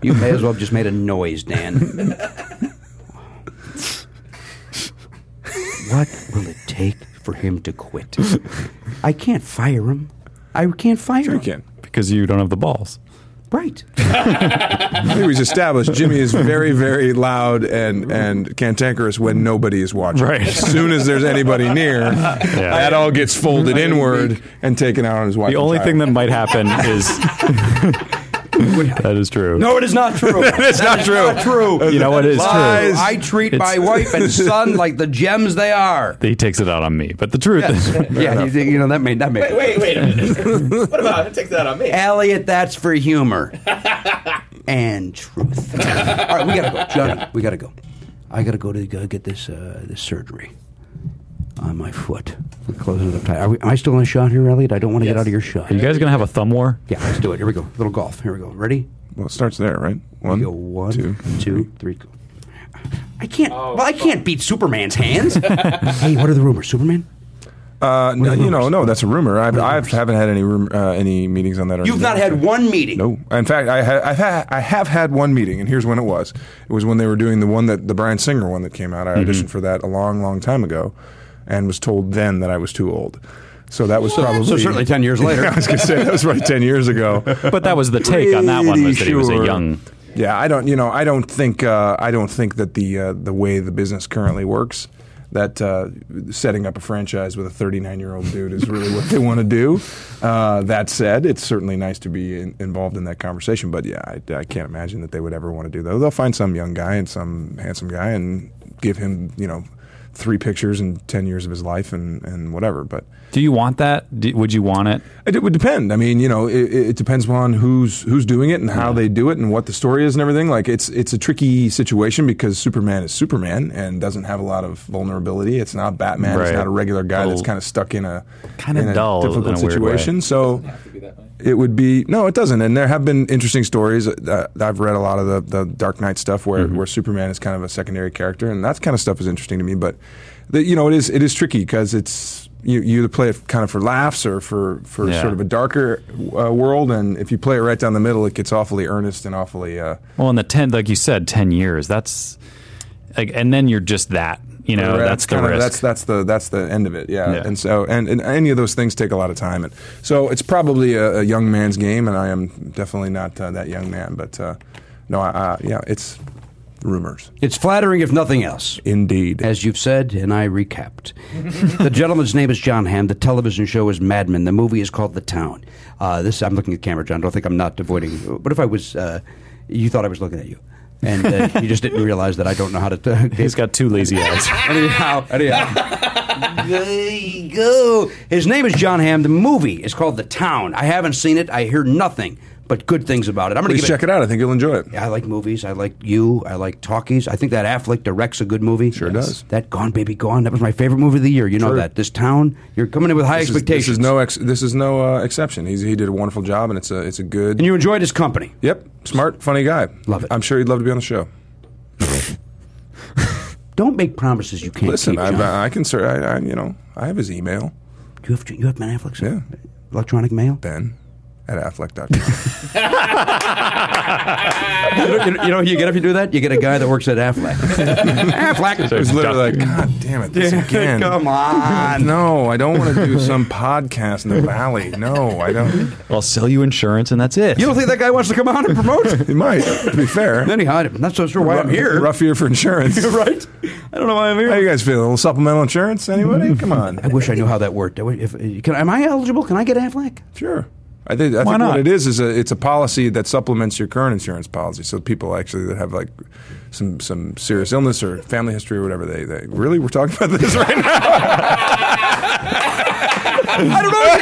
A: "You may as well have just made a noise, Dan." what will it take for him to quit? I can't fire him. I can't fire
F: Sure you
A: him.
F: can.
N: because you don't have the balls.
A: Right.
F: I think we've established Jimmy is very, very loud and, and cantankerous when nobody is watching.
N: Right.
F: As soon as there's anybody near, that all gets folded inward and taken out on his wife.
N: The
F: and
N: only
F: child.
N: thing that might happen is that is true.
A: No, it is not true. It's
F: not true.
A: true.
N: You know what is true?
F: Lies.
A: I treat my
N: It's-
A: wife and son like the gems they are.
N: He takes it out on me, but the truth is,
A: Yeah, you, think- you know that made that made.
G: Wait, wait, wait a minute. what about take that on me?
A: Elliot, that's for humor and truth. All right, we gotta go, Johnny. We gotta go. I gotta go to go get this uh, this surgery on my foot. We're closing it up tight. Are we, am I still in a shot here, Elliot? I don't want to get out of your shot.
N: are you guys gonna have a thumb war?
A: yeah, let's do it. Here we go. Little golf. Here we go. Ready?
F: Well, it starts there, right?
A: We
F: One,
A: go one,
F: two.
A: two, three, go. I can't. well, I can't beat Superman's hands. hey, what are the rumors? Superman?
F: Uh, no, you know,
A: rumors?
F: no, that's a rumor. I've,
A: are
F: I've
A: rumors?
F: haven't had any room, uh, any meetings on that. or
A: You've
F: anything.
A: not had one meeting.
F: No, in fact, I, ha- I've ha- I have had one meeting, and here's when it was. It was when they were doing the one that the Brian Singer one that came out. I auditioned for that a long, long time ago, and was told then that I was too old. So that was probably
A: So certainly 10 years later.
F: I was gonna say that was probably ten years ago.
N: But that was the take on that one was that he was a
F: Pretty
N: young.
F: Yeah, I don't. You know, I don't think. Uh, I don't think that the uh, the way the business currently works, that uh, setting up a franchise with a 39 year old dude is really what they want to do. Uh, that said, it's certainly nice to be in, involved in that conversation. But yeah, I, I can't imagine that they would ever want to do that. They'll find some young guy and some handsome guy and give him, you know, three pictures and 10 years of his life and and whatever. But
N: Do you want that? Do, would you want it?
F: it would depend. I mean, you know, it, it depends on who's who's doing it and how they do it and what the story is and everything. Like it's it's a tricky situation because Superman is Superman and doesn't have a lot of vulnerability. It's not Batman. It's
N: Right.
F: not a regular guy
N: Little-
F: that's kind of stuck in a
N: Kinda
F: in a
N: dull in
F: difficult
N: a weird way.
F: situation. So
O: Could be that way.
F: it would be no, it doesn't. And there have been interesting stories. Uh, I've read a lot of the, the Dark Knight stuff where,
N: Mm-hmm.
F: where Superman is kind of a secondary character, and that kind of stuff is interesting to me. But the, you know, it is it is tricky because it's you, you either play it kind of for laughs or for for
N: Yeah.
F: sort of a darker uh, world, and if you play it right down the middle, it gets awfully earnest and awfully. Uh,
N: Well, in the ten, like you said, ten years. That's like, and then you're just that. You know,
F: Right,
N: that's the
F: kinda-
N: risk.
F: That's that's the that's the end of it. Yeah.
N: Yeah.
F: And so and, and any of those things take a lot of time. And so it's probably a, a young man's game, and I am definitely not uh, that young man. But uh, no, I, I, yeah, it's rumors
A: It's flattering, if nothing else.
F: indeed.
A: As you've said, and I recapped. the gentleman's name is John Hamm. The television show is Mad Men. The movie is called The Town. Uh, this I'm looking at the camera, John. Don't think I'm not avoiding. What if I was? Uh, you thought I was looking at you, and uh, you just didn't realize that I don't know how to. T-
N: He's got two lazy eyes.
A: anyhow, anyhow. There you go. His name is John Hamm. The movie is called The Town. I haven't seen it. I hear nothing but good things about it. I'm going
F: Please
A: to
F: check it out. I think you'll enjoy it.
A: I like movies. I like you. I like talkies. I think that Affleck directs a good movie. Sure
F: does.
A: That Gone Baby Gone. That was my favorite movie of the year. You know
F: Sure.
A: that. This town. You're coming in with high
F: This is,
A: expectations.
F: this is no ex, this is no uh, exception. He's, he did a wonderful job, and it's a it's a good.
A: And you enjoyed his company.
F: yep, smart, funny guy.
A: Love it.
F: I'm sure he'd love to be on the show.
A: Don't make promises you can't
F: Listen,
A: keep.
F: I,
A: John.
F: I, I can cer- I, I you know I have his email,
A: you have you have Ben Affleck's
F: Yeah.
A: electronic mail.
F: Ben at affleck.com.
A: you, know, you, know, you know what you get if you do that? You get a guy that works at Affleck. Affleck.
F: It was literally like, God damn it, this again.
A: Come on.
F: No, I don't want to do some podcast in the valley. No, I don't.
N: I'll sell you insurance, and that's it.
A: You don't think that guy wants to come on and promote?
F: It might, to be fair.
A: then he hired him. Not so sure why I'm
F: Rough-
A: here.
F: Rough year for insurance.
A: right? I don't know why I'm here.
F: How you guys feeling? A little supplemental insurance? Anybody? Come
A: I
F: on.
A: wish I knew how that worked. I wish- If, can, am I eligible? Can I get Affleck?
F: Sure. I think, I think
N: not?
F: what it is is a, it's a policy that supplements your current insurance policy. So people actually that have like some some serious illness or family history or whatever they, they really we're talking about this right now.
A: I don't know.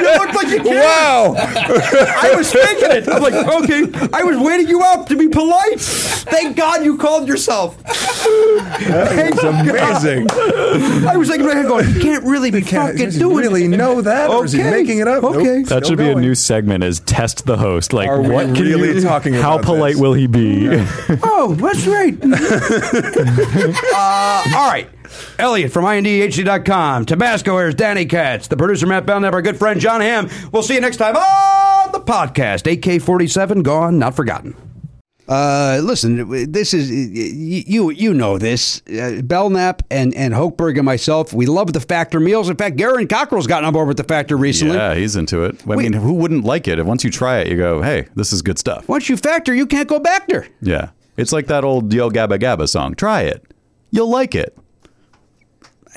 A: You looked like you cared.
F: Wow.
A: I was thinking it. I'm like, okay. I was waiting you up to be polite. Thank God you called yourself. Thank
F: It's amazing.
A: God. I was thinking, in my head going, you can't really be
F: Can't-
A: fucking
F: does he
A: doing
F: really
A: it.
F: know that or is he
A: Okay.
F: making it up? Nope.
A: Okay.
N: that
F: Still
N: should be
F: going.
N: a new segment: is test the host. Like,
F: Are we
N: what can
F: really
N: you?
F: talking
N: how
F: about
N: polite
F: this?
N: will he be?
A: Oh, that's
Q: That's right. uh, all right. Elliot from INDHD.com, Tabasco Airs, Danny Katz, the producer Matt Belknap, our good friend John Hamm. We'll see you next time on the podcast. AK 47, gone, not forgotten.
A: Uh, listen, this is you. You know this. Uh, Belknap and and Hochberg and myself. We love the Factor meals. In fact, Garen Cockrell's gotten on board with the Factor recently.
B: Yeah, he's into it. I mean, who wouldn't like it? And once you try it, you go, hey, this is good stuff.
A: Once you factor, you can't go back there.
B: Yeah. It's like that old Yo Gabba Gabba song. Try it. You'll like it.
A: I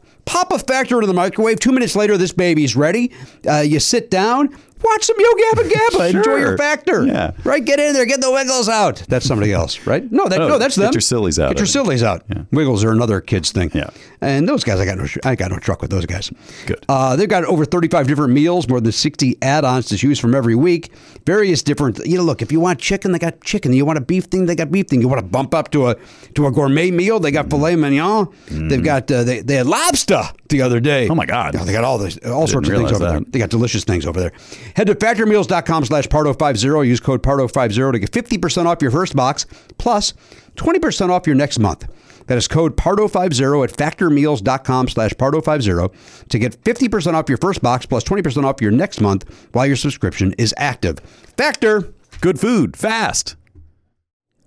A: pop a Factor into the microwave. Two minutes later, this baby's ready. Uh, you sit down, watch some Yo Gabba Gabba, enjoy your
B: Sure.
A: Factor.
B: Yeah.
A: Right. Get in there, get the Wiggles out. That's somebody else, right? No, that,
B: Oh,
A: no, that's
B: get
A: them.
B: your sillies out.
A: Get your sillies out. Wiggles are another kids thing.
B: Yeah.
A: And those guys, I got no, I got no truck with those guys.
B: Good.
A: Uh, they've got over 35 different meals, more than 60 add-ons to choose from every week. Various different, you know, look, if you want chicken, they got chicken. You want a beef thing, they got beef thing. You want to bump up to a to a gourmet meal, they got filet mignon. They've got uh, they they had lobster the other day.
B: Mm. Oh, my God.
A: Yeah, they got all this all sorts of
B: didn't realize
A: things over there.
B: that.
A: They got delicious things over there. Head to factormeals.com slash pardo50. oh. Use code pardo50 to get 50% off your first box plus 20% off your next month. That is code pardo50 at factormeals.com slash pardo50 to get 50% off your first box plus 20% off your next month while your subscription is active. Factor.
B: Good food, fast,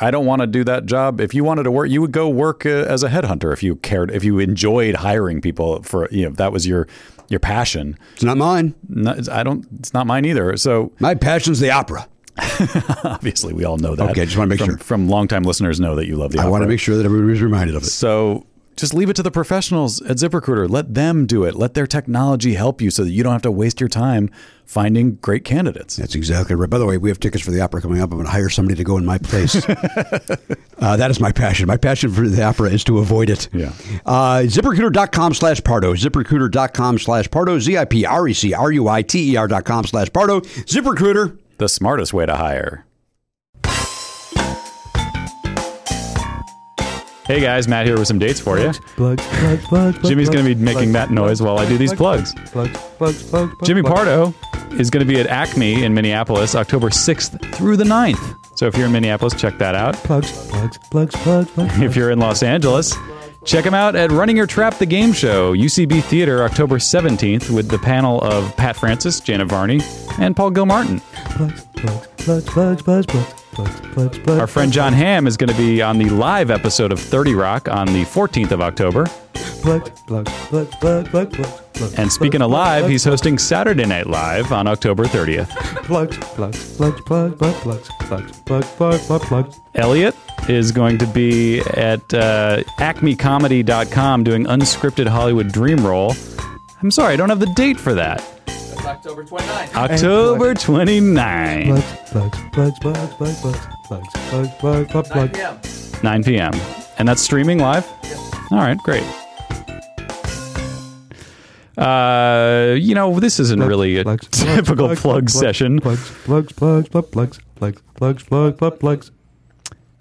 B: I don't want to do that job. If you wanted to work, you would go work uh, as a headhunter if you cared, if you enjoyed hiring people for you know if that was your your passion.
A: It's not mine.
B: No, it's- I don't. It's not mine either. So
A: My passion's the opera.
B: obviously, we all know that.
A: Okay, just wanna make
B: from,
A: sure.
B: from longtime listeners know that you love the.
A: I want to make sure that everybody's reminded of it.
B: So just leave it to the professionals at ZipRecruiter. Let them do it. Let their technology help you so that you don't have to waste your time finding great candidates.
A: That's exactly right. By the way, we have tickets for the opera coming up. I'm going to hire somebody to go in my place. uh, that is my passion. My passion for the opera is to avoid it.
B: Yeah.
A: Uh, ZipRecruiter.com slash Pardo. ZipRecruiter.com slash Pardo. E Z-I-P-R-E-C-R-U-I-T-E-R E dot com slash Pardo. ZipRecruiter.
B: The smartest way to hire. Hey guys, Matt here with some dates for you.
O: Plugs, plugs, plugs.
B: Jimmy's going to be making that noise while I do these plugs.
O: Plugs, plugs, plugs.
B: Jimmy Pardo is going to be at Acme in Minneapolis October 6th through the 9th. So if you're in Minneapolis, check that out.
O: Plugs, plugs, plugs, plugs, plugs.
B: if you're in Los Angeles. Check him out at Running Your Trap the Game Show, UCB Theater, October 17th, with the panel of Pat Francis, Janet Varney, and Paul Gilmartin.
O: Plugs, plugs, plugs, plugs, plugs, plugs, plugs, plugs, plugs.
B: Our friend John Hamm is going to be on the live episode of 30 Rock on the 14th of October.
O: Plugs, plugs, plugs, plugs, plugs, plugs, plugs.
B: And speaking of live, he's hosting Saturday Night Live on October 30th.
O: Plugs, plugs, plugs, plugs, plugs, plugs, plugs, plugs, plugs, plugs, plugs.
B: Elliot is going to be at uh, acmecomedy.com doing unscripted Hollywood Dream Roll. I'm sorry, I don't have the date for that.
G: That's October 29th.
B: October 29th.
O: Plugs, plugs, plugs, plugs, plugs, plugs, plugs, plugs, plugs, plugs,
G: 9
O: plugs.
G: p.m.
B: 9 p.m. And that's streaming live? All right, great. Uh, you know, this isn't really a
O: Plugs, plugs,
B: typical
O: plugs,
B: plug
O: plugs,
B: session.
O: Plugs, plugs, plugs, plugs, plugs, plugs, plugs, plugs, plugs, plugs.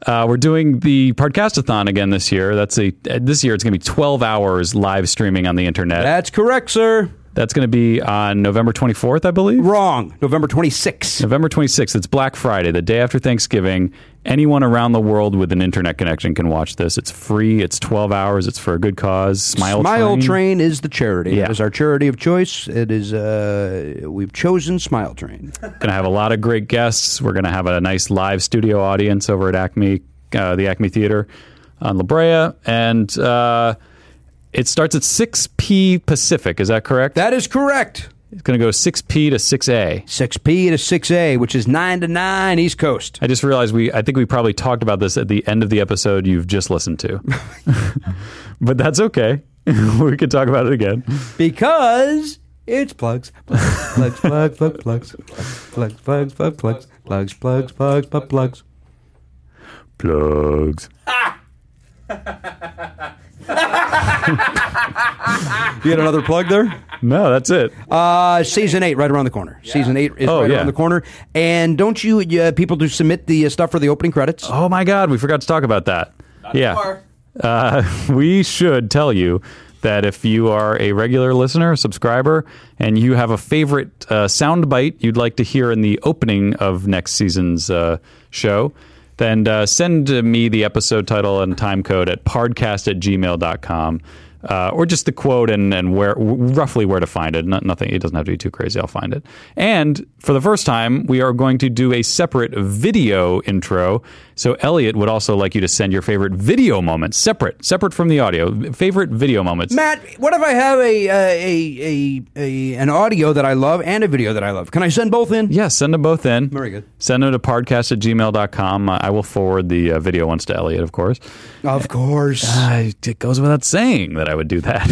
B: Uh, we're doing the podcastathon again this year. That's a uh, this year it's going to be 12 hours live streaming on the internet.
A: That's correct, sir.
B: That's going to be on November 24th, I believe.
J: Wrong. November 26th.
B: November 26th. It's Black Friday, the day after Thanksgiving. Anyone around the world with an internet connection can watch this. It's free. It's 12 hours. It's for a good cause. Smile,
J: Smile Train.
B: Train.
J: is the charity.
B: Yeah.
J: It is our charity of choice. It is uh, we've chosen Smile Train.
B: Going to have a lot of great guests. We're going to have a nice live studio audience over at Acme, uh, the Acme Theater on La Brea, and uh, it starts at 6 p. Pacific. Is that correct?
J: That is correct.
B: It's going to go 6 p. to 6 a.
J: 6P to 6A, which is 9 to 9 East Coast.
B: I just realized we. I think we probably talked about this at the end of the episode you've just listened to, but that's okay. we could talk about it again.
J: Because it's plugs. Plugs, plugs, plugs, plugs, plugs, plugs, plugs, plugs, plugs, plugs, plugs, plugs, plugs, plugs.
B: Plugs.
J: You had another plug there?
B: No, that's it.
J: Uh, season eight, right around the corner. Season eight is
B: Oh,
J: right
B: yeah.
J: around the corner. And don't you, uh, people do submit the uh, stuff for the opening credits?
B: Oh my God, we forgot to talk about that. yeah,
R: Or-
B: uh, we should tell you that if you are a regular listener, subscriber, and you have a favorite uh, soundbite you'd like to hear in the opening of next season's uh, show, then uh, send me the episode title and time code at podcast at gmail.com. Uh, or just the quote and, and where w- roughly where to find it. Not, nothing. It doesn't have to be too crazy. I'll find it. And for the first time, we are going to do a separate video intro. So Elliot would also like you to send your favorite video moments, separate, separate from the audio. Favorite video moments.
J: Matt, what if I have a, uh, a, a, a an audio that I love and a video that I love? Can I send both in?
B: Yeah, send them both in.
J: Very good.
B: Send them to podcast at gmail.com. I I will forward the uh, video ones to Elliot, of course.
J: Of course.
B: Uh, it goes without saying that I would do that.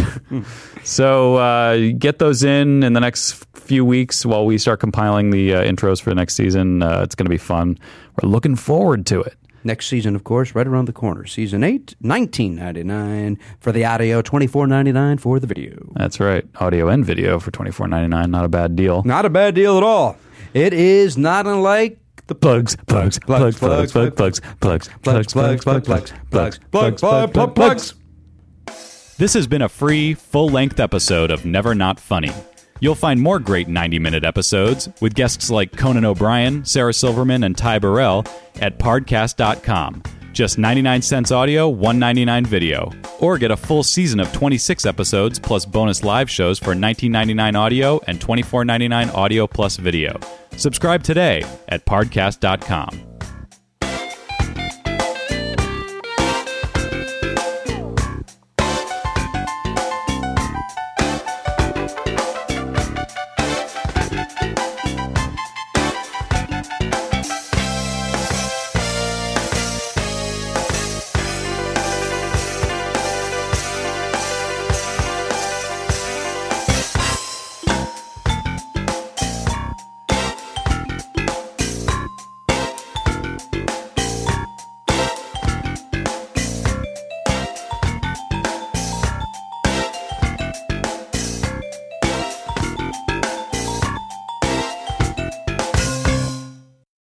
B: so uh, get those in in the next few weeks while we start compiling the uh, intros for the next season. Uh, it's going to be fun. We're looking forward to it.
J: Next season, of course, right around the corner. Season 8, 19.99 for the audio, 24.99 for the video.
B: That's right. Audio and video for twenty four ninety nine. Not a bad deal.
J: Not a bad deal at all. It is not unlike the
B: Plugs, plugs, plugs, plugs, plugs, plugs, plugs,
J: plugs, plugs, plugs, plugs, plugs, plugs, plugs, plugs, plugs.
S: This has been a free, full length episode of Never Not Funny. You'll find more great 90 minute episodes with guests like Conan O'Brien, Sarah Silverman, and Ty Burrell at podcast.com. Just 99 cents audio, 199 video. Or get a full season of 26 episodes plus bonus live shows for 19.99 audio and 24.99 audio plus video. Subscribe today at podcast.com.